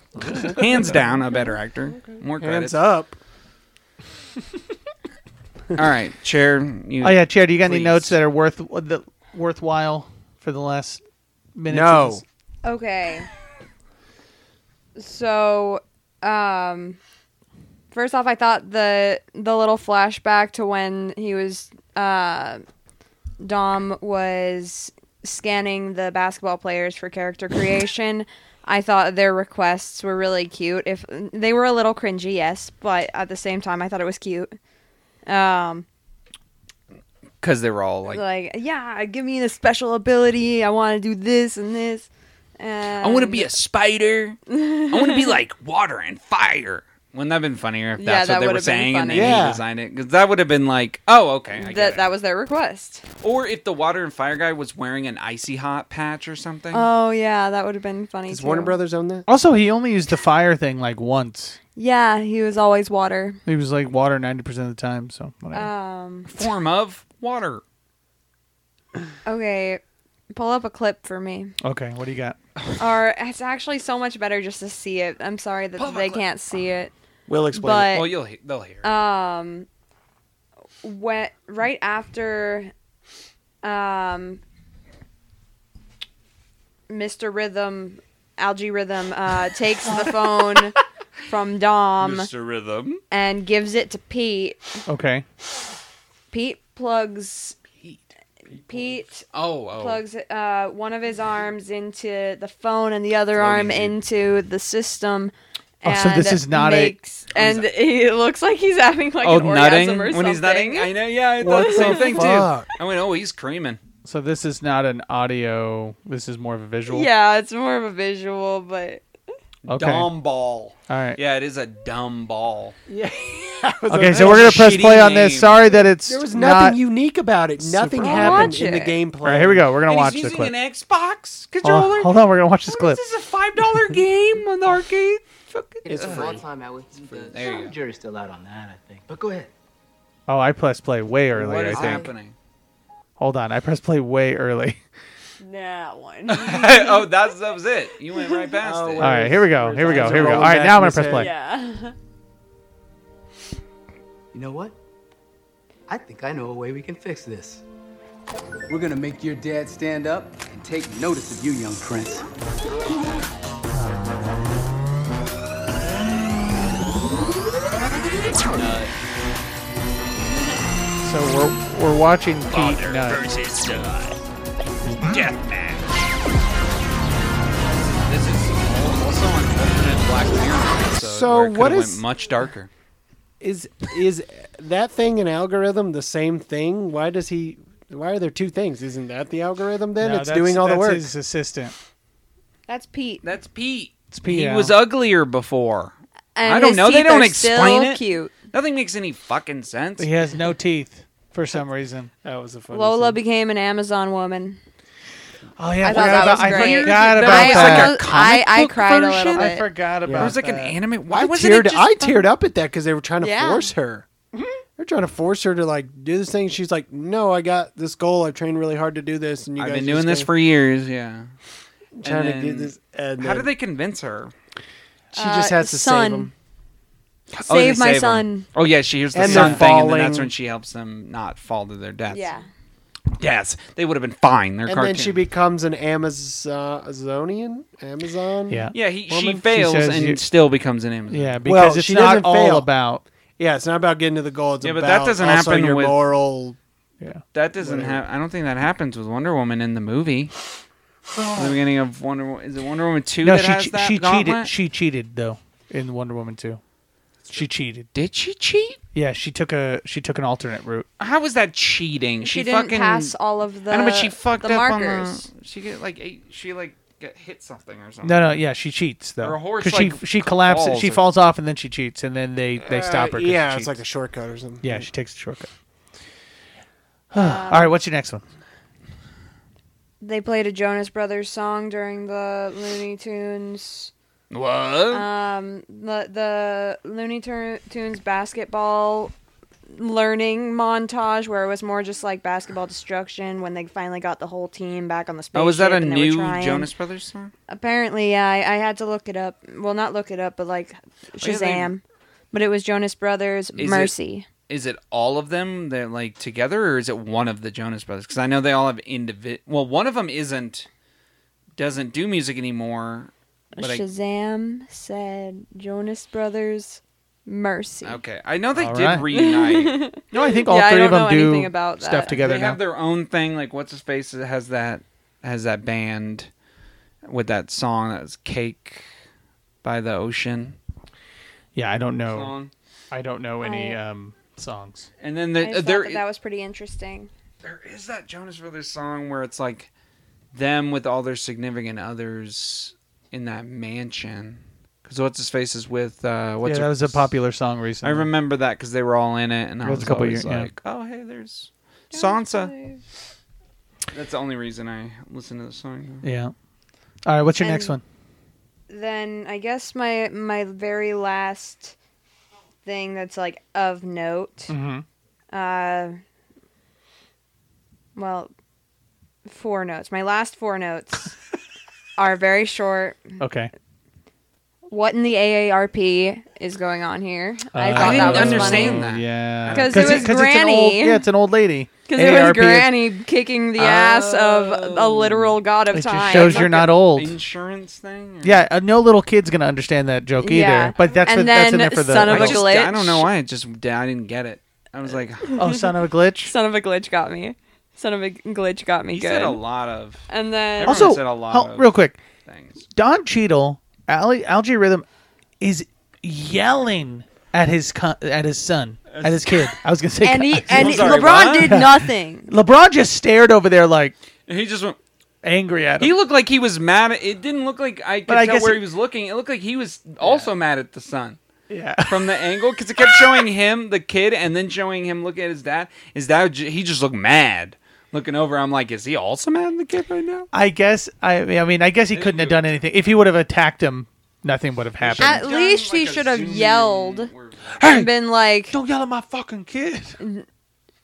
Speaker 6: Hands down, a better actor. More
Speaker 8: Hands
Speaker 6: credits.
Speaker 8: up.
Speaker 6: All right, chair. You,
Speaker 7: Oh yeah, Chair, do you got any
Speaker 6: Please.
Speaker 7: notes that are worth the worthwhile for the last minute?
Speaker 8: No.
Speaker 5: Okay. So, um, First off, I thought the the little flashback to when he was uh, Dom was scanning the basketball players for character creation. I thought their requests were really cute. If they were a little cringy, yes, but at the same time, I thought it was cute. Um,
Speaker 6: because they were all like,
Speaker 5: like, yeah, give me the special ability. I want to do this and this. And
Speaker 6: I want to be a spider. I want to be like water and fire. Wouldn't that have been funnier if
Speaker 5: Yeah,
Speaker 6: that's
Speaker 5: that
Speaker 6: what they
Speaker 5: would
Speaker 6: were
Speaker 5: have been
Speaker 6: saying and then
Speaker 5: funny.
Speaker 6: he
Speaker 8: Yeah.
Speaker 6: designed it? Because that would have been like, oh, okay. I get
Speaker 5: that
Speaker 6: it. Mm.
Speaker 5: that was their request.
Speaker 6: Or if the water and fire guy was wearing an icy hot patch or something.
Speaker 5: Oh yeah, that would have been funny.
Speaker 8: Does
Speaker 5: too.
Speaker 8: Warner Brothers own that?
Speaker 7: Also, he only used the fire thing like once.
Speaker 5: Yeah, he was always water.
Speaker 7: He was like water ninety percent of the time. So
Speaker 6: Mm.
Speaker 7: whatever.
Speaker 6: Uh,
Speaker 5: Um.
Speaker 6: Form of water.
Speaker 5: Okay, pull up a clip for me.
Speaker 7: okay, what do you got?
Speaker 5: Or it's actually so much better just to see it. I'm sorry that
Speaker 6: Pull up a
Speaker 5: they
Speaker 6: clip. Ah.
Speaker 5: can't see it.
Speaker 8: We'll explain. it.
Speaker 5: But
Speaker 6: well, you'll he- they'll hear.
Speaker 5: um, when, right after, um, Mr. Rhythm, Algae Rhythm, uh, takes the phone from Dom
Speaker 6: Mr. Rhythm.
Speaker 5: and gives it to Pete.
Speaker 7: Okay.
Speaker 5: Pete plugs. Pete
Speaker 6: Oh, oh.
Speaker 5: plugs uh, one of his arms into the phone and the other arm
Speaker 6: easy.
Speaker 5: into the system.
Speaker 7: Oh, so this
Speaker 5: and
Speaker 7: is not a-
Speaker 5: makes, and it looks like he's having like
Speaker 6: oh,
Speaker 5: an orgasm
Speaker 6: nutting
Speaker 5: or something.
Speaker 6: when he's nutting. I know. Yeah, I thought
Speaker 8: What
Speaker 6: the same
Speaker 8: the
Speaker 6: thing
Speaker 8: fuck?
Speaker 6: too. I went, oh, he's creaming.
Speaker 7: So this is not an audio. This is more of a visual.
Speaker 5: Yeah, it's more of a visual, but
Speaker 7: Okay.
Speaker 6: Dumb ball.
Speaker 7: All right.
Speaker 6: Yeah, it is a dumb ball.
Speaker 7: Okay, so we're gonna press
Speaker 6: shitty
Speaker 7: play on this.
Speaker 6: name.
Speaker 7: Sorry that it's
Speaker 8: There was
Speaker 7: not.
Speaker 8: nothing unique about it. Nothing
Speaker 7: Super-
Speaker 8: happened
Speaker 5: Watch
Speaker 8: in the
Speaker 5: it.
Speaker 8: gameplay.
Speaker 7: All right, here we go. We're gonna
Speaker 6: And
Speaker 7: watch
Speaker 6: he's
Speaker 7: the
Speaker 6: using
Speaker 7: clip.
Speaker 6: an Xbox
Speaker 7: Hold
Speaker 6: controller.
Speaker 7: on, hold on, we're gonna watch this clip.
Speaker 6: This is a five dollar game on the arcade. Fucking
Speaker 8: It's
Speaker 6: Ugh.
Speaker 8: free.
Speaker 6: There you go.
Speaker 9: Jury's still out on that, I think. But go ahead.
Speaker 7: Oh, I pressed play way early.
Speaker 6: What
Speaker 7: I
Speaker 6: is
Speaker 7: think.
Speaker 6: happening?
Speaker 7: Hold on, I pressed play way early.
Speaker 5: that one.
Speaker 6: oh, that's that was it. You went right past
Speaker 8: Oh,
Speaker 6: it.
Speaker 7: All right, here we go. Here we go.
Speaker 8: Where's-
Speaker 7: Here we go. All
Speaker 8: where's
Speaker 7: right, now I'm gonna
Speaker 8: Rolling
Speaker 7: press
Speaker 8: back
Speaker 7: play.
Speaker 5: yeah.
Speaker 9: You know what? I think I know a way we can fix this.
Speaker 10: We're gonna make your dad stand up and take notice of you, young prince.
Speaker 7: So we're we're watching Pete nut.
Speaker 6: This is also an alternate Black Mirror episode
Speaker 8: So
Speaker 6: where it
Speaker 8: what
Speaker 6: could've
Speaker 8: is-
Speaker 6: went much darker?
Speaker 8: Is is that thing an algorithm the same thing? Why does he? Why are there two things? Isn't that the algorithm then?
Speaker 7: No,
Speaker 8: it's
Speaker 7: that's-
Speaker 8: doing all the
Speaker 7: that's
Speaker 8: work.
Speaker 7: His assistant.
Speaker 5: That's Pete.
Speaker 6: That's Pete. It's
Speaker 7: Pete
Speaker 6: He
Speaker 7: now.
Speaker 6: was uglier before.
Speaker 5: And
Speaker 6: I don't
Speaker 5: his
Speaker 6: know. They
Speaker 5: teeth
Speaker 6: don't
Speaker 5: are still
Speaker 6: explain it.
Speaker 5: Cute.
Speaker 6: Nothing makes any fucking sense.
Speaker 7: He has no teeth for some reason.
Speaker 8: That was a funny.
Speaker 5: Lola
Speaker 8: scene.
Speaker 5: became an Amazon woman.
Speaker 7: Oh yeah,
Speaker 5: I thought that was great.
Speaker 7: I forgot about
Speaker 5: I,
Speaker 7: that.
Speaker 5: almost- I,
Speaker 6: comic
Speaker 5: I
Speaker 6: book
Speaker 5: cried a
Speaker 6: version?
Speaker 5: little
Speaker 7: I
Speaker 5: bit.
Speaker 7: forgot about.
Speaker 6: It was like an
Speaker 7: that.
Speaker 6: anime. Why
Speaker 8: I
Speaker 6: wasn't
Speaker 8: teared.
Speaker 6: it just Mm-hmm.
Speaker 8: I teared up at that because they were trying to
Speaker 5: Yeah.
Speaker 8: force her. They're trying to force her to like do this thing. She's like, "No, I got this goal. I've trained really hard to do this." And you
Speaker 6: I've
Speaker 8: guys
Speaker 6: been doing this
Speaker 8: just
Speaker 6: for years. Yeah.
Speaker 8: gonna- trying
Speaker 6: and
Speaker 8: to
Speaker 6: then-
Speaker 8: get this. And
Speaker 6: How
Speaker 8: then
Speaker 6: did they convince her?
Speaker 8: She just
Speaker 5: Uh,
Speaker 8: has to
Speaker 5: son.
Speaker 8: save him.
Speaker 6: Oh, they
Speaker 5: Save my
Speaker 6: save 'em.
Speaker 5: son.
Speaker 6: Oh yeah, she hears the
Speaker 8: And
Speaker 6: sun
Speaker 8: they're
Speaker 6: thing, and then that's
Speaker 8: falling.
Speaker 6: when she helps them not fall to their deaths.
Speaker 5: Yeah.
Speaker 6: Yes, they would have been fine. They're
Speaker 8: And
Speaker 6: cartoon.
Speaker 8: then she becomes an Amazonian. Amazon.
Speaker 7: Yeah.
Speaker 6: Yeah, he, she
Speaker 7: Woman, she
Speaker 6: fails
Speaker 7: says
Speaker 6: and
Speaker 7: you-
Speaker 6: still becomes an Amazon.
Speaker 7: Yeah, because
Speaker 8: Well,
Speaker 7: it's
Speaker 8: she
Speaker 7: not
Speaker 8: doesn't
Speaker 7: all
Speaker 8: fail.
Speaker 7: about.
Speaker 8: Yeah, it's not about getting to the goal. It's
Speaker 6: Yeah, but
Speaker 8: about
Speaker 6: that doesn't
Speaker 8: also
Speaker 6: happen
Speaker 8: your
Speaker 6: with-
Speaker 8: moral.
Speaker 6: that doesn't happen. I don't think that happens with Wonder Woman in the movie. In the beginning of Wonder Woman, is it Wonder Woman two
Speaker 7: No,
Speaker 6: that
Speaker 7: she
Speaker 6: has
Speaker 7: che-
Speaker 6: that
Speaker 7: she
Speaker 6: gauntlet?
Speaker 7: cheated. She cheated though in Wonder Woman 2. She cheated.
Speaker 6: Did she cheat?
Speaker 7: Yeah, she took a she took an alternate route.
Speaker 6: How was that cheating?
Speaker 5: She, didn't
Speaker 6: fucking
Speaker 5: pass all of the,
Speaker 6: I know, but she fucked
Speaker 5: the
Speaker 6: up
Speaker 5: markers.
Speaker 6: on the. She get like eight, she like get hit something or something.
Speaker 7: No, no, yeah, she cheats though.
Speaker 6: Or a horse,
Speaker 7: 'Cause
Speaker 6: like,
Speaker 7: she she collapses,
Speaker 6: falls
Speaker 7: she
Speaker 6: or-
Speaker 7: falls off, and then she cheats, and then they they stop her. 'cause she
Speaker 8: Uh, yeah, it's
Speaker 7: cheats.
Speaker 8: like a shortcut or something.
Speaker 7: yeah, she takes a shortcut. All right, what's your next one?
Speaker 5: They played a Jonas Brothers song during the Looney Tunes.
Speaker 6: What?
Speaker 5: Um, the the Looney Tur- Tunes basketball learning montage where it was more just like basketball destruction when they finally got the whole team back on the spaceship.
Speaker 6: oh, was that a
Speaker 5: and they were
Speaker 6: new
Speaker 5: trying.
Speaker 6: Jonas Brothers song?
Speaker 5: Apparently, yeah, I, I had to look it up. Well, not look it up, but like
Speaker 6: yeah,
Speaker 5: Shazam.
Speaker 6: they-
Speaker 5: But it was Jonas Brothers
Speaker 6: it-
Speaker 5: Mercy.
Speaker 6: Is it all of them that like together, or is it one of the Jonas Brothers? Because I know they all have individ. Well, one of them isn't doesn't do music anymore. But I,
Speaker 5: Shazam said Jonas Brothers Mercy.
Speaker 6: Okay, I know they
Speaker 7: All
Speaker 6: did
Speaker 7: right.
Speaker 6: reunite.
Speaker 7: No, I think all
Speaker 5: Yeah, I
Speaker 7: three of
Speaker 5: don't
Speaker 7: them
Speaker 5: know
Speaker 7: do
Speaker 5: anything about
Speaker 7: stuff
Speaker 5: that.
Speaker 7: together
Speaker 6: they
Speaker 7: now.
Speaker 6: have their own thing. Like what's his face that has that has that band with that song that's "Cake by the Ocean"
Speaker 7: yeah, I don't know.
Speaker 6: song.
Speaker 7: I don't know any
Speaker 5: I-
Speaker 7: um, songs.
Speaker 6: And then
Speaker 5: I
Speaker 6: the,
Speaker 5: just thought
Speaker 6: Uh, there
Speaker 5: that, that was pretty interesting.
Speaker 6: there is that Jonas Brothers song where it's like them with all their significant others in that mansion. Because what's his face is with uh, what's
Speaker 7: yeah,
Speaker 6: her-
Speaker 7: that was a popular song
Speaker 6: I
Speaker 7: recently.
Speaker 6: remember that because they were all in it, and I
Speaker 7: It
Speaker 6: was,
Speaker 7: was a couple
Speaker 6: always
Speaker 7: year- yeah.
Speaker 6: like, "Oh, hey, there's Sansa." That's the only reason I listen to the song.
Speaker 7: Yeah. All right. What's your next one?
Speaker 5: And- Then I guess my my very last thing that's like of note.
Speaker 7: Mm-hmm.
Speaker 5: Uh, well, four notes. My last four notes are very short.
Speaker 7: Mm-hmm. Okay.
Speaker 5: What in the AARP is going on here?
Speaker 7: Uh,
Speaker 6: I didn't
Speaker 5: that was funny.
Speaker 6: understand that.
Speaker 7: Yeah.
Speaker 5: 'Cause it was
Speaker 7: It's an old,
Speaker 5: Granny.
Speaker 7: yeah, it's an old lady.
Speaker 5: Because it was
Speaker 7: AARP is-
Speaker 5: Granny kicking the ass of a literal god of
Speaker 7: It
Speaker 5: time.
Speaker 7: just shows you're not old.
Speaker 6: Insurance thing. or-
Speaker 7: Yeah, uh, no little kid's gonna understand that joke
Speaker 5: Yeah.
Speaker 7: either. But that's
Speaker 5: And
Speaker 7: what, that's in
Speaker 5: then
Speaker 7: there for the.
Speaker 5: son
Speaker 6: I,
Speaker 5: of a
Speaker 6: just,
Speaker 5: glitch.
Speaker 6: I don't know why. It just I didn't get it. I was like, he
Speaker 7: oh, son of a glitch.
Speaker 5: Son of a glitch got me. Son of a glitch got me good.
Speaker 6: said a lot of
Speaker 5: And then
Speaker 6: Everyone
Speaker 7: Also,
Speaker 6: said a lot
Speaker 7: hel-
Speaker 6: of-
Speaker 7: real quick,
Speaker 6: things.
Speaker 7: Don Cheadle, Ali, Algae Rhythm, is yelling at his con- at his son, at his kid. I was gonna say,
Speaker 5: and he
Speaker 7: con-
Speaker 5: and
Speaker 6: uh, I'm sorry,
Speaker 5: LeBron
Speaker 6: what?
Speaker 5: did nothing.
Speaker 7: LeBron just stared over there like
Speaker 6: He just went.
Speaker 7: angry at him.
Speaker 6: He looked like he was mad. At, it didn't look like I could
Speaker 7: But I
Speaker 6: tell
Speaker 7: guess
Speaker 6: where
Speaker 7: it-
Speaker 6: he was looking. It looked like he was also mad at the sun
Speaker 7: yeah,
Speaker 6: from the angle because it kept showing him the kid and then showing him looking at his dad. His dad j- he just looked mad looking over. I'm like, is he also mad at the kid right now?
Speaker 7: I guess. I, I mean, I guess he couldn't have done anything. If he would have attacked him, nothing would have happened.
Speaker 5: At least he should have yelled and been like,
Speaker 7: Don't yell at my fucking kid.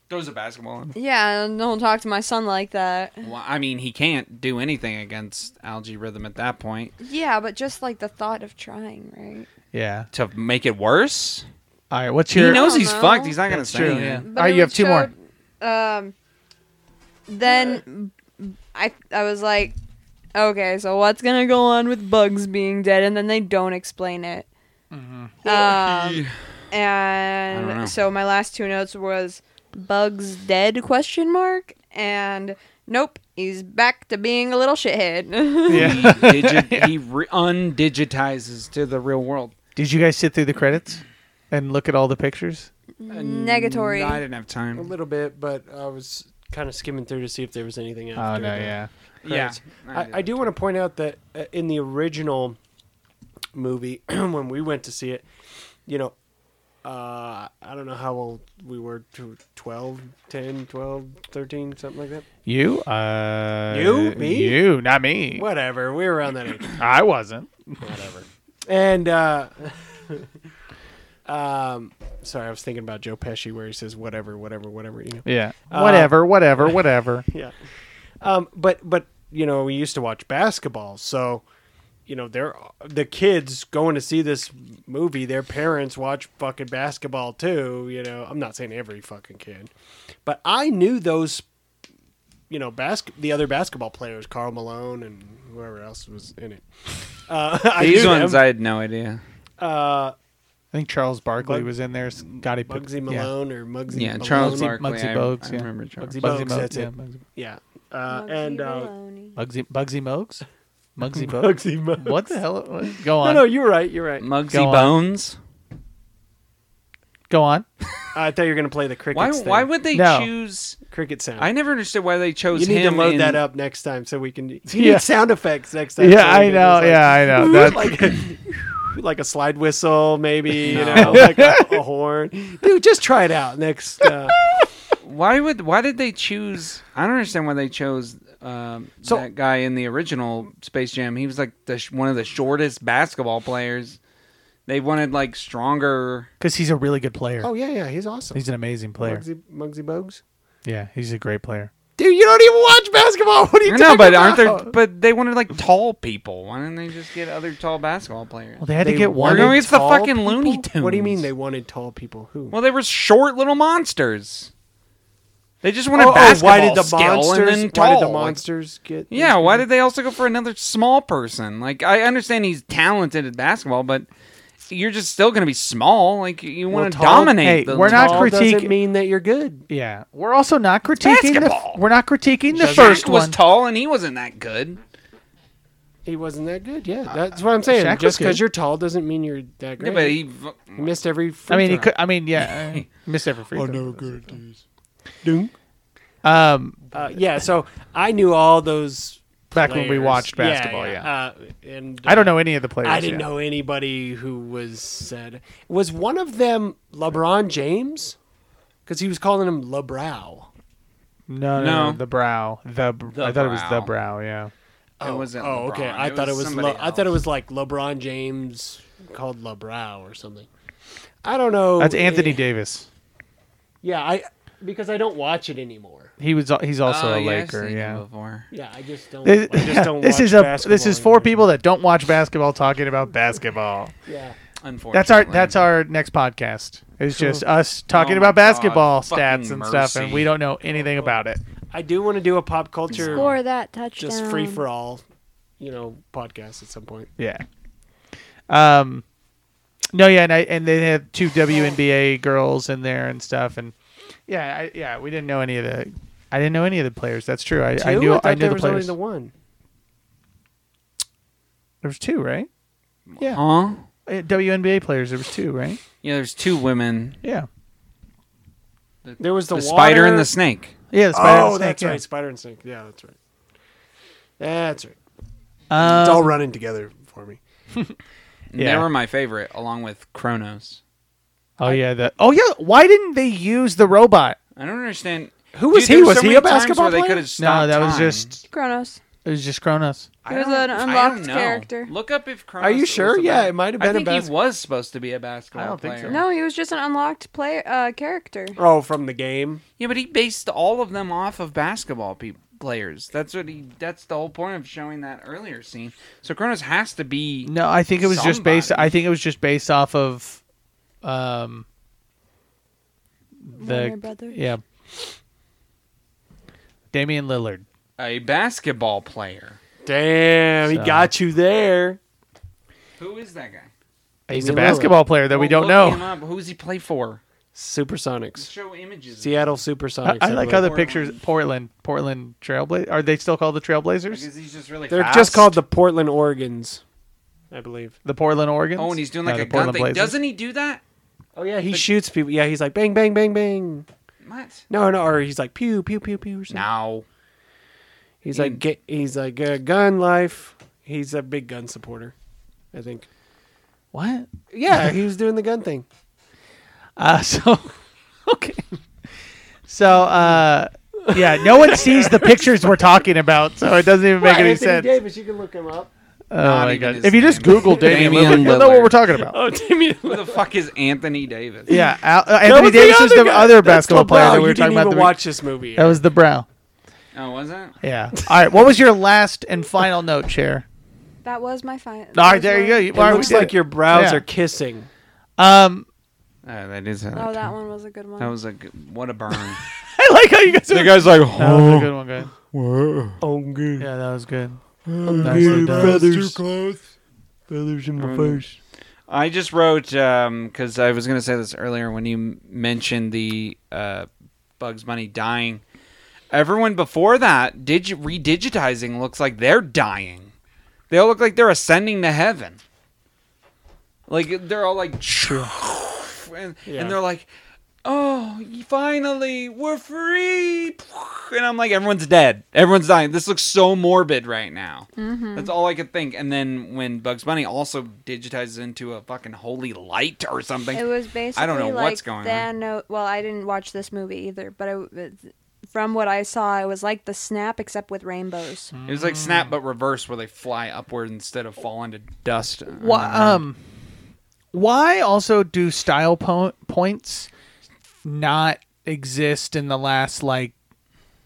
Speaker 6: Throws a basketball. In.
Speaker 5: "Yeah, don't talk to my son like that."
Speaker 6: Well, I mean, he can't do anything against algae rhythm at that point
Speaker 5: Yeah, but just like the thought of trying, right?
Speaker 7: Yeah.
Speaker 6: to make it worse.
Speaker 7: All right. What's
Speaker 6: He
Speaker 7: your?
Speaker 6: knows
Speaker 5: don't
Speaker 6: he's
Speaker 5: know.
Speaker 6: fucked. He's not gonna
Speaker 7: That's
Speaker 6: say
Speaker 7: true,
Speaker 6: anything.
Speaker 7: yeah.
Speaker 5: But
Speaker 7: All right,
Speaker 5: it
Speaker 7: you have two more.
Speaker 5: showed- Um, then I I was like, okay, so what's gonna go on with Bugs being dead? And then they don't explain it.
Speaker 8: Mm-hmm.
Speaker 5: Um,
Speaker 6: I don't know.
Speaker 5: and so my last two notes was Bugs dead question mark and nope he's back to being a little shithead.
Speaker 7: Yeah.
Speaker 6: Digi- He re- undigitizes to the real world.
Speaker 7: Did you guys sit through the credits and look at all the pictures?
Speaker 5: Negatory.
Speaker 6: No, I didn't have time.
Speaker 8: A little bit, but I was kind of skimming through to see if there was anything else.
Speaker 7: Oh no, yeah.
Speaker 6: Yeah,
Speaker 8: I, I do want to point out that uh, in the original movie, when we went to see it, you know, uh, I don't know how old we were, tw- 12, 10, 12, 13, something like that.
Speaker 7: You? Uh
Speaker 8: You? Me?
Speaker 7: You, not me.
Speaker 8: Whatever, we were around that age.
Speaker 7: I wasn't.
Speaker 8: And, uh, um, sorry, I was thinking about Joe Pesci where he says whatever, whatever, whatever, you know.
Speaker 7: Yeah. whatever, whatever, whatever.
Speaker 8: yeah. Um, but but you know, we used to watch basketball, so you know, they're the kids going to see this movie. Their parents watch fucking basketball too. You know, I'm not saying every fucking kid, but I knew those. You know, bas- the other basketball players, Carl Malone and whoever else was in it. Uh, I
Speaker 6: These
Speaker 8: knew
Speaker 6: ones,
Speaker 8: them.
Speaker 6: I had no idea.
Speaker 8: uh,
Speaker 7: I think Charles Barkley
Speaker 8: Bug-
Speaker 7: was in there. Scotty Pippen-
Speaker 8: Bugsy
Speaker 7: yeah.
Speaker 8: Malone or Mugsy.
Speaker 6: Yeah,
Speaker 8: Malone.
Speaker 6: Charles
Speaker 7: Mugsy-
Speaker 6: Barkley.
Speaker 7: Mugsy
Speaker 6: I,
Speaker 7: Bogues,
Speaker 6: I
Speaker 7: yeah.
Speaker 6: remember Charles.
Speaker 8: Bugsy
Speaker 7: Bugsy
Speaker 8: Bogues,
Speaker 7: Mo-
Speaker 8: that's
Speaker 7: yeah,
Speaker 8: it.
Speaker 7: Bugsy-
Speaker 8: Yeah, uh, and uh,
Speaker 7: Bugsy Bugsy Mogues? Mugsy Bogues?
Speaker 8: Mugsy. Mo-
Speaker 7: What the hell? What? Go
Speaker 8: No,
Speaker 7: on.
Speaker 8: no, you're right. You're right.
Speaker 6: Mugsy
Speaker 7: Go on.
Speaker 6: Bones.
Speaker 7: Go on.
Speaker 8: I thought you were gonna play the crickets.
Speaker 6: Why?
Speaker 8: thing.
Speaker 6: Why would they
Speaker 7: No.
Speaker 6: choose?
Speaker 8: cricket sound?
Speaker 6: I never understood why they chose
Speaker 8: you need to
Speaker 6: him.
Speaker 8: load
Speaker 6: in-
Speaker 8: that up next time so we can. You
Speaker 7: Yeah.
Speaker 8: need sound effects next time.
Speaker 7: Yeah,
Speaker 8: so we
Speaker 7: I
Speaker 8: can
Speaker 7: know. Yeah, I know. That's
Speaker 8: just, like, Like, like a slide whistle, maybe you know, like a, a horn. Dude, just try it out next. Uh,
Speaker 6: Why would? Why did they choose? I don't understand why they chose um,
Speaker 8: So-
Speaker 6: that guy in the original Space Jam. He was like the sh- one of the shortest basketball players. They wanted like stronger.
Speaker 7: because he's a really good player.
Speaker 8: oh yeah, yeah, he's awesome.
Speaker 7: He's an amazing player.
Speaker 8: Muggsy, Muggsy Bogues.
Speaker 7: Yeah, he's a great player.
Speaker 8: Dude, you don't even watch basketball. What are you
Speaker 6: I
Speaker 8: talking
Speaker 6: know, but
Speaker 8: about?
Speaker 6: aren't there? But they wanted like tall people. Why didn't they just get other tall basketball players?
Speaker 7: Well, they had
Speaker 8: They
Speaker 7: to get one.
Speaker 6: They're going against the
Speaker 8: tall
Speaker 6: fucking Looney
Speaker 8: people?
Speaker 6: Tunes.
Speaker 8: What do you mean they wanted tall people? Who?
Speaker 6: Well, they were short little monsters. They just wanted
Speaker 8: Oh, oh,
Speaker 6: basketball
Speaker 8: why did the
Speaker 6: skill and
Speaker 8: monsters?
Speaker 6: then
Speaker 8: why did
Speaker 6: tall.
Speaker 8: the monsters get?
Speaker 6: Like, yeah, why did they also go for another small person? Like I understand he's talented at basketball, but you're just still going to be small. Like you want to
Speaker 8: tall-
Speaker 6: dominate.
Speaker 7: hey,
Speaker 6: the
Speaker 7: we're not
Speaker 6: tall-
Speaker 8: Tall doesn't
Speaker 7: critique-
Speaker 8: mean that you're good.
Speaker 7: Yeah, we're also not critiquing
Speaker 6: Basketball.
Speaker 7: the. We're not critiquing the
Speaker 6: Shaq
Speaker 7: first
Speaker 6: was
Speaker 7: one.
Speaker 6: tall and he wasn't that good.
Speaker 8: He wasn't that good. Yeah, that's what I'm saying.
Speaker 7: Uh, Shaq was
Speaker 8: Just because
Speaker 7: good.
Speaker 8: you're tall doesn't mean you're that great.
Speaker 6: Yeah, but he
Speaker 8: He missed every. Free
Speaker 7: I mean, he
Speaker 8: throw.
Speaker 7: could. I mean, yeah, I missed every
Speaker 8: Oh,
Speaker 7: free throw.
Speaker 4: good at these.
Speaker 7: Um,
Speaker 8: Uh, yeah, so I knew all those
Speaker 7: Back when we
Speaker 8: players.
Speaker 7: watched basketball,
Speaker 8: Uh, and
Speaker 7: I don't
Speaker 8: uh,
Speaker 7: know any of the players.
Speaker 8: I didn't
Speaker 7: yet.
Speaker 8: know anybody who was said was one of them LeBron James because he was calling him LeBrow.
Speaker 7: No, no, no,
Speaker 6: No.
Speaker 7: the brow. The, br
Speaker 6: The
Speaker 7: I thought it was the
Speaker 6: brow.
Speaker 7: brow. Yeah.
Speaker 6: It wasn't
Speaker 8: Oh, okay.
Speaker 6: LeBron.
Speaker 8: I thought it was
Speaker 6: somebody
Speaker 8: Le- I thought it
Speaker 6: else.
Speaker 8: was like LeBron James called LeBrow or something. I don't
Speaker 6: Oh,
Speaker 8: know.
Speaker 7: That's Anthony
Speaker 8: Eh,
Speaker 7: Davis.
Speaker 8: Yeah, I because I don't watch it anymore.
Speaker 7: He was. al- He's also
Speaker 6: Oh,
Speaker 7: a
Speaker 6: yeah, I've
Speaker 7: Laker.
Speaker 6: seen him
Speaker 7: Yeah.
Speaker 6: before.
Speaker 8: Yeah, I just don't.
Speaker 7: This,
Speaker 8: I just don't
Speaker 7: this
Speaker 8: watch
Speaker 7: is a.
Speaker 8: basketball
Speaker 7: This is four
Speaker 8: anymore.
Speaker 7: people that don't watch basketball talking about basketball.
Speaker 8: Yeah.
Speaker 6: Unfortunately,
Speaker 7: That's our. That's our next podcast. It's just us talking
Speaker 6: Oh my
Speaker 7: about basketball
Speaker 6: God,
Speaker 7: stats
Speaker 6: fucking
Speaker 7: and stuff, and
Speaker 6: mercy.
Speaker 7: we don't know anything about it.
Speaker 8: I do want to do a pop culture
Speaker 5: Score that touchdown.
Speaker 8: just free for all, you know, podcast at some point.
Speaker 7: Yeah. Um. No, yeah, and I, and they had two WNBA girls in there and stuff, and yeah, I, yeah, we didn't know any of the, I didn't know any of the players. That's true. I, I
Speaker 8: Two?
Speaker 7: knew
Speaker 8: thought
Speaker 7: I, knew
Speaker 8: there
Speaker 7: the
Speaker 8: was
Speaker 7: players.
Speaker 8: only the one.
Speaker 7: There was two, right? Yeah,
Speaker 6: Huh?
Speaker 7: Uh, WNBA players. There was two, right?
Speaker 6: Yeah, there's two women.
Speaker 7: Yeah,
Speaker 8: There was the,
Speaker 6: The spider and
Speaker 8: water-
Speaker 6: the snake.
Speaker 7: yeah. The Spider
Speaker 8: Oh,
Speaker 7: Snake,
Speaker 8: that's
Speaker 7: yeah.
Speaker 8: right, spider and snake. Yeah, that's right. That's right.
Speaker 7: Um,
Speaker 8: it's all running together for me.
Speaker 7: Yeah.
Speaker 6: They were my favorite, along with Kronos.
Speaker 7: oh yeah, the oh yeah. Why didn't they use the robot?
Speaker 6: I don't understand.
Speaker 8: Who was
Speaker 6: Dude,
Speaker 8: he?
Speaker 6: there
Speaker 8: Was
Speaker 6: so
Speaker 8: he
Speaker 6: many
Speaker 8: a
Speaker 6: times where
Speaker 8: basketball
Speaker 6: They
Speaker 8: player?
Speaker 6: could have stopped
Speaker 7: no, that was
Speaker 6: time.
Speaker 7: just
Speaker 5: Kronos.
Speaker 7: it was just Kronos.
Speaker 6: I
Speaker 5: It was
Speaker 6: don't-
Speaker 5: an
Speaker 6: I don't
Speaker 5: unlocked
Speaker 6: know.
Speaker 5: character.
Speaker 6: Look up if Kronos.
Speaker 8: Are you
Speaker 6: was
Speaker 8: sure?
Speaker 6: a
Speaker 8: Yeah,
Speaker 6: ba-
Speaker 8: it might have
Speaker 6: I
Speaker 8: been a
Speaker 6: think he
Speaker 8: basketball-
Speaker 6: was supposed to be a basketball
Speaker 7: I don't think
Speaker 6: player.
Speaker 7: so.
Speaker 5: No, he was just an unlocked player uh, character.
Speaker 8: Oh, from the game.
Speaker 6: Yeah, but he based all of them off of basketball pe- players. That's what he. That's the whole point of showing that earlier scene. So Kronos has to be.
Speaker 7: No, I think it was just based.
Speaker 6: Somebody.
Speaker 7: I think it was just based off of, um,
Speaker 5: Warner
Speaker 7: the
Speaker 5: Brothers.
Speaker 7: yeah, Damian Lillard.
Speaker 6: a basketball player.
Speaker 8: Damn, he
Speaker 7: So-
Speaker 8: got you there.
Speaker 6: Who is that guy?
Speaker 7: He's a
Speaker 8: Damian Lillard.
Speaker 7: basketball player that we
Speaker 6: Well,
Speaker 7: don't
Speaker 6: look him
Speaker 7: know.
Speaker 6: up. Who does he play for?
Speaker 8: Supersonics.
Speaker 6: Show images.
Speaker 8: Seattle Supersonics.
Speaker 7: I, I like
Speaker 8: believe.
Speaker 7: how the pictures. Portland, Portland Trailblazers. Are they still called the Trailblazers?
Speaker 6: Because he's just really.
Speaker 8: They're
Speaker 6: fast.
Speaker 8: just called the Portland Oregons, I believe.
Speaker 7: The Portland Oregon.
Speaker 6: Oh, and he's doing like a gun thing. Doesn't he do that?
Speaker 8: Oh yeah, he shoots people. Yeah, he's like bang, bang, bang, bang.
Speaker 6: What?
Speaker 8: No, no, or he's like pew, pew, pew, pew. Or something.
Speaker 6: No.
Speaker 8: He's like ga- he's like uh, gun life. He's a big gun supporter, I think.
Speaker 7: What?
Speaker 8: Yeah, he was doing the gun thing.
Speaker 7: Uh, so, okay. So, uh, yeah, no one sees the pictures we're talking about, so it doesn't even make
Speaker 8: Anthony
Speaker 7: any sense.
Speaker 8: Davis, you can look him up.
Speaker 7: Oh
Speaker 6: Not
Speaker 7: my
Speaker 6: even
Speaker 7: god!
Speaker 6: his
Speaker 7: If you just
Speaker 6: name.
Speaker 7: Google Damian,
Speaker 6: Damian
Speaker 7: Lillard, you'll know what
Speaker 6: Lillard.
Speaker 7: we're talking about.
Speaker 8: Oh, Damian.
Speaker 6: Who the fuck is Anthony Davis?
Speaker 7: Yeah, Al, uh, Anthony Davis is the other basketball player that we were talking about. the week-
Speaker 8: watch this movie.
Speaker 7: That was the brow.
Speaker 6: Oh, was it?
Speaker 7: Yeah. All right. What was your last and final note, chair?
Speaker 5: That was my final.
Speaker 7: All right, there you go. You-
Speaker 8: it
Speaker 7: all right, we
Speaker 8: looks
Speaker 7: did
Speaker 8: like
Speaker 7: it.
Speaker 8: your brows
Speaker 7: Yeah.
Speaker 8: are kissing.
Speaker 7: Um,
Speaker 6: Oh, that is.
Speaker 5: Oh, that one was a good one.
Speaker 6: That was a good, what a burn. Uh,
Speaker 7: I like how you guys. Are,
Speaker 6: guy's like,
Speaker 7: that was a good one, guys.
Speaker 8: Oh, good.
Speaker 7: Yeah, that was good. Nicely done.
Speaker 8: Feathers in my face.
Speaker 6: I just wrote because I was going to say this earlier when you m- mentioned the uh, Bugs Bunny dying. Everyone before that, digi- redigitizing looks like they're dying. They all look like they're ascending to heaven. Like they're all like, and, and they're like, oh, finally, we're free. And I'm like, everyone's dead. Everyone's dying. This looks so morbid right now. That's all I could think. And then when Bugs Bunny also digitizes into a fucking holy light or something.
Speaker 5: It was basically.
Speaker 6: I don't know
Speaker 5: like
Speaker 6: what's going on.
Speaker 5: Thano- Well, I didn't watch this movie either, but I, it- from what I saw, it was like the Snap except with rainbows.
Speaker 6: It was like
Speaker 7: Mm.
Speaker 6: Snap but reverse, where they fly upward instead of falling to dust.
Speaker 7: Why, um, why also do style po- points not exist in the last like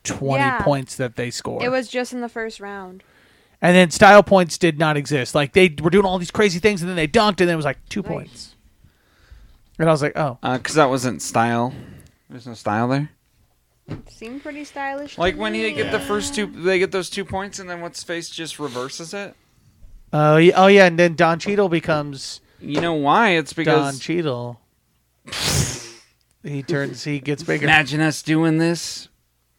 Speaker 7: twenty
Speaker 5: Yeah.
Speaker 7: points that they score?
Speaker 5: It was just in the first round.
Speaker 7: and then style points did not exist. Like they were doing all these crazy things, and then they dunked, and then it was like two points. And I was like, oh,
Speaker 6: Because Uh, that wasn't style. There's no style there.
Speaker 5: Seemed pretty stylish. to
Speaker 6: Like when
Speaker 5: me.
Speaker 6: they get the first two, they get those two points, and then what's face just reverses it.
Speaker 7: oh yeah, oh yeah, and then Don Cheadle becomes
Speaker 6: You know why? It's because
Speaker 7: Don Cheadle. he turns. He gets bigger.
Speaker 6: imagine us doing this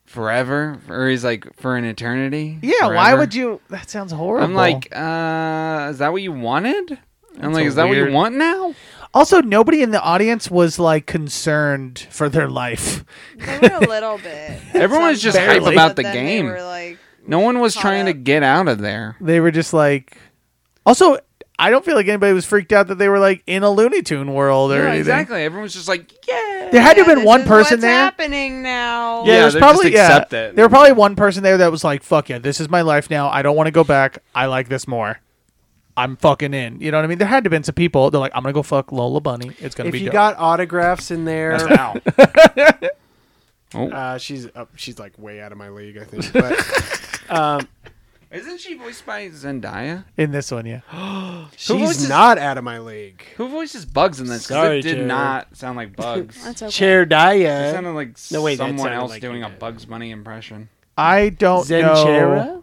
Speaker 6: forever, or he's like for an eternity.
Speaker 7: yeah. Why
Speaker 6: forever.
Speaker 7: would you? That sounds horrible.
Speaker 6: I'm like, uh, is that what you wanted? I'm like, is that what
Speaker 7: weird-
Speaker 6: you want now?
Speaker 7: Also, nobody in the audience was like concerned for their life.
Speaker 5: They were a little bit.
Speaker 6: Everyone was just hype
Speaker 7: Barely.
Speaker 6: about
Speaker 5: But
Speaker 6: the
Speaker 5: then they
Speaker 6: game.
Speaker 5: were like,
Speaker 6: no one was
Speaker 5: caught
Speaker 6: trying to
Speaker 5: up.
Speaker 6: get out of there.
Speaker 7: They were just like. Also, I don't feel like anybody was freaked out that they were like in a Looney Tune world or
Speaker 6: Yeah,
Speaker 7: anything.
Speaker 6: exactly. Everyone was just like, yeah.
Speaker 7: There had to
Speaker 5: "Yeah,
Speaker 7: have been
Speaker 5: this
Speaker 7: one
Speaker 5: is
Speaker 7: person
Speaker 5: what's
Speaker 7: there.
Speaker 5: happening now.
Speaker 7: Yeah,
Speaker 6: Yeah,
Speaker 7: there's
Speaker 6: they just
Speaker 7: probably
Speaker 6: accept
Speaker 7: yeah.
Speaker 6: it.
Speaker 7: There were probably one person there that was like, "Fuck yeah, this is my life now. I don't want to go back. I like this more. I'm fucking in." You know what I mean? There had to have been some people. They're like, "I'm gonna go fuck Lola Bunny. It's gonna
Speaker 8: If
Speaker 7: be
Speaker 8: you
Speaker 7: dope."
Speaker 8: got autographs in there,
Speaker 6: Oh.
Speaker 8: uh, she's up. She's like way out of my league, I think. But
Speaker 6: Isn't she voiced by Zendaya?
Speaker 7: in this one, yeah.
Speaker 8: she's
Speaker 6: voices-
Speaker 8: not out of my league.
Speaker 6: Who voices Bugs in this? 'Cause
Speaker 8: Sorry,
Speaker 6: it did
Speaker 8: Jared.
Speaker 6: not sound like Bugs. it
Speaker 5: That's okay.
Speaker 8: Chair
Speaker 6: sounded like
Speaker 8: No, wait, that
Speaker 6: someone
Speaker 8: sounded
Speaker 6: else
Speaker 8: like
Speaker 6: doing
Speaker 8: it
Speaker 6: a
Speaker 8: did.
Speaker 6: Bugs Bunny impression.
Speaker 7: I don't know.
Speaker 8: Zenchera?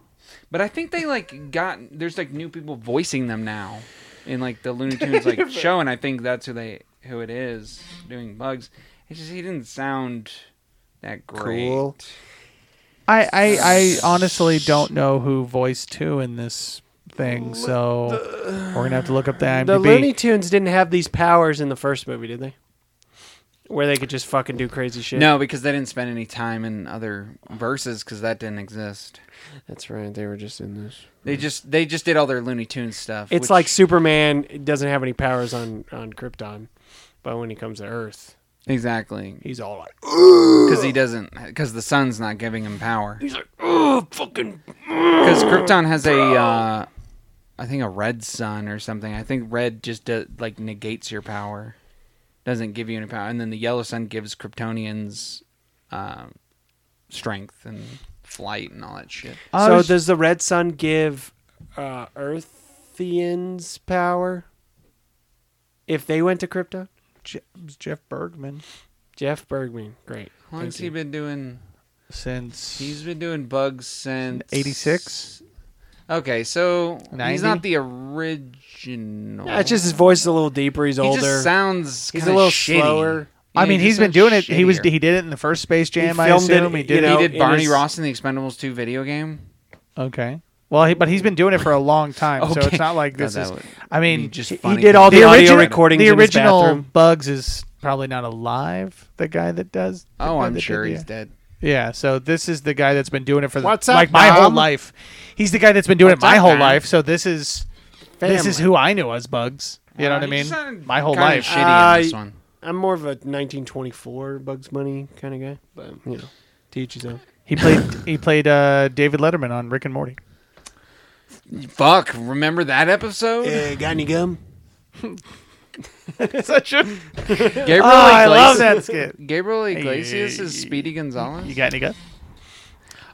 Speaker 6: But I think they like got there's like new people voicing them now in like the Looney Tunes like show, and I think that's who they who it is doing Bugs. It's just he didn't sound that great.
Speaker 8: Cool.
Speaker 7: I, I I honestly don't know who voiced who in this thing, so we're gonna have to look up the IMDb.
Speaker 8: The Looney Tunes didn't have these powers in the first movie, did they? Where they could just fucking do crazy shit.
Speaker 6: No, because they didn't spend any time in other verses because that didn't exist.
Speaker 8: that's right. They were just in this.
Speaker 6: They just they just did all their Looney Tunes stuff.
Speaker 8: Mm. It's
Speaker 6: which-
Speaker 8: like Superman doesn't have any powers on on Krypton, but when he comes to Earth,
Speaker 6: exactly
Speaker 8: he's all like,
Speaker 6: because he doesn't because the sun's not giving him power. He's like, oh fucking. Because Krypton has a, uh, I think a red sun or something. I think red just do, like negates your power, doesn't give you any power, and then the yellow sun gives Kryptonians uh, strength and flight and all that shit.
Speaker 7: I
Speaker 8: so
Speaker 7: was-
Speaker 8: does the red sun give uh, Earthians power? If they went to Krypton,
Speaker 7: Je- it was Jeff Bergman
Speaker 8: Jeff Bergman, great.
Speaker 6: How long's
Speaker 8: Thank
Speaker 6: he
Speaker 8: you.
Speaker 6: been doing?
Speaker 7: since
Speaker 6: He's been doing bugs since
Speaker 7: 86?
Speaker 6: Okay, so he's
Speaker 7: 90?
Speaker 6: not the original.
Speaker 8: Yeah, it's just his voice is a little deeper. He's
Speaker 6: he
Speaker 8: older.
Speaker 6: just sounds.
Speaker 8: He's a
Speaker 6: kinda
Speaker 8: little
Speaker 6: shitty.
Speaker 8: slower.
Speaker 6: Yeah,
Speaker 7: I mean,
Speaker 6: he
Speaker 7: he's
Speaker 6: just
Speaker 7: been
Speaker 6: sounds
Speaker 7: doing it. He was
Speaker 6: shittier.
Speaker 7: he did it in the first Space Jam. I
Speaker 8: filmed it,
Speaker 7: assume he
Speaker 8: you
Speaker 7: did
Speaker 8: know,
Speaker 7: it.
Speaker 6: he did
Speaker 8: in
Speaker 6: Barney
Speaker 8: his-
Speaker 6: Ross in the Expendables 2 video game.
Speaker 7: Okay. Well, he, but he's been doing it for a long time, so
Speaker 6: Okay.
Speaker 7: it's not like
Speaker 6: No,
Speaker 7: this
Speaker 6: that
Speaker 7: is.
Speaker 6: would
Speaker 7: I
Speaker 6: be
Speaker 7: mean,
Speaker 6: just
Speaker 7: he- he
Speaker 6: funny.
Speaker 7: did all the,
Speaker 8: The audio
Speaker 7: original
Speaker 8: recordings
Speaker 7: The
Speaker 8: in his
Speaker 7: original
Speaker 8: bathroom.
Speaker 7: Bugs is probably not alive. The guy that does. the
Speaker 6: Oh,
Speaker 7: guy
Speaker 6: I'm
Speaker 7: that did
Speaker 6: sure
Speaker 7: the-
Speaker 6: he's dead.
Speaker 7: Yeah. So this is the guy that's been doing it for
Speaker 8: What's
Speaker 7: the,
Speaker 8: up,
Speaker 7: like my whole
Speaker 8: Mom?
Speaker 7: life. He's the guy that's been doing
Speaker 6: What's
Speaker 7: it my
Speaker 6: up,
Speaker 7: whole
Speaker 6: Mom?
Speaker 7: life. So this is this is
Speaker 8: Family.
Speaker 7: who I knew as Bugs. You know what I
Speaker 6: Oh, He just
Speaker 7: mean?
Speaker 6: sounded
Speaker 7: My whole
Speaker 6: kinda
Speaker 7: life.
Speaker 6: Shitty in this
Speaker 8: Uh,
Speaker 6: one.
Speaker 8: I'm more of a 1924 Bugs Bunny kind of guy, but you know, teach his own.
Speaker 7: He played he played uh, David Letterman on Rick and Morty.
Speaker 6: Fuck, remember that episode?
Speaker 8: got any gum?
Speaker 7: Such a.
Speaker 6: Gabriel
Speaker 7: Oh, I love
Speaker 6: Iglesias-
Speaker 7: that skit.
Speaker 6: Gabriel Iglesias is Speedy Gonzalez.
Speaker 7: You got any guts?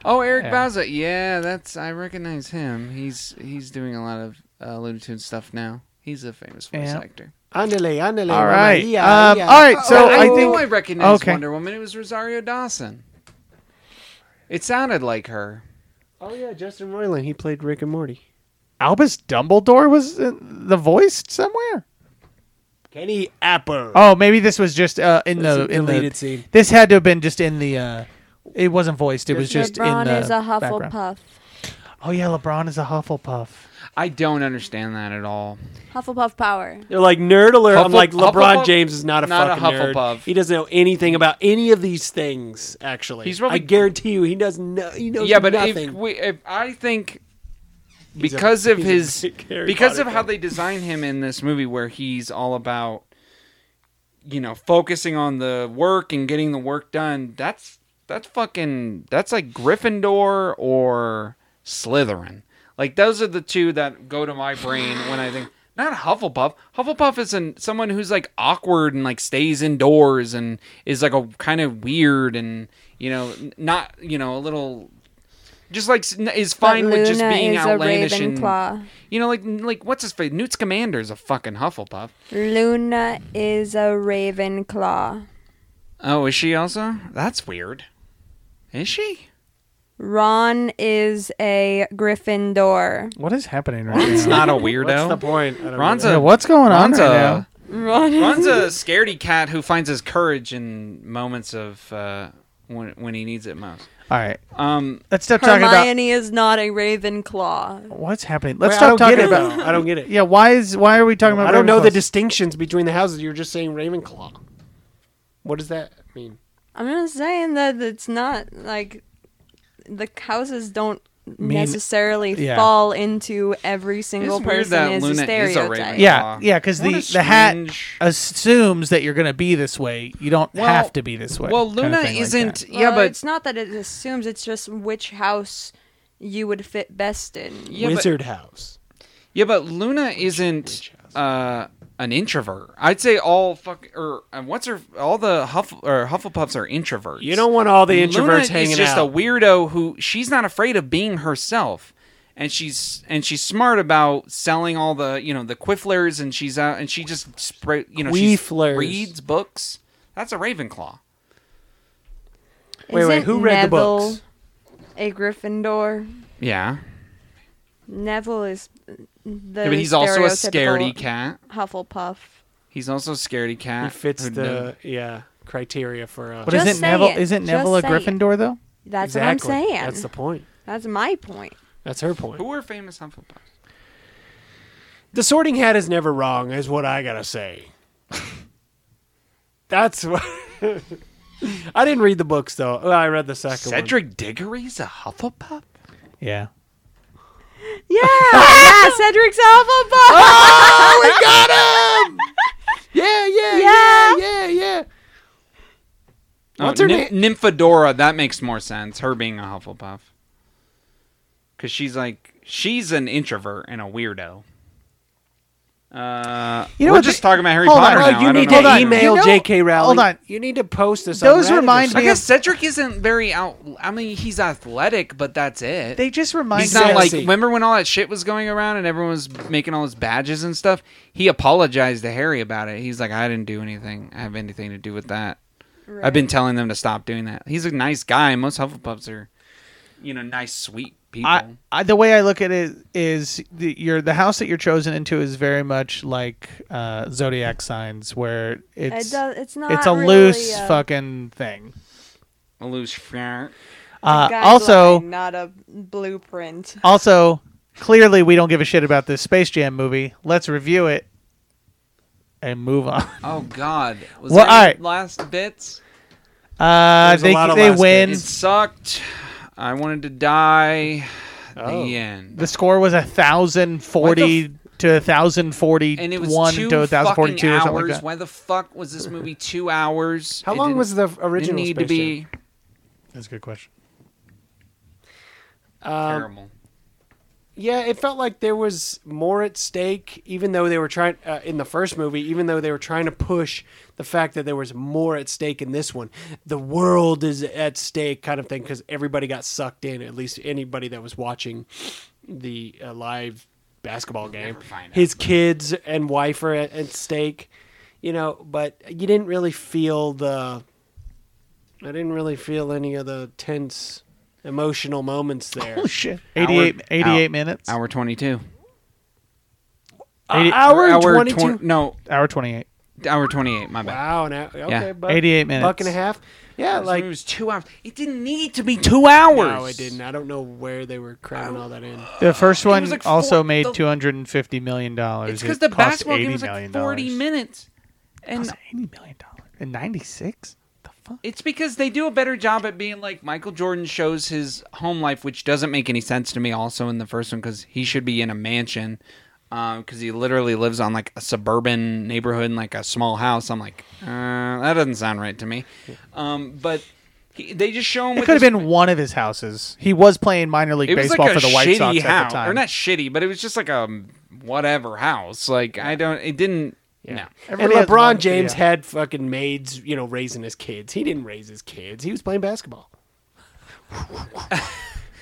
Speaker 6: Oh, Eric
Speaker 7: Yeah.
Speaker 6: Bauza. Yeah, that's I recognize him. He's he's doing a lot of uh, Looney Tunes stuff now. He's a famous voice
Speaker 7: Yeah.
Speaker 6: actor.
Speaker 8: Andale, andale.
Speaker 7: All
Speaker 8: mama,
Speaker 7: right.
Speaker 8: yeah,
Speaker 7: um,
Speaker 8: yeah.
Speaker 7: All right. So
Speaker 6: But I,
Speaker 7: I
Speaker 6: knew
Speaker 7: think
Speaker 6: oh, I recognized
Speaker 7: okay.
Speaker 6: Wonder Woman. It was Rosario Dawson. It sounded like her.
Speaker 8: Oh yeah, Justin Roiland. He played Rick and Morty.
Speaker 7: Albus Dumbledore was in the voice somewhere.
Speaker 8: Kenny Apple.
Speaker 7: Oh, maybe this was just uh, in
Speaker 8: That's
Speaker 7: the
Speaker 8: a
Speaker 7: in the,
Speaker 8: deleted scene.
Speaker 7: This had to have been just in the. Uh, it wasn't voiced. It was just
Speaker 5: LeBron
Speaker 7: in the
Speaker 5: is a Hufflepuff.
Speaker 7: background. Oh yeah, LeBron is a Hufflepuff.
Speaker 6: I don't understand that at all.
Speaker 5: Hufflepuff power.
Speaker 8: They're like nerd alert. I'm
Speaker 6: Huffle-
Speaker 8: like LeBron
Speaker 6: Hufflepuff?
Speaker 8: James is not a
Speaker 6: Not a
Speaker 8: fucking nerd.
Speaker 6: Hufflepuff.
Speaker 8: He doesn't know anything about any of these things. Actually,
Speaker 6: He's probably-
Speaker 8: I guarantee you, he does no. He knows
Speaker 6: yeah, but
Speaker 8: nothing.
Speaker 6: if we, if I think
Speaker 8: He's a-
Speaker 6: because of
Speaker 8: he's a
Speaker 6: his
Speaker 8: big Harry
Speaker 6: because
Speaker 8: Potter
Speaker 6: of how
Speaker 8: fan.
Speaker 6: they design him in this movie, where he's all about you know focusing on the work and getting the work done. That's that's fucking that's like Gryffindor or Slytherin. Like those are the two that go to my brain when I think not Hufflepuff. Hufflepuff is an, someone who's like awkward and like stays indoors and is like a kind of weird and you know n- not you know a little just like s- n- is fine
Speaker 5: But
Speaker 6: with just
Speaker 5: Luna
Speaker 6: being
Speaker 5: is a
Speaker 6: outlandish and
Speaker 5: Ravenclaw.
Speaker 6: you know like like what's his face Newt's commander is a fucking Hufflepuff.
Speaker 5: Luna is a Ravenclaw.
Speaker 6: Oh, is she also? That's weird. Is she?
Speaker 5: Ron is a Gryffindor.
Speaker 7: What is happening right
Speaker 6: Ron's
Speaker 7: now?
Speaker 6: not a weirdo.
Speaker 8: What's the point? I don't
Speaker 6: Ron's
Speaker 8: know.
Speaker 6: a
Speaker 7: Yeah, what's going on
Speaker 6: Ron's
Speaker 7: right
Speaker 6: a-
Speaker 7: now?
Speaker 5: Ron is
Speaker 6: Ron's a scaredy cat who finds his courage in moments of uh, when when he needs it most.
Speaker 7: All right,
Speaker 6: Um,
Speaker 7: let's stop talking about
Speaker 5: Hermione is not a Ravenclaw.
Speaker 7: what's happening. Let's
Speaker 8: Wait, I
Speaker 7: stop
Speaker 8: don't
Speaker 7: talking
Speaker 8: get
Speaker 7: about.
Speaker 8: It, though. I don't get it.
Speaker 7: Yeah, why is why are we talking about?
Speaker 8: I don't know the
Speaker 7: Ravenclaws?
Speaker 8: distinctions between the houses. You're just saying Ravenclaw. What does that mean?
Speaker 5: I'm not saying that it's not like the houses don't necessarily
Speaker 7: yeah.
Speaker 5: fall into every single
Speaker 6: It's weird
Speaker 5: person
Speaker 6: that
Speaker 5: is a
Speaker 6: Luna is a
Speaker 5: stereotype.
Speaker 6: Ravenclaw.
Speaker 7: Yeah,
Speaker 6: Aw.
Speaker 7: yeah, because
Speaker 6: What
Speaker 7: the,
Speaker 6: a
Speaker 7: the hat
Speaker 6: strange-
Speaker 7: assumes that you're going to be this way. You don't
Speaker 6: Well-
Speaker 7: have to be this way.
Speaker 6: well,
Speaker 7: kind of
Speaker 6: Luna
Speaker 7: thing like that.
Speaker 6: isn't.
Speaker 5: Well,
Speaker 6: yeah, but
Speaker 5: it's not that it assumes; it's just which house you would fit best in.
Speaker 6: yeah, but-
Speaker 8: Wizard House.
Speaker 6: Yeah, but Luna isn't uh, an introvert. I'd say all fuck or and what's her all the Huff or Hufflepuffs are introverts.
Speaker 8: You don't want all the introverts
Speaker 6: Luna
Speaker 8: hanging
Speaker 6: is just
Speaker 8: out.
Speaker 6: a weirdo who she's not afraid of being herself, and she's and she's smart about selling all the you know the Quifflers, and she's out and she just spread you know she
Speaker 8: Quifflers.
Speaker 6: reads books. That's a Ravenclaw.
Speaker 8: Wait, wait,
Speaker 5: Isn't
Speaker 8: who read the
Speaker 5: Neville
Speaker 8: books?
Speaker 5: A Gryffindor.
Speaker 6: Yeah,
Speaker 5: Neville is the.
Speaker 6: but he's also a
Speaker 5: stereotypical
Speaker 6: scaredy cat.
Speaker 5: Hufflepuff.
Speaker 6: He's also a scaredy
Speaker 8: He
Speaker 6: cat.
Speaker 8: fits
Speaker 6: who
Speaker 8: the yeah criteria for. Uh,
Speaker 7: But
Speaker 5: Just
Speaker 7: isn't
Speaker 5: say
Speaker 7: Neville
Speaker 5: it.
Speaker 7: isn't
Speaker 5: Just
Speaker 7: Neville a
Speaker 5: say it.
Speaker 7: Gryffindor though?
Speaker 5: That's
Speaker 8: exactly.
Speaker 5: what I'm saying.
Speaker 8: That's
Speaker 5: That's,
Speaker 8: the point.
Speaker 5: my point.
Speaker 8: That's her point.
Speaker 6: Who are famous Hufflepuffs?
Speaker 8: The Sorting Hat is never wrong, is what I gotta say. That's what. I didn't read the books though. Well, I read the second one.
Speaker 6: Cedric Diggory's a Hufflepuff.
Speaker 7: Yeah.
Speaker 5: Yeah, yeah, Cedric's Hufflepuff.
Speaker 8: Yeah, yeah,
Speaker 5: Yeah.
Speaker 8: yeah, yeah, yeah.
Speaker 6: Oh,
Speaker 8: What's her
Speaker 6: Nymph- Nymphadora. That makes more sense. Her being a Hufflepuff. Because she's like she's an introvert and a weirdo. Uh,
Speaker 7: You know
Speaker 6: we're
Speaker 7: what
Speaker 6: just
Speaker 7: the-
Speaker 6: talking about Harry
Speaker 7: hold on,
Speaker 6: Potter
Speaker 7: no,
Speaker 6: now.
Speaker 7: you
Speaker 6: I don't
Speaker 7: need
Speaker 6: know
Speaker 7: to
Speaker 6: why.
Speaker 7: You
Speaker 8: Email
Speaker 7: know-
Speaker 8: J.K. Rowling.
Speaker 7: hold on.
Speaker 8: You need to post this.
Speaker 7: Those
Speaker 8: on Reddit or
Speaker 7: remind
Speaker 8: something.
Speaker 6: I guess Cedric isn't very out. I mean, he's athletic, but that's it.
Speaker 7: They just remind
Speaker 6: he's
Speaker 7: me.
Speaker 6: not
Speaker 7: of-
Speaker 6: like.
Speaker 8: sassy.
Speaker 6: Remember when all that shit was going around and everyone was making all his badges and stuff? He apologized to Harry about it. He's like, I didn't do anything. I have anything to do with that. I've been telling them to stop doing that. He's a nice guy. Most Hufflepuffs are, you know, nice, sweet people.
Speaker 7: I, I, the way I look at it is the, your the house that you're chosen into is very much like uh, zodiac signs, where it's
Speaker 5: It does, it's not.
Speaker 7: it's a
Speaker 5: really uh,
Speaker 7: loose
Speaker 5: a
Speaker 7: fucking thing.
Speaker 6: a loose frat.
Speaker 7: Uh,
Speaker 5: guideline,
Speaker 7: also,
Speaker 5: not a blueprint.
Speaker 7: Also, clearly we don't give a shit about this Space Jam movie. Let's review it and move on.
Speaker 6: Oh God, was
Speaker 7: Well,
Speaker 6: that
Speaker 7: all
Speaker 6: your
Speaker 7: right.
Speaker 6: last bits?
Speaker 7: Uh,
Speaker 8: There's a
Speaker 7: they
Speaker 8: lot of
Speaker 7: they
Speaker 8: last
Speaker 7: win.
Speaker 6: It sucked. I wanted to die.
Speaker 7: Oh.
Speaker 6: The end.
Speaker 7: The score was a thousand forty to a thousand forty
Speaker 6: and it was
Speaker 7: one
Speaker 6: two
Speaker 7: to a thousand forty
Speaker 6: fucking
Speaker 7: two or
Speaker 6: hours.
Speaker 7: something like that.
Speaker 6: Why the fuck was this movie two hours?
Speaker 8: How
Speaker 6: It
Speaker 8: long
Speaker 6: didn't-
Speaker 8: was the original
Speaker 6: Didn't need to
Speaker 8: Space Jam?
Speaker 6: be
Speaker 7: That's a good question.
Speaker 6: terrible.
Speaker 8: Yeah, it felt like there was more at stake, even though they were trying uh, in the first movie, even though they were trying to push the fact that there was more at stake in this one. The world is at stake, kind of thing, because everybody got sucked in. At least anybody that was watching the uh, live basketball game,
Speaker 6: find out.
Speaker 8: his kids and wife are at, at stake. You know, but you didn't really feel the. I didn't really feel any of the tense, emotional moments there.
Speaker 7: Holy Oh, shit! 88,
Speaker 6: Hour-
Speaker 7: 88
Speaker 6: hour-
Speaker 7: minutes.
Speaker 6: Hour twenty-two.
Speaker 7: Eighty-
Speaker 6: Oh,
Speaker 8: hour, and
Speaker 6: hour
Speaker 8: 22?
Speaker 6: twen- no,
Speaker 7: hour twenty eight.
Speaker 6: hour twenty-eight. My bad.
Speaker 8: Wow, now okay,
Speaker 6: Yeah.
Speaker 8: buck,
Speaker 7: 88 minutes.
Speaker 8: buck and a half. Yeah,
Speaker 6: Like,
Speaker 8: like
Speaker 6: it was two hours. It didn't need to be two hours.
Speaker 8: no, I didn't. I don't know where they were cramming all that in.
Speaker 7: The first one
Speaker 6: like
Speaker 7: also
Speaker 6: four-
Speaker 7: made
Speaker 6: the-
Speaker 7: two hundred and fifty million dollars.
Speaker 6: It's because the basketball game was like forty minutes, and
Speaker 7: It's eighty million dollars in ninety six. The fuck?
Speaker 6: it's because they do a better job at being like Michael Jordan shows his home life, which doesn't make any sense to me. Also in the first one, because he should be in a mansion, because he literally lives on like a suburban neighborhood in like a small house. I'm like, uh, that doesn't sound right to me. Um, but he, they just show him.
Speaker 7: It could have been one of his houses. He was playing minor league
Speaker 6: it was
Speaker 7: baseball
Speaker 6: like a
Speaker 7: for the White
Speaker 6: shitty
Speaker 7: Sox
Speaker 6: house,
Speaker 7: at the time.
Speaker 6: or not shitty, but it was just like a whatever house. Like I don't. It didn't. No.
Speaker 7: Everybody has
Speaker 8: and LeBron
Speaker 7: one-
Speaker 8: James
Speaker 7: yeah.
Speaker 8: had fucking maids, you know, raising his kids. He didn't raise his kids. He was playing basketball.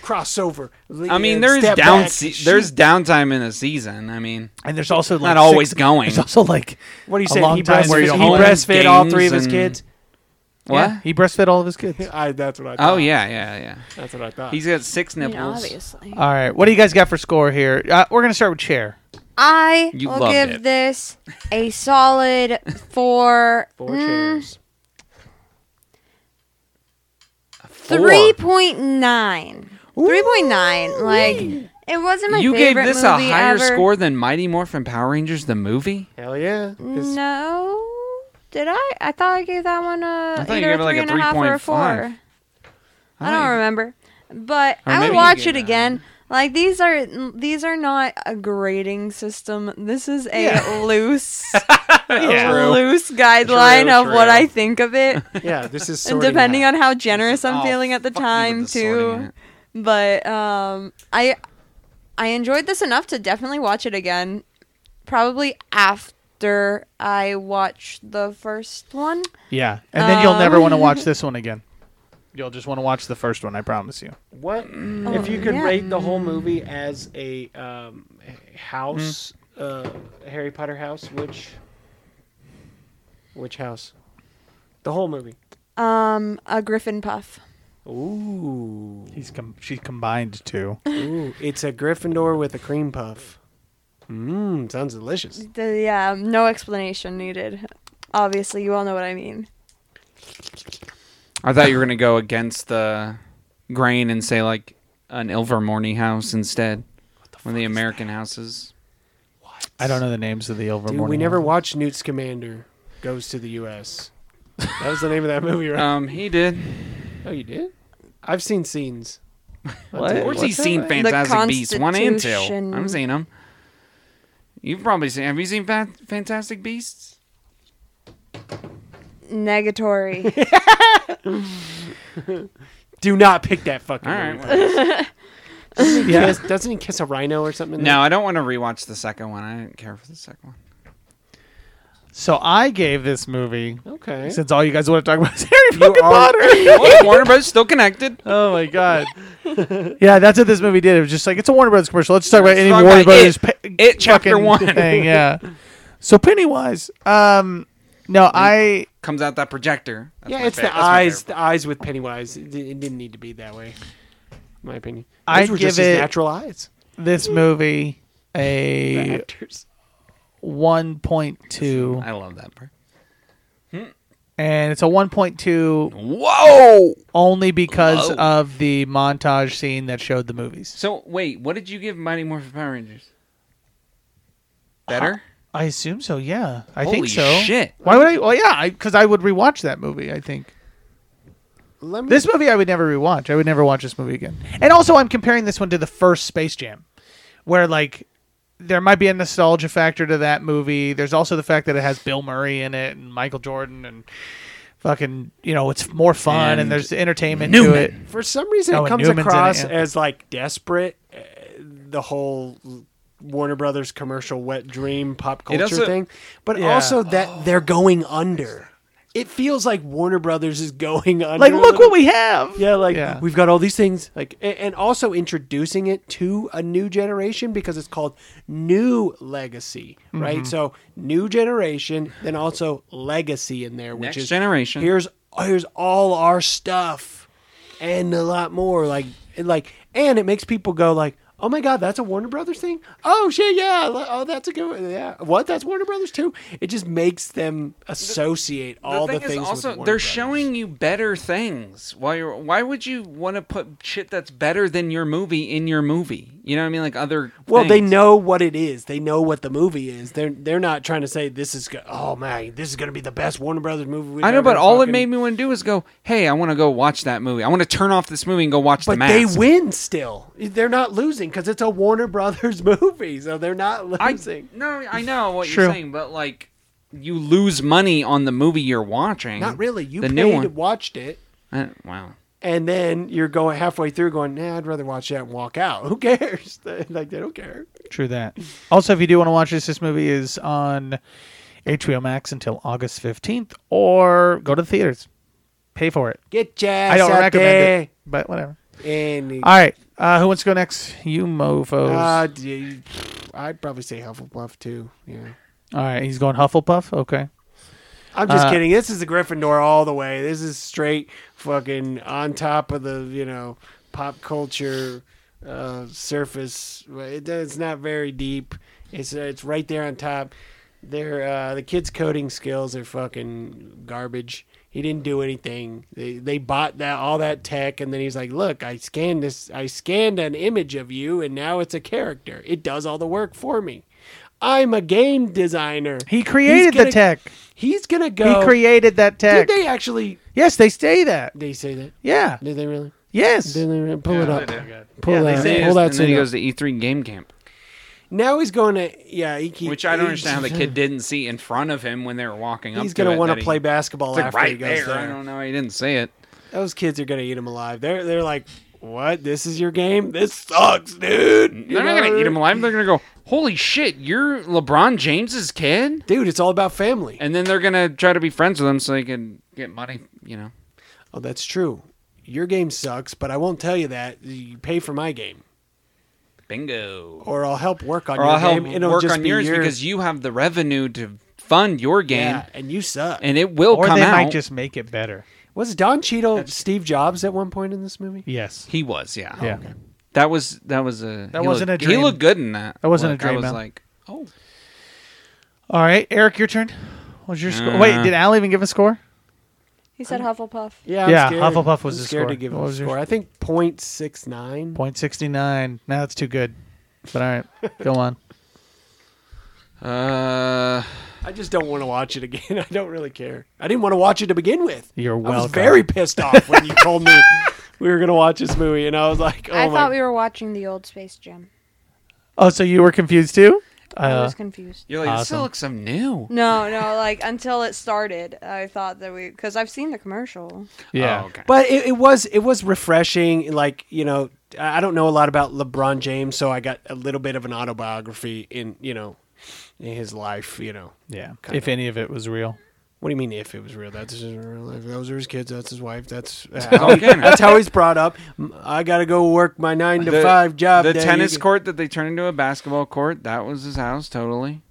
Speaker 8: Crossover.
Speaker 6: I mean,
Speaker 8: and
Speaker 6: there is
Speaker 8: step
Speaker 6: down
Speaker 8: back, shoot.
Speaker 6: there's downtime in a season. I mean,
Speaker 7: And there's also like
Speaker 6: not always
Speaker 7: six-
Speaker 6: going.
Speaker 7: There's also like
Speaker 8: what do you
Speaker 7: a
Speaker 8: say?
Speaker 7: long
Speaker 8: He
Speaker 7: time where
Speaker 8: breastfed,
Speaker 7: you're
Speaker 8: he
Speaker 7: home
Speaker 8: breastfed all
Speaker 6: games
Speaker 8: three of his
Speaker 6: and-
Speaker 8: kids.
Speaker 6: What?
Speaker 7: Yeah, Uh, he breastfed all of his kids.
Speaker 4: I, that's what I thought.
Speaker 6: Oh yeah, yeah, yeah.
Speaker 4: That's what I thought.
Speaker 6: He's got six
Speaker 5: I mean,
Speaker 6: nipples.
Speaker 5: obviously.
Speaker 7: All right, what do you guys got for score here? Uh, we're gonna start with chair.
Speaker 5: I
Speaker 6: You
Speaker 5: will
Speaker 6: loved
Speaker 5: give
Speaker 6: it.
Speaker 5: this a solid four.
Speaker 4: Four
Speaker 5: mm,
Speaker 4: chairs.
Speaker 5: Three point nine. Three point nine. Like it wasn't my
Speaker 6: you gave
Speaker 5: favorite
Speaker 6: this a
Speaker 5: movie
Speaker 6: higher
Speaker 5: ever.
Speaker 6: score than Mighty Morphin Power Rangers the movie.
Speaker 8: Hell yeah. 'Cause
Speaker 5: No, did I? I thought I gave that one a
Speaker 6: I thought you
Speaker 5: either
Speaker 6: gave it like
Speaker 5: three
Speaker 6: a
Speaker 5: and a half or a
Speaker 6: 3.5.
Speaker 5: four. I don't remember, but
Speaker 6: Or
Speaker 5: I
Speaker 6: maybe
Speaker 5: would
Speaker 6: you
Speaker 5: watch
Speaker 6: gave
Speaker 5: it
Speaker 6: that
Speaker 5: again. Like these are these are not a grading system. This is a loose a loose guideline
Speaker 6: True,
Speaker 5: of what
Speaker 6: true.
Speaker 5: I think of it,
Speaker 8: Yeah, this is
Speaker 5: and
Speaker 8: sorting
Speaker 5: depending
Speaker 8: hat.
Speaker 5: on how generous I'm
Speaker 6: Oh,
Speaker 5: feeling at the
Speaker 6: fuck you
Speaker 5: time
Speaker 6: with the sorting
Speaker 5: too.
Speaker 6: hat.
Speaker 5: But um, I I enjoyed this enough to definitely watch it again. Probably after I watch the first one.
Speaker 7: Yeah, and then you'll
Speaker 6: Um,
Speaker 7: never want to watch this one again. You'll just want to watch the first one. I promise you.
Speaker 8: What if you could
Speaker 5: yeah.
Speaker 8: rate the whole movie as a um, a house, uh, Harry Potter house? Which which house? The whole movie.
Speaker 5: Um, a Griffin Puff.
Speaker 8: Ooh,
Speaker 7: He's com- she combined two.
Speaker 8: ooh! It's a Gryffindor with a cream puff. Mmm, sounds delicious.
Speaker 5: The, yeah, no explanation needed. Obviously, you all know what I mean.
Speaker 6: I thought you were gonna go against the grain and say like an Ilvermorny house instead. One of the American houses.
Speaker 7: I don't know the names of the Ilvermorny.
Speaker 8: Dude, we never watched Newt's Commander goes to the U.S. That was the name of that movie, right?
Speaker 6: Um, he did.
Speaker 8: oh, you did. I've seen scenes.
Speaker 6: Of course, he's seen Fantastic Beasts one and two.
Speaker 5: Constitution.
Speaker 6: I've seen them. You've probably seen. Have you seen Fa- Fantastic Beasts?
Speaker 5: Negatory.
Speaker 8: Do not pick that fucking.
Speaker 6: All
Speaker 8: movie.
Speaker 6: right.
Speaker 8: Yeah. Kiss- doesn't he kiss a rhino or something?
Speaker 6: No, I don't want to rewatch the second one. I didn't care for the second one.
Speaker 7: So I gave this movie.
Speaker 8: Okay.
Speaker 7: Since all you guys want to talk about is Harry fucking
Speaker 8: are-
Speaker 7: Potter.
Speaker 6: Oh, it's Warner Bros. still connected.
Speaker 7: oh my god. yeah, that's what this movie did. It was just like it's a Warner Brothers commercial. Let's talk about
Speaker 6: Let's
Speaker 7: any
Speaker 6: talk
Speaker 7: Warner
Speaker 6: about
Speaker 7: Brothers.
Speaker 6: It. It chapter
Speaker 7: fucking
Speaker 6: one.
Speaker 7: Thing. Yeah. So Pennywise. Um. No, I.
Speaker 6: Comes out that projector. That's
Speaker 8: yeah,
Speaker 6: my
Speaker 8: it's
Speaker 6: fa-
Speaker 8: the
Speaker 6: that's my
Speaker 8: eyes.
Speaker 6: favorite.
Speaker 8: The eyes with Pennywise. It, di- it didn't need to be that way. In my opinion. Those
Speaker 7: I'd
Speaker 8: were just
Speaker 7: give
Speaker 8: his
Speaker 7: it-
Speaker 8: natural eyes.
Speaker 7: This movie
Speaker 8: The
Speaker 7: a
Speaker 8: actors.
Speaker 7: one point two,
Speaker 6: I love that part.
Speaker 7: and it's a one point two
Speaker 6: Whoa!
Speaker 7: only because
Speaker 6: Whoa.
Speaker 7: of the montage scene that showed the movies.
Speaker 6: So wait, what did you give Mighty Morphin Power Rangers? Better?
Speaker 7: I assume so. Yeah, I
Speaker 6: Holy
Speaker 7: think so.
Speaker 6: shit.
Speaker 7: Why would I? Well, yeah, because I, would rewatch that movie. I think
Speaker 8: Let me.
Speaker 7: this movie I would never rewatch. I would never watch this movie again. And also, I'm comparing this one to the first Space Jam, where like there might be a nostalgia factor to that movie. There's also the fact that it has Bill Murray in it and Michael Jordan and fucking you know it's more fun and,
Speaker 6: And
Speaker 7: there's entertainment to
Speaker 6: Newman.
Speaker 7: it.
Speaker 8: for some reason,
Speaker 7: Oh,
Speaker 8: it
Speaker 7: and
Speaker 8: comes
Speaker 7: Newman's in it,
Speaker 8: across
Speaker 7: yeah.
Speaker 8: as like desperate. Uh, the whole Warner Brothers commercial wet dream pop
Speaker 6: It
Speaker 8: culture
Speaker 6: also-
Speaker 8: thing, but
Speaker 7: Yeah.
Speaker 8: also that they're going under. It feels like Warner Brothers is going under.
Speaker 7: Like,
Speaker 8: a
Speaker 7: look
Speaker 8: little
Speaker 7: what we have.
Speaker 8: Yeah, like
Speaker 7: Yeah.
Speaker 8: we've got all these things, like, a- and also introducing it to a new generation because it's called New Legacy, right? So new generation, then also legacy in there, which
Speaker 6: Next
Speaker 8: is
Speaker 6: generation.
Speaker 8: Here's here's all our stuff, and a lot more, like and like, and it makes people go like. Oh my God, that's a Warner Brothers thing? Oh shit, yeah. le- Oh, that's a good one. Yeah. What? That's Warner Brothers too? It just makes them associate all the,
Speaker 6: thing
Speaker 8: things.
Speaker 6: is
Speaker 8: with
Speaker 6: also
Speaker 8: Warner
Speaker 6: they're
Speaker 8: Brothers.
Speaker 6: showing you better things. Why you're, why would you want to put shit that's better than your movie in your movie? You know what I mean? Like other
Speaker 8: Well, they
Speaker 6: things.
Speaker 8: know what it is. They know what the movie is. They're they're not trying to say this is go- oh man, this is going to be the best Warner Brothers movie. We've
Speaker 6: I know,
Speaker 8: ever
Speaker 6: but all it
Speaker 8: fucking-"
Speaker 6: made me want to do is go, "Hey, I want to go watch that movie. I want to turn off this movie and go watch the
Speaker 8: But they
Speaker 6: mask."
Speaker 8: win still. They're not losing because it's a Warner Brothers movie, so they're not
Speaker 6: I
Speaker 8: losing.
Speaker 6: no, I know what
Speaker 7: True.
Speaker 6: you're saying, but like you lose money on the movie you're watching.
Speaker 8: not really. You
Speaker 6: the
Speaker 8: paid,
Speaker 6: new one.
Speaker 8: watched it,
Speaker 6: Uh, wow.
Speaker 8: and then you're going halfway through, going, "Nah, I'd rather watch that and walk out." Who cares? like they don't care.
Speaker 7: True that. Also, if you do want to watch this, this movie is on HBO Max until August 15th, or go to the theaters. Pay for it.
Speaker 8: Get your ass
Speaker 7: I don't
Speaker 8: out
Speaker 7: recommend
Speaker 8: there.
Speaker 7: it, but whatever.
Speaker 8: And
Speaker 7: All right. Uh, who wants to go next? You mofos.
Speaker 8: uh, d- I'd probably say Hufflepuff too. Yeah.
Speaker 7: All right. He's going Hufflepuff. Okay.
Speaker 8: I'm just
Speaker 7: Uh,
Speaker 8: kidding. This is the Gryffindor all the way. This is straight fucking on top of the you know pop culture uh, surface. It, it's not very deep. It's uh, it's right there on top. Their uh, the kids' coding skills are fucking garbage. He didn't do anything. They they bought that all that tech, and then he's like, "Look, I scanned this. I scanned an image of you, and now it's a character. It does all the work for me. I'm a game designer.
Speaker 7: He created
Speaker 8: He's
Speaker 7: the
Speaker 8: gonna-
Speaker 7: tech.
Speaker 8: He's gonna go.
Speaker 7: He created that tech.
Speaker 8: Did they actually?
Speaker 7: yes, they say that.
Speaker 8: They say that.
Speaker 7: Yeah.
Speaker 8: Did they really?
Speaker 7: Yes.
Speaker 8: Did they really? Pull it up. Pull
Speaker 7: Yeah,
Speaker 8: it
Speaker 7: they
Speaker 8: up.
Speaker 7: say
Speaker 8: Pull that
Speaker 6: and then he
Speaker 8: shit
Speaker 6: goes
Speaker 8: up.
Speaker 6: to E3 Game Camp,
Speaker 8: Now he's going to. Yeah. He, keep-
Speaker 6: which I don't
Speaker 8: he-
Speaker 6: understand how the kid didn't see in front of him when they were walking up.
Speaker 8: He's
Speaker 6: going
Speaker 8: gonna
Speaker 6: to
Speaker 8: want
Speaker 6: that
Speaker 8: to
Speaker 6: he-
Speaker 8: play
Speaker 6: It's
Speaker 8: basketball
Speaker 6: like
Speaker 8: after he
Speaker 6: right
Speaker 8: goes
Speaker 6: there.
Speaker 8: there.
Speaker 6: I don't know. He didn't say it.
Speaker 8: Those kids are gonna eat him alive. They're they're like, what? This is your game? This sucks, dude. You
Speaker 6: They're not
Speaker 8: know?
Speaker 6: going to eat him alive. They're going to go, holy shit, you're LeBron James's kid?
Speaker 8: Dude, it's all about family.
Speaker 6: And then they're going to try to be friends with him so they can get money, you know.
Speaker 8: Oh, that's true. Your game sucks, but I won't tell you that. You pay for my game,
Speaker 6: Bingo.
Speaker 8: or I'll help work on
Speaker 6: Or
Speaker 8: your
Speaker 6: I'll help
Speaker 8: game. and It'll
Speaker 6: work
Speaker 8: just
Speaker 6: on
Speaker 8: be
Speaker 6: yours
Speaker 8: your,
Speaker 6: because you have the revenue to fund your game
Speaker 8: yeah, and you suck.
Speaker 6: and it will
Speaker 7: or
Speaker 6: come
Speaker 7: they
Speaker 6: out.
Speaker 7: might just make it better.
Speaker 8: Was Don Cheadle Steve Jobs at one point in this movie?
Speaker 7: Yes.
Speaker 6: He was, yeah.
Speaker 8: Oh,
Speaker 7: Yeah.
Speaker 6: That was that was a
Speaker 7: That
Speaker 6: he
Speaker 7: wasn't
Speaker 6: looked-
Speaker 7: a dream.
Speaker 6: He looked good in that.
Speaker 7: That wasn't a
Speaker 6: look.
Speaker 7: dream,
Speaker 6: I was
Speaker 7: man.
Speaker 6: like, oh,
Speaker 7: All right, Eric, your turn. What's your score?
Speaker 6: Uh,
Speaker 7: Wait, did Al even give a score?
Speaker 5: He said Hufflepuff.
Speaker 8: Yeah, I'm
Speaker 7: Yeah,
Speaker 8: scared.
Speaker 7: Hufflepuff was
Speaker 8: I'm
Speaker 7: the
Speaker 8: scared
Speaker 7: score.
Speaker 8: to give him
Speaker 7: What
Speaker 8: a
Speaker 7: was your-
Speaker 8: score. I think point six nine.
Speaker 7: Point sixty nine. No, that's too good. But all right, go on.
Speaker 6: uh,
Speaker 8: I just don't want to watch it again. I don't really care. I didn't want to watch it to begin with.
Speaker 7: You're
Speaker 8: I was
Speaker 7: welcome.
Speaker 8: very pissed off when you told me we were gonna watch this movie, and I was like, oh
Speaker 5: I
Speaker 8: my.
Speaker 5: thought we were watching the old Space Jam.
Speaker 7: Oh, so you were confused too?
Speaker 5: I
Speaker 7: Uh,
Speaker 5: was confused.
Speaker 6: you're like this
Speaker 7: Awesome.
Speaker 6: still looks so new.
Speaker 5: No, no, like until it started, I thought that we because I've seen the commercial.
Speaker 7: yeah.
Speaker 6: Oh, okay.
Speaker 8: but it, it was it was refreshing. Like you know, I I don't know a lot about LeBron James, so I got a little bit of an autobiography in you know, in his life. You know,
Speaker 7: Yeah.
Speaker 8: Kinda.
Speaker 7: If any of it was real.
Speaker 8: What do you mean if it was real? That's his real life. Those are his kids. That's his wife. That's
Speaker 6: all
Speaker 8: how,
Speaker 6: canon.
Speaker 8: that's how he's brought up. M- I gotta go work my nine to five job.
Speaker 6: The
Speaker 8: Daddy.
Speaker 6: tennis court that they turned into a basketball court, that was his house, totally.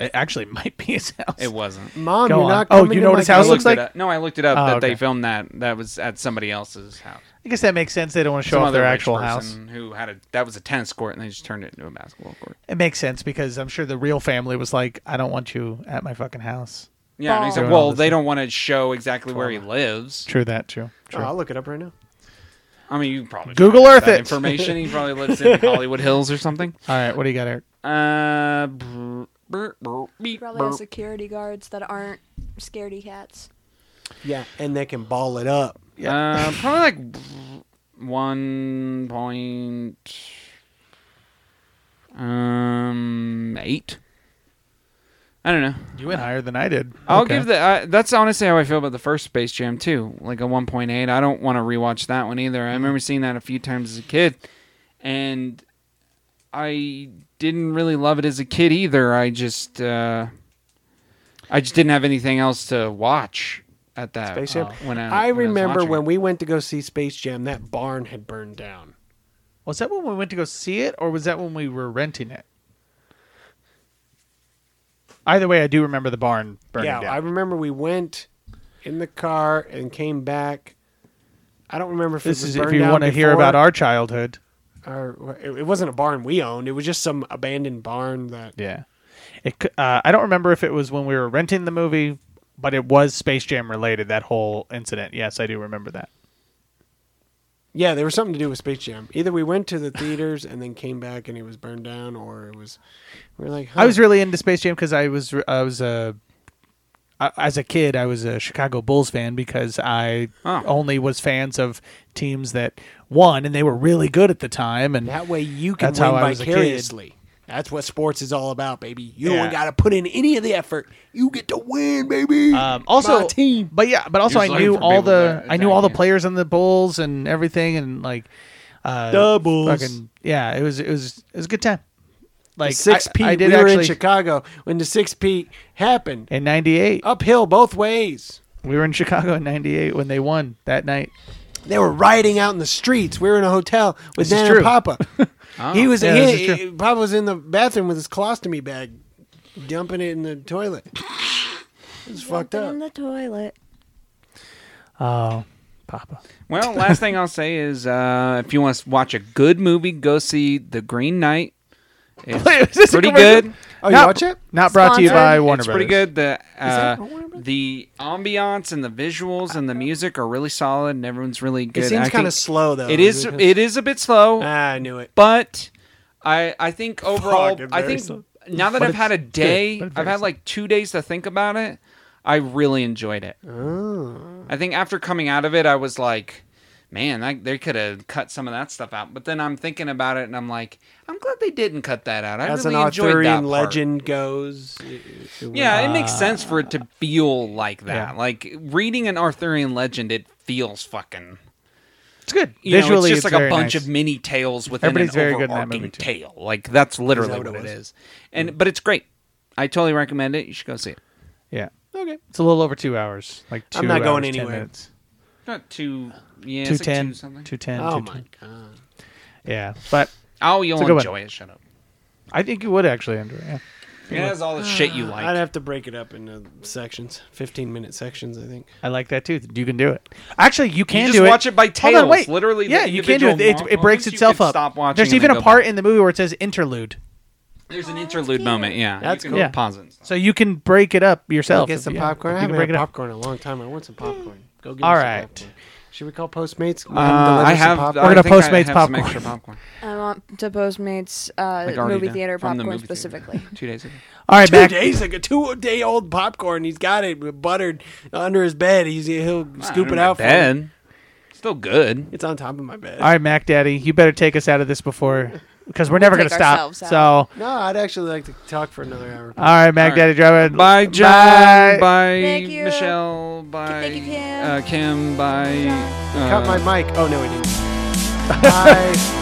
Speaker 7: It actually might be his house.
Speaker 6: It wasn't.
Speaker 8: Mom,
Speaker 7: Go
Speaker 8: you're
Speaker 7: on.
Speaker 8: not.
Speaker 7: Oh,
Speaker 8: coming
Speaker 7: you
Speaker 8: to
Speaker 7: know
Speaker 8: my
Speaker 7: what his house
Speaker 8: game.
Speaker 7: looks like?
Speaker 6: no, I looked it up
Speaker 7: Oh,
Speaker 6: that
Speaker 7: okay.
Speaker 6: they filmed that. That was at somebody else's house.
Speaker 7: I guess that makes sense. They don't want to show
Speaker 6: Some
Speaker 7: off
Speaker 6: other
Speaker 7: their
Speaker 6: rich
Speaker 7: actual house.
Speaker 6: person Who had a that was a tennis court and they just turned it into a basketball court.
Speaker 7: It makes sense because I'm sure the real family was like, "I don't want you at my fucking house."
Speaker 6: Yeah, and he said,
Speaker 7: Doing all
Speaker 6: well,
Speaker 7: this
Speaker 6: they
Speaker 7: stuff.
Speaker 6: don't want to show exactly where he lives.
Speaker 7: True that. True.
Speaker 8: Oh,
Speaker 7: True.
Speaker 8: I'll look it up right now.
Speaker 6: I mean, you probably
Speaker 7: Google
Speaker 6: don't have
Speaker 7: Earth
Speaker 6: that
Speaker 7: it.
Speaker 6: information. He probably lives in Hollywood Hills or something.
Speaker 7: All right. What do you got, Eric?
Speaker 6: Uh, brr, brr, brr, beep,
Speaker 5: Probably
Speaker 6: brr.
Speaker 5: has security guards that aren't scaredy cats.
Speaker 8: Yeah, and they can ball it up.
Speaker 6: Uh, probably like one point um eight. I don't know.
Speaker 7: You went higher than I did.
Speaker 6: I'll
Speaker 7: Okay.
Speaker 6: give the. Uh, that's honestly how I feel about the first Space Jam too. Like a one point eight. I don't want to rewatch that one either. I remember seeing that a few times as a kid, and I didn't really love it as a kid either. I just, uh, I just didn't have anything else to watch at that.
Speaker 7: Oh,
Speaker 6: uh,
Speaker 8: Space Jam?
Speaker 6: When I,
Speaker 8: I
Speaker 6: when was
Speaker 8: remember
Speaker 6: watching it.
Speaker 8: when we went to go see Space Jam, that barn had burned down.
Speaker 7: Was that when we went to go see it, or was that when we were renting it? Either way, I do remember the barn burning
Speaker 8: yeah, I
Speaker 7: down.
Speaker 8: remember we went in the car and came back. I don't remember if
Speaker 7: this
Speaker 8: it
Speaker 7: is
Speaker 8: was burned
Speaker 7: if you
Speaker 8: down
Speaker 7: want to hear
Speaker 8: before
Speaker 7: about our childhood.
Speaker 8: or- it it wasn't a barn we owned. It was just some abandoned barn that.
Speaker 7: Yeah, it. cou- Uh, I don't remember if it was when we were renting the movie, but it was Space Jam related. That whole incident. Yes, I do remember that.
Speaker 8: Yeah, there was something to do with Space Jam. Either we went to the theaters and then came back and it was burned down, or it was. We were like, huh.
Speaker 7: I was really into Space Jam because I was I was a I- as a kid I was a Chicago Bulls fan because I
Speaker 6: Oh.
Speaker 7: only was fans of teams that won and they were really good at the time and
Speaker 8: that way you can
Speaker 7: That's
Speaker 8: win
Speaker 7: how I was a kid.
Speaker 8: vicariously. That's what sports is all about, baby. You
Speaker 7: Yeah.
Speaker 8: don't got to put in any of the effort. You get to win, baby.
Speaker 7: um, also
Speaker 8: My team.
Speaker 7: but yeah but also
Speaker 6: You're
Speaker 7: I
Speaker 6: just
Speaker 7: knew
Speaker 6: looking for
Speaker 7: all
Speaker 6: people
Speaker 7: the
Speaker 6: that
Speaker 7: I knew all the
Speaker 6: attack you.
Speaker 7: players on the Bulls and everything and like uh,
Speaker 8: Doubles.
Speaker 7: fucking- yeah it was it was it was a good time like
Speaker 8: the six
Speaker 7: I-
Speaker 8: P.
Speaker 7: I
Speaker 8: We
Speaker 7: did
Speaker 8: were in
Speaker 7: actually
Speaker 8: Chicago when the six P happened.
Speaker 7: in '98
Speaker 8: Uphill both ways.
Speaker 7: we were in Chicago in '98 when they won that night
Speaker 8: They were rioting out in the streets. We were in a hotel
Speaker 7: This
Speaker 8: with
Speaker 7: is
Speaker 8: Nan and
Speaker 7: true.
Speaker 8: Papa.
Speaker 6: Oh.
Speaker 8: He was
Speaker 7: Yeah,
Speaker 8: he-
Speaker 7: this is true.
Speaker 8: Papa was in the bathroom with his colostomy bag, dumping it in the toilet. It's fucked up.
Speaker 5: in the toilet.
Speaker 7: Oh, Papa.
Speaker 6: Well, last thing I'll say is uh, if you want to watch a good movie, go see The Green Knight. It's
Speaker 7: Wait, is this a
Speaker 6: pretty
Speaker 7: commercial?
Speaker 6: good.
Speaker 8: Oh, you
Speaker 7: Not-
Speaker 8: watch it?
Speaker 7: Not brought to you by
Speaker 5: Sponsored.
Speaker 7: Warner
Speaker 6: it's
Speaker 7: Brothers.
Speaker 6: pretty good. The uh, the ambiance and the visuals and the music are really solid, and everyone's really good.
Speaker 8: Uh-huh. It seems
Speaker 6: I
Speaker 8: kind of
Speaker 6: think-
Speaker 8: slow though.
Speaker 6: It is. It is a bit slow,
Speaker 8: Ah, I knew it.
Speaker 6: but I I think overall
Speaker 8: Fucking
Speaker 6: I
Speaker 8: very
Speaker 6: think
Speaker 8: slow.
Speaker 6: now that I've had a day,
Speaker 7: but it's
Speaker 6: I've
Speaker 7: very
Speaker 6: had like two days to think about it. I really enjoyed it.
Speaker 8: Oh.
Speaker 6: I think after coming out of it, I was like, man, I, they could have cut some of that stuff out. But then I'm thinking about it, and I'm like, I'm glad they didn't cut that out. I
Speaker 8: As
Speaker 6: really
Speaker 8: an
Speaker 6: enjoyed that
Speaker 8: Arthurian
Speaker 6: part.
Speaker 8: legend Ah. goes. it- it
Speaker 6: Yeah, it makes sense for it to feel like that. Like reading an Arthurian legend, it feels fucking.
Speaker 7: It's good.
Speaker 6: You know,
Speaker 7: Visually,
Speaker 6: it's just like a
Speaker 7: very
Speaker 6: bunch
Speaker 7: nice.
Speaker 6: of mini tales within
Speaker 7: Everybody's
Speaker 6: an
Speaker 7: very good in that
Speaker 6: overarching
Speaker 7: movie, too.
Speaker 6: tale. Like that's literally
Speaker 8: what
Speaker 6: what
Speaker 8: it
Speaker 6: it
Speaker 8: was?
Speaker 6: is. And but it's great. I totally recommend it. You should go see it.
Speaker 7: Yeah.
Speaker 8: Okay.
Speaker 7: It's a little over two hours. Like two
Speaker 8: I'm not going
Speaker 7: hours, 10
Speaker 8: anywhere.
Speaker 7: minutes.
Speaker 6: Not too. Yeah, it's like
Speaker 7: 210.
Speaker 6: two something.
Speaker 7: 210.
Speaker 8: Oh
Speaker 7: 210.
Speaker 8: my
Speaker 4: God.
Speaker 7: Yeah. But
Speaker 6: Oh,
Speaker 7: It's a
Speaker 6: you'll
Speaker 7: good one.
Speaker 6: enjoy it. Shut up.
Speaker 7: I think you would actually enjoy it. Yeah.
Speaker 6: It has all the shit you like.
Speaker 8: I'd have to break it up into sections, fifteen minute sections. I think.
Speaker 7: I like that too. You can do it. Actually, you can
Speaker 6: just
Speaker 7: do it.
Speaker 6: watch it by
Speaker 7: Hold on,
Speaker 6: tails,
Speaker 7: wait.
Speaker 6: literally the
Speaker 7: Yeah, you can do it.
Speaker 6: individual
Speaker 7: It, it breaks
Speaker 6: moments, you
Speaker 7: itself
Speaker 6: could
Speaker 7: up.
Speaker 6: stop watching
Speaker 7: There's
Speaker 6: and
Speaker 7: even
Speaker 6: then
Speaker 7: a
Speaker 6: go
Speaker 7: part
Speaker 6: back.
Speaker 7: in the movie where it says interlude,
Speaker 6: There's an interlude moment. Yeah,
Speaker 8: That's
Speaker 6: you
Speaker 8: cool.
Speaker 6: can
Speaker 7: Yeah.
Speaker 6: Pause it. and stuff.
Speaker 7: so you can break it up yourself.
Speaker 8: Get some
Speaker 7: Yeah.
Speaker 8: popcorn. I
Speaker 7: You
Speaker 8: haven't
Speaker 7: can break
Speaker 8: had
Speaker 7: it up.
Speaker 8: popcorn in a long time. I want some popcorn. Go get
Speaker 7: All
Speaker 8: me some
Speaker 7: right.
Speaker 8: popcorn. Should we call Postmates?
Speaker 6: Uh, I have.
Speaker 7: We're gonna
Speaker 6: I think I
Speaker 7: Postmates
Speaker 6: have some
Speaker 7: popcorn.
Speaker 6: extra popcorn.
Speaker 5: I want to Postmates uh,
Speaker 6: Like already
Speaker 5: movie
Speaker 6: done.
Speaker 5: theater
Speaker 6: From the
Speaker 5: popcorn
Speaker 6: movie theater.
Speaker 5: specifically.
Speaker 6: Two days ago.
Speaker 7: All right,
Speaker 8: two
Speaker 7: back.
Speaker 8: days like a two day old popcorn. He's got it buttered under his bed. He's he'll scoop it out. for me.
Speaker 6: Then still good.
Speaker 8: It's on top of my bed.
Speaker 7: All right, Mac Daddy, you better take us out of this before because we're never
Speaker 5: take
Speaker 7: going to stop.
Speaker 5: ourselves out.
Speaker 7: So, all
Speaker 8: No, I'd actually like to talk for another hour.
Speaker 7: right, Mac
Speaker 6: right.
Speaker 7: Daddy, drive it.
Speaker 6: Bye, John. Bye,
Speaker 5: Thank you.
Speaker 6: Michelle. Bye,
Speaker 5: Thank you, Kim.
Speaker 6: Uh, Kim. Bye.
Speaker 5: John.
Speaker 6: Uh,
Speaker 8: Cut my mic. Oh no, we didn't. Bye.